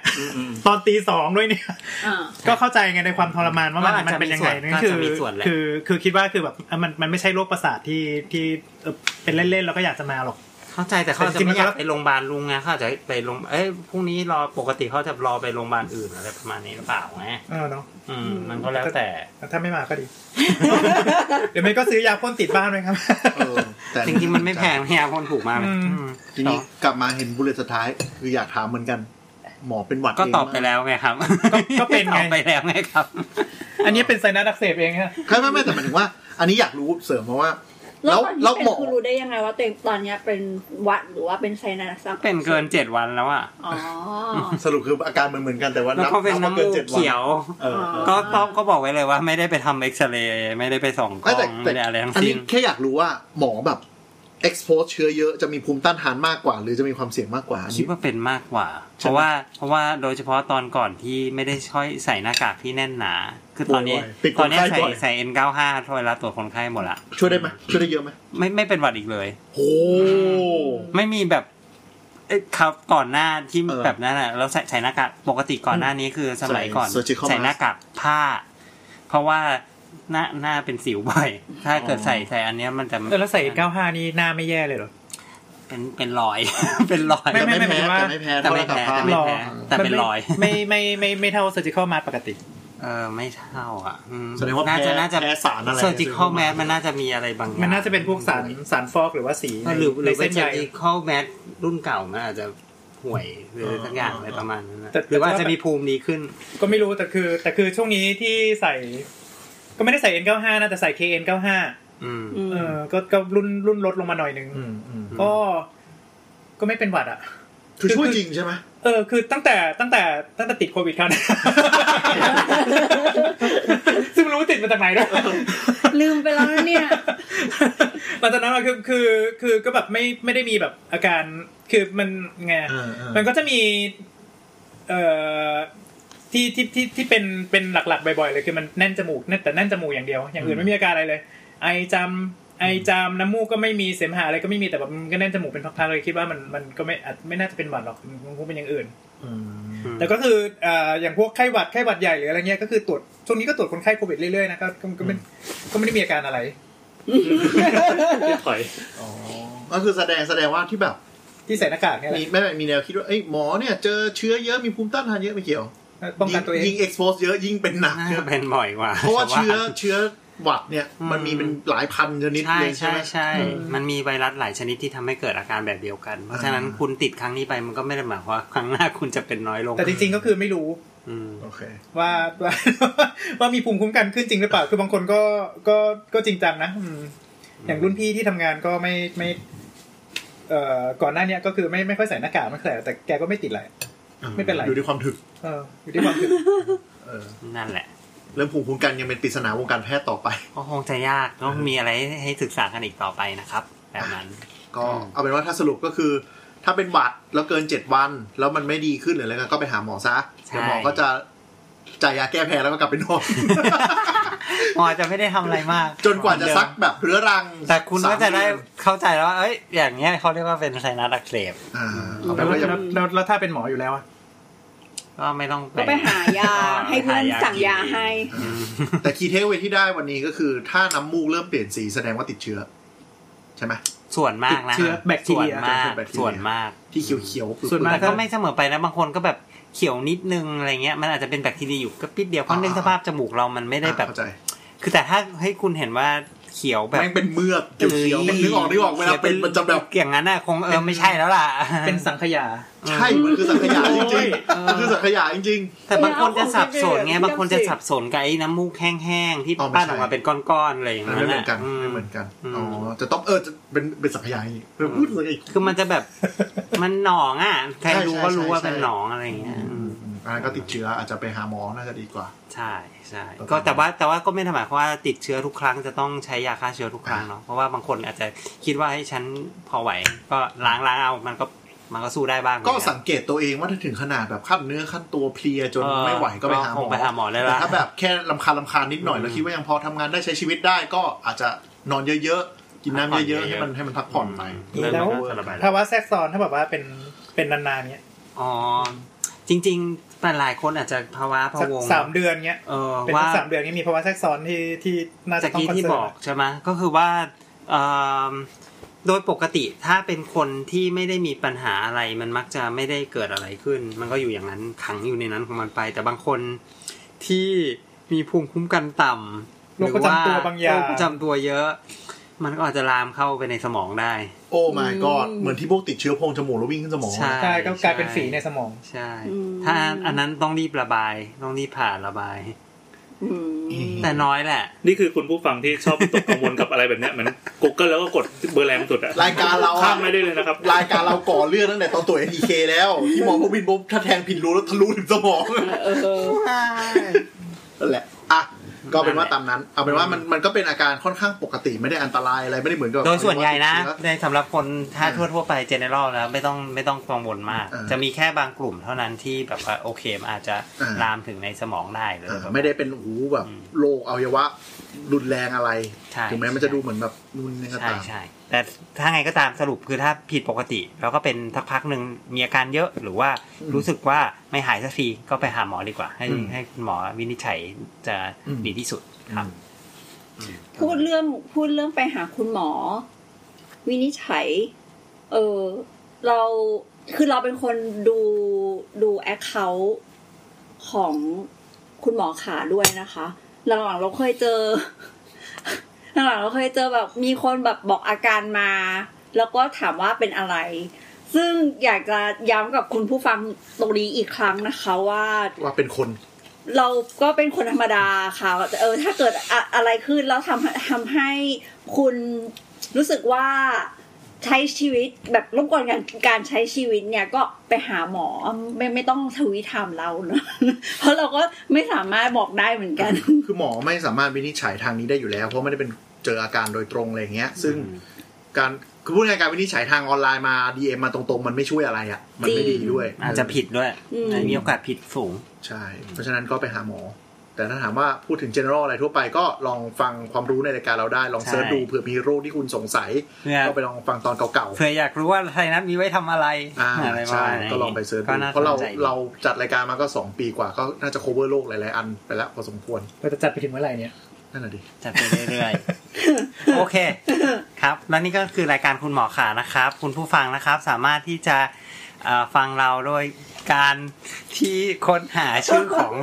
Speaker 5: ตอนตีสองด้วยเนี่ย
Speaker 2: อ่า
Speaker 5: ก็เข้าใจไงในความทรมานว่ามัน
Speaker 3: ก็อาจ
Speaker 5: มัน
Speaker 3: จะ
Speaker 5: เป็นยังไงนั่น
Speaker 3: มีส่วน
Speaker 5: คื
Speaker 3: ก็อาจ
Speaker 5: อ
Speaker 3: จะมีส่วนแหละ
Speaker 5: คือคือคิดว่าคือแบบอ่ะมันมันไม่ใช่โรคประสาทที่ที่เอ่อเป็นเล่นๆแล้วก็อยากจะมาหรอก
Speaker 3: เข้าใจแต่เขาอาจจะไม่อยากไปโรงพยาบาลลุงไงเขาอาจจะไปโรงเอ้ยพรุ่งนี้รอปกติเขาจะรอไปโรงพยาบาลอื่นอะไรประมาณนี้หรือเปล่าไง
Speaker 5: เออเนาะ
Speaker 3: อืมมันก็แล้วแต่
Speaker 5: ถ้าไม่มาก็ดี เดี๋ยวไม่ก็ซื้อยาพ่นติดบ้าน เลยครับ
Speaker 7: เออแต่
Speaker 3: จริงๆมันไม่แพงนะยาพ่นถูกมากเลย
Speaker 5: อืม
Speaker 3: อืม
Speaker 7: ทีนี้กลับมาเห็นบุลเลตสุดท้าย คืออยากถามเหมือนกัน หมอเป็นหวัด
Speaker 3: ก็
Speaker 7: เง
Speaker 3: ตอบไป
Speaker 7: มั้ย
Speaker 3: แล้วไงครับ
Speaker 5: ก็ก็เป็น
Speaker 3: ต
Speaker 5: ไง
Speaker 3: อบไปแล้วไงครับ
Speaker 5: อันนี้เป็นไซนัสอักเสบเองฮะ
Speaker 7: ใช่ไม่ไม่แต่หมายถึงว่า อันนี้อยากรู้เสริมมาว่า
Speaker 2: แล้
Speaker 7: แล้ว ว
Speaker 2: ตอที่
Speaker 7: แล้วนหมอ
Speaker 2: เป็นคือรู้ได้ยังไงว่าตัวเองตอนเนี้ยเป็นหวัดหรือว่าเป็นไซนัสอัก
Speaker 3: เป็นเกินเจ็ดวันแล้วอ่ะ
Speaker 2: อ๋อ
Speaker 7: สรุปคืออาการเหมือนเหมือนๆกันแต่ว่า
Speaker 3: แล้ว
Speaker 7: นับ
Speaker 3: ก็เป็น
Speaker 7: นับ
Speaker 3: น้ำ
Speaker 7: ว่า
Speaker 3: มูก
Speaker 7: เกินเจ็ดวัน
Speaker 3: เขียว
Speaker 7: เออเออ
Speaker 3: ก็ต้องก็บอกไว้เลยว่าไม่ได้ไปทำเอ็กซเรย์ไม่ได้ไปส่องกล้
Speaker 7: ไม่
Speaker 3: องไม่
Speaker 7: แต่แต่
Speaker 3: ได้อะไรทั้ง
Speaker 7: อัน
Speaker 3: สิ้
Speaker 7: นี้
Speaker 3: น
Speaker 7: แค่อยากรู้ว่าหมอแบบ expose เชื้อเยอะจะมีภูมิต้านทานมากกว่า หรือจะมีความเสี่ยงมากกว่าอัน
Speaker 3: คิด
Speaker 7: นี้
Speaker 3: ว่าเป็นมากกว่า
Speaker 7: ใช่
Speaker 3: เพราะว่าเพราะว่าโดยเฉพาะตอนก่อนที่ไม่ได้ช่วยใส่หน้ากากที่แน่นหนา คือตอนนี้
Speaker 7: โอ้ยติดค
Speaker 3: ตอน
Speaker 7: นไข้
Speaker 3: นี้ใส่
Speaker 7: บ่อย
Speaker 3: ใส่ N95 ช่วยละตรวจคนไข้หมดละ
Speaker 7: ช่วยได้ไหมช่วยได้เยอะไหม
Speaker 3: ไม่ไม่เป็นหวัดอีกเลย
Speaker 7: โอ้
Speaker 3: ไม่มีแบบเอ้ยครับก่อนหน้าที่แบบนั้นอ่ะเราใส่ใส่หน้ากากปกติก่อนหน้านี้คือสมัยก่อนใส่หน้ากากผ้า เพราะว่าหน้าหน้าเป็นสิวบ่อย ถ้าเกิดใส่ใส่อันเนี้ยมันจะ
Speaker 5: เออแล้วใส่ 95 นี่หน้าไม่แย่เลยเหรอ
Speaker 3: เป็นเป็นรอย เป็นรอย
Speaker 5: ไม่
Speaker 7: แต่
Speaker 5: ไม่
Speaker 7: ไม่แพ้
Speaker 5: หมายถึงว่า
Speaker 7: แต่ไม่แพ้
Speaker 3: แต่
Speaker 7: เท่า
Speaker 3: ไม่แพ้
Speaker 7: หน้ากากผ้า
Speaker 3: แต่ไม่แพ้แต่เป็นรอย
Speaker 5: ไม่ไม่ไม่ไม่เท่าเซอร์จิคอลมาปกติ
Speaker 3: เออไม่เท่าอ่ะอืม
Speaker 7: แสดงว่า
Speaker 3: น่า
Speaker 7: แพ้
Speaker 3: จะน่าจะ
Speaker 7: แพ้สารอะไร
Speaker 3: เซอร์จิคอลแมสมันน่าจะมีอะไรบางอย่าง
Speaker 5: มันน่าจะเป็นพวกสารสารฟอกหรือว่าสีใน
Speaker 3: หรือห
Speaker 5: ใน
Speaker 3: รือเป็
Speaker 5: เส้
Speaker 3: น
Speaker 5: น
Speaker 3: เซ
Speaker 5: ใย
Speaker 3: อร์จิคอลแมสรุ่นเก่ามันอาจจะห่วยหรือสักอย่างอะไรประมาณนั้นนะ
Speaker 5: แต่
Speaker 3: หรือว่าจะมีภูมิดีขึ้น
Speaker 5: ก็ไม่รู้แต่คือ แต่คือช่วงนี้ที่ใส่ ก็ไม่ได้ใส่ N95 นะแต่ใส่ KN95
Speaker 3: อืม
Speaker 2: อืม
Speaker 5: เออก็ก็รุ่นรุ่นลดลงมาหน่อยนึง ก็ก็ไม่เป็นหวัดอ่ะ
Speaker 7: คือช่วยจริงใช่ไหม
Speaker 5: เออคือตั้งแต่ตั้งแต่ตั้ง แต่ติดโควิดครับ ซึ่งไม่รู้ว่าติดมาจากไหนด้วย
Speaker 2: ลืมไปแล้วนะเนี่ย
Speaker 5: หลังจากนั้นอะคือคือคือก็แบบไม่ไม่ได้มีแบบอาการคือมันไง
Speaker 7: เออเออ
Speaker 5: มันก็จะมีเอ่อที่ที่ที่ที่เป็นเป็นหลักๆบ่อยๆเลยคือมันแน่นจมูกแน่นแต่แน่นจมูกอย่างเดียว อย่างอื่นไม่มีอาการอะไรเลย ไอจามไอจามน้ำมูกก็ไม่มีเสมหะอะไรก็ไม่มีแต่แบบมันก็แน่นจมูกเป็นพักๆเลยคิดว่ามันมันก็ไม่อาจไม่น่าจะเป็นหวัดหรอกมันคงเป็นอย่างอื่น
Speaker 7: อืม
Speaker 3: อืม
Speaker 5: แต่ก็คือเอ่ออย่างพวกไข้หวัดไข้หวัดใหญ่หรืออะไรเงี้ยก็คือตรวจช่วงนี้ก็ตรวจคนไข้โควิดเรื่อยๆนะก็ก็ก็ไม่ก็ไม่ได้มีอาการอะไร
Speaker 6: ถอย
Speaker 7: อ๋อก็คือแสดงแสดงว่าที่แบบ
Speaker 5: ที่ใส่หน้ากากเนี่ยแห
Speaker 7: มี
Speaker 5: ละ
Speaker 7: ไม่ไม่มีแนวคิดว่าเอ้ยหมอเนี่ยเจอเชื้อเยอะมีภูมิต้านทานเยอะไม่เกี่ยว
Speaker 5: ป้องกันตัวเอง
Speaker 7: ยิงเอ็กซ์โพสเยอะยิ่งเป็นหนัก
Speaker 3: น่า
Speaker 7: เย
Speaker 3: จะ
Speaker 7: อะ
Speaker 3: เป็นบ่อยกว่า
Speaker 7: เพราะว่า
Speaker 3: ช
Speaker 7: เชื้อ
Speaker 3: บ้น
Speaker 7: เชื้อหวัดเนี่ยมันมีเป็นหลายพันชนิด
Speaker 3: ใช่
Speaker 7: เลยใช่
Speaker 3: ใช่
Speaker 7: ไหม
Speaker 3: ใช่ มันมีไวรัสหลายชนิดที่ทำให้เกิดอาการแบบเดียวกัน เพราะฉะนั้น
Speaker 7: อ่า
Speaker 3: คุณติดครั้งนี้ไปมันก็ไม่ได้หมายความว่าครั้งหน้าคุณจะเป็นน้อยลง
Speaker 5: แต่จริงๆก็คือไม่รู้
Speaker 3: อืม
Speaker 7: โอเค
Speaker 5: ว่า ว่าว่ามีภูมิคุ้มกันขึ้นจริงหรือเปล่า คือบางคนก็ก็ก็จริงจังนะอืมอย่างรุ่นพี่ที่ทำงานก็ไม่ไม่เอ่อก่อนหน้าเนี้ยก็คือไม่ไม่ค่อยใส่หน้ากากไม่ค่อยอะไรแต่แกก็ไม่ติดอะไร ไม่เป็นไร
Speaker 7: อยู่ที่ความถึก
Speaker 5: เอออยู่ที่ ความคิด
Speaker 7: เออ
Speaker 3: นั่นแหละ
Speaker 7: เรื่องภูมิคุ้มกันยังเป็นปริศนาวงการแพทย์ต่อไป
Speaker 3: ก็คงจะยากต้องมีอะไรให้ศึกษากันอีกต่อไปนะครับ แบบนั้น
Speaker 7: ก็เอาเป็นว่าถ้าสรุปก็คือ ถ้าเป็นหวัดแล้วเกินเจ็ดวัน แล้วมันไม่ดีขึ้นหรืออะไรเงี้ยก็ไปหาหมอซะ
Speaker 3: ใช่
Speaker 7: เดี๋ยวหมอก็จะจ่ายยาแก้แพ้แล้วก็กลับไปนอน
Speaker 3: หมอจะไม่ได้ทำอะไรมาก
Speaker 7: จนกว่าจะซักแบบเรื้อรัง
Speaker 3: แต่คุณ
Speaker 7: สาม
Speaker 3: ก็จะได้
Speaker 7: เดือน
Speaker 3: เข้าใจแล้วว่าเอ้ย อย่างเงี้ยเขาเรียกว่าเป็นไซนัสอักเสบ
Speaker 7: อ่าเอาเป็
Speaker 5: แล้ว
Speaker 7: นว่ายัง
Speaker 5: แล้วแล้วถ้าเป็นหมออยู่แล้วอะ
Speaker 3: ก็ไม่ต้อง
Speaker 2: ก็ไปหายา
Speaker 3: ก็
Speaker 2: ให้เพื่อน
Speaker 3: ไปห
Speaker 2: สั่งยาให้
Speaker 3: อืม
Speaker 7: แต่คีย์เทคเวย์ที่ได้วันนี้ก็คือ ถ้าน้ำมูกเริ่มเปลี่ยนสีแสดงว่าติดเชื้อ ใช่ไหม
Speaker 3: ส่วนมากนะ
Speaker 5: ติดเชื้อแบคที
Speaker 3: ส่ว
Speaker 5: เรี
Speaker 3: น
Speaker 5: ย
Speaker 3: มาก
Speaker 7: แบคทีเรีย
Speaker 3: ส่วนมาก
Speaker 7: ที่เขียวเขียวๆปื้อๆ
Speaker 5: ส่วนมาก
Speaker 3: แต่ก็ไม่เสมอไปนะบางคนก็แบบเขียวนิดนึงอะไรเงี้ยมันอาจจะเป็นแบคทีเรียอยู่ก็ปิดเดียวเพราะเนื่องสภาพจมูกเรามันไม่ได้แบบ
Speaker 7: เข้าใจ
Speaker 3: คือแต่ถ้าให้คุณเห็นว่าเขียวแบบ
Speaker 7: แม่งเป็นเมือกเขียวเขียวๆ
Speaker 3: เ
Speaker 7: นึกออกนึกออกเวลาเป็นมันจะแบบ
Speaker 3: อย่างนั้นน่ะคงเออไม่ใช่แล้วล่ะ
Speaker 5: เป็นสังขยา
Speaker 7: ใช่มันคือสังขยาจริงๆมันคือสังขยาจริง
Speaker 3: แต่บางคนจะสับสนไง
Speaker 2: เอาของ
Speaker 3: บางคน
Speaker 2: พี่
Speaker 3: จะ
Speaker 2: เบส
Speaker 3: สับสนกับไอ้น้ำมูกแห้งๆที่
Speaker 7: อ๋อไม่
Speaker 3: ปั้น
Speaker 7: ใช่
Speaker 3: ออกมาเป็นก้อนๆอะไรอย่าง
Speaker 7: ๆ
Speaker 3: นั้
Speaker 7: ไม่
Speaker 3: น
Speaker 7: เหมื
Speaker 3: น่ะ
Speaker 7: อนกัน
Speaker 3: อืม
Speaker 7: ไม่เหมือนกัน
Speaker 3: อืม
Speaker 7: อ๋อจะต้องเออจะเป็นเป็นสังขยาอีกเป็นพูดเลยอีก
Speaker 3: คือมันจะ แบบมันหนองอ่ะใคร
Speaker 7: ใช่
Speaker 3: รู้ก็รู้ว่า
Speaker 7: ใช่ใช่
Speaker 3: เป็นหนองอะไรอย่างเงี้ยอืม
Speaker 7: อันนั้นก็ติดเชื้ออาจจะไปหาหมอน่าจะดีกว่า
Speaker 3: ใช่ใช่ก็แต่ว่าแต่ว่าก็ไม่ได้หมายความว่าติดเชื้อทุกครั้งจะต้องใช้ยาฆ่าเชื้อทุกครั้งเนาะเพราะว่าบางคนอาจจะคิดว่าให้ยฉันพอไหว ก็ล้างล้างๆเอามันก็มันก็สู้ได้บ้าง
Speaker 7: ก็สังเกตตัวเองว่าถ้าถึงขนาดแบบขั้นเนื้อขั้นตัวเพลียจน
Speaker 3: เออ
Speaker 7: ไม่ไหวก็ไปหาหม
Speaker 3: ค
Speaker 7: อง
Speaker 3: ไปหาหมอแล้วล่ะ
Speaker 7: แต่ถ้าแบบแค่ลำคาญลำคาญนิดหน่อยแล้วคิดว่ายังพอทำงานได้ใช้ชีวิตได้ก็อาจจะนอนเยอะๆ กินน้ำเยอะๆ ให้มันให้มันพักผ่อนไป
Speaker 5: แล้ว
Speaker 3: สบาย
Speaker 5: ภาวะแทรกซ้อนถ้าแบบว่าเป็นเป็นนานๆเนี้ย
Speaker 3: อ๋อจริงๆแต่หลายคนอาจจะภาวะพะ
Speaker 5: สัก
Speaker 3: วง
Speaker 5: สามเดือนเนี้ย
Speaker 3: เออ
Speaker 5: เป็น
Speaker 3: ว่า
Speaker 5: สักสามเดือนนี้มีภาวะแทรกซ้อนที่ที่น่าจะ
Speaker 3: จาก
Speaker 5: ต้อง
Speaker 3: กี้
Speaker 5: คอน
Speaker 3: ที่บ
Speaker 5: เซิร์
Speaker 3: อก
Speaker 5: น
Speaker 3: ใช่ไหมก็คือว่าเอิ่มโดยปกติถ้าเป็นคนที่ไม่ได้มีปัญหาอะไร มันมักจะไม่ได้เกิดอะไรขึ้น มันก็อยู่อย่างนั้นขังอยู่ในนั้นของมันไป แต่บางคนที่มีภูมิคุ้มกันต่ำ
Speaker 5: โรคประจำตัวบางอย่า
Speaker 3: โรง คประจำตัวเยอะ มันก็อาจจะลามเข้าไปในสมองได้
Speaker 7: โอ้ my god เหมือนที่พวกติดเชื้อโพรงจมูกแล้ววิ่งขึ้นสมอง
Speaker 3: ใช่
Speaker 5: ใช่ก็กลายเป็นฝีในสมอง
Speaker 3: ใช่
Speaker 2: อืม
Speaker 3: ถ้าอันนั้นต้องรีบระบาย ต้องรีบผ่าระบาย
Speaker 2: อืม
Speaker 3: แต่น้อยแหละ
Speaker 6: นี่คือคุณผู้ฟังที่ชอบตกกังวลกับอะไรแบบเนี้ยเหมือน Google แล้วก็กดเบอร์แรงสุดอะ
Speaker 7: รายการเรา
Speaker 6: ข้าม
Speaker 7: อะ
Speaker 6: ไม่ได้เลยนะครับ
Speaker 7: รายการเราก่อเรื่องตั้งแต่ตอนตัว NDK แล้วที่หมอพวกบินบุ๊บถ้าแทงผิดรู้แล้วทะลุถึงสมอง
Speaker 2: เออ
Speaker 7: นั่นแหละ อ่ะ ก็เป็นว่าตามนั้น เอาเป็นว่ามันมันก็เป็นอาการค่อนข้างปกติไม่ได้อันตรายอะไรไม่ได้เหมือนกับ
Speaker 3: โดยส่วนใหญ่นะ
Speaker 7: ติดเชื้อ
Speaker 3: ในสำหรับคนถ้าทั่วทั่วๆไปเจเนอเรลแล้วไม่ต้องไม่ต้องกังวลมาก
Speaker 7: อ่า
Speaker 3: จะมีแค่บางกลุ่มเท่านั้นที่แบบว่าโอเคมันอาจจะ
Speaker 7: อ่า
Speaker 3: ลามถึงในสมองได้เลย
Speaker 7: อ่าไม่ได้เป็นหูแบบโรคอวัยวะรุนแรงอะไร
Speaker 3: ใช่
Speaker 7: ถึงแม้มัน
Speaker 3: ใช่
Speaker 7: จะดูเหมือนแบบนุนยังไงก็
Speaker 3: ใช่
Speaker 7: ตาม
Speaker 3: ใช่แต่ถ้าไงก็ตามสรุปคือถ้าผิดปกติ แล้วก็เป็นทักพักหนึ่งมีอาการเยอะหรือว่ารู้สึกว่าไม่หายสักทีก็ไปหาหมอดีกว่า ให้ให้คุณหมอวินิจฉัยจะดีที่สุดครับ
Speaker 2: พูดเรื่องพูดเรื่องไปหาคุณหมอ วินิจฉัย เออเราคือเราเป็นคนดูดูแอคเคาท์ของคุณหมอขาด้วยนะคะ หลังๆเราเคยเจอ หลังๆเราเคยเจอแบบมีคนแบบบอกอาการมา แล้วก็ถามว่าเป็นอะไร ซึ่งอยากจะย้ำกับคุณผู้ฟังตรงนี้อีกครั้งนะคะว่า
Speaker 7: ว่าเป็นคน
Speaker 2: เราก็เป็นคนธรรมดาค่ะเออถ้าเกิดอะอะไรขึ้นแล้วทำทำให้คุณรู้สึกว่าใช้ชีวิตแบบรบกวนการการใช้ชีวิตเนี่ยก็ไปหาหมอไม่ไม่ต้องทวีทามเราเนอะ เพราะเราก็ไม่สามารถบอกได้เหมือน กัน
Speaker 7: คือหมอไม่สามารถวินิจฉัยทางนี้ได้อยู่แล้ว เพราะไม่ได้เป็นเจออาการโดยตรงอะไรอย่างเงี้ย ซึ่งการคือพูดง่ายๆการวินิจฉัยทางออนไลน์มา DM มาตรงๆ มันไม่ช่วยอะไรอ่ะมันไม่ดีด้วย
Speaker 3: อาจจะผิดด้วย
Speaker 2: อืม
Speaker 3: มีโอกาสผิดสูง
Speaker 7: ใช่ เพราะฉะนั้นก็ไปหาหมอ แต่ถ้าถามว่าพูดถึง general อะไรทั่วไปก็ลองฟังความรู้ในรายการเราได้ ลอง
Speaker 3: ใช่
Speaker 7: เซิร์ชดูเผื่อมีโรคที่คุณสงสัย
Speaker 3: เพื่อ
Speaker 7: ก็ไปลองฟังตอนเก่า
Speaker 3: เผื่ออยากรู้ว่าไทยนัดมีไว้ทำอะไร
Speaker 7: ๆ อ่า
Speaker 3: อะไรประ
Speaker 7: ใช่
Speaker 3: มาณนี้
Speaker 7: ก็ลองไปเซิร์ชดู
Speaker 3: ก็น่สนใจ
Speaker 7: เพราะเราเราจัดรายการมาก็ 2 ปีกว่าก็น่าจะ cover โรคหลาย ๆ อันไปแล้วพอสมควร
Speaker 5: เราจะจัดไปถึงเมื่อไหร่เนี่ย
Speaker 7: นั่นแหละดิ
Speaker 3: จัดไปเรื่อยๆ โอเค ครับ แล้วนี่ก็คือรายการคุณหมอขานะครับ คุณผู้ฟังนะครับ สามารถที่จะเอ่อฟังเราโดยการที่ค้นหาชื่อของ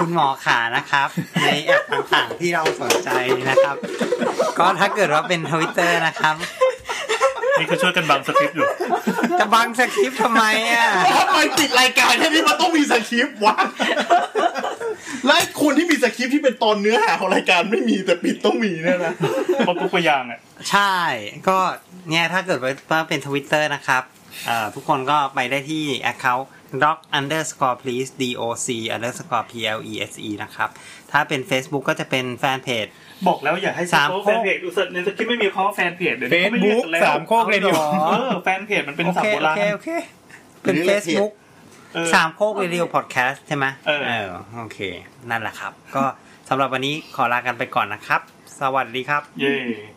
Speaker 3: คุณหมอขานะครับ ในแอปต่างๆที่เราสนใจนะครับ ก็ถ้าเกิดว่าเป็นทวิตเตอร์นะครับ
Speaker 6: นี่ก็ช่วยกันบังสคริปต์อยู่
Speaker 3: จะบังสคริปต์ทำไมอ่ะ
Speaker 7: ทำไมติดรายการแค่นี้มันต้องมีสคริปต์วะ และคนที่มีสคริปต์ที่เป็นตอนเนื้อหาของรายการไม่มีแต่ปิดต้องมีเนี่ยนะ
Speaker 6: เพราะทุกตัวอย่างอ่ะ
Speaker 3: ใช่ ก็เนี่ยถ้าเกิดว่าเป็นทวิตเตอร์นะครับเอ่อทุกคนก็ไปได้ที่ Account doc underscore please doc underscore please นะครับ ถ้าเป็น Facebook ก็จะเป็นแฟนเพจ
Speaker 6: บอกแล้วอย่าให้
Speaker 3: สาม
Speaker 6: โพสต์
Speaker 3: โค
Speaker 6: แฟ
Speaker 3: ก
Speaker 6: นเพจดูสิในสคริปต์ไม่มีคำว่าแฟนเพจเดี๋ยวนี้เขาไม่เรียก
Speaker 5: Facebook
Speaker 6: กันแล้ว
Speaker 5: สามโคกเรดิโอ
Speaker 6: เออแฟนเพจมันเป็น
Speaker 3: โอ
Speaker 6: สับ
Speaker 3: เค
Speaker 6: โบ
Speaker 3: โอ
Speaker 6: ราณ
Speaker 3: เค โอเค เป็น
Speaker 7: หรือ
Speaker 3: Facebook
Speaker 6: เออ
Speaker 3: สามโคกวิดีโอพอดแคสต์ใช่ไหม
Speaker 6: เออ
Speaker 3: โอเค นั่นแหละครับ ก็สำหรับวันนี้ขอลากันไปก่อนนะครับ สวัสดีครับ
Speaker 6: เย่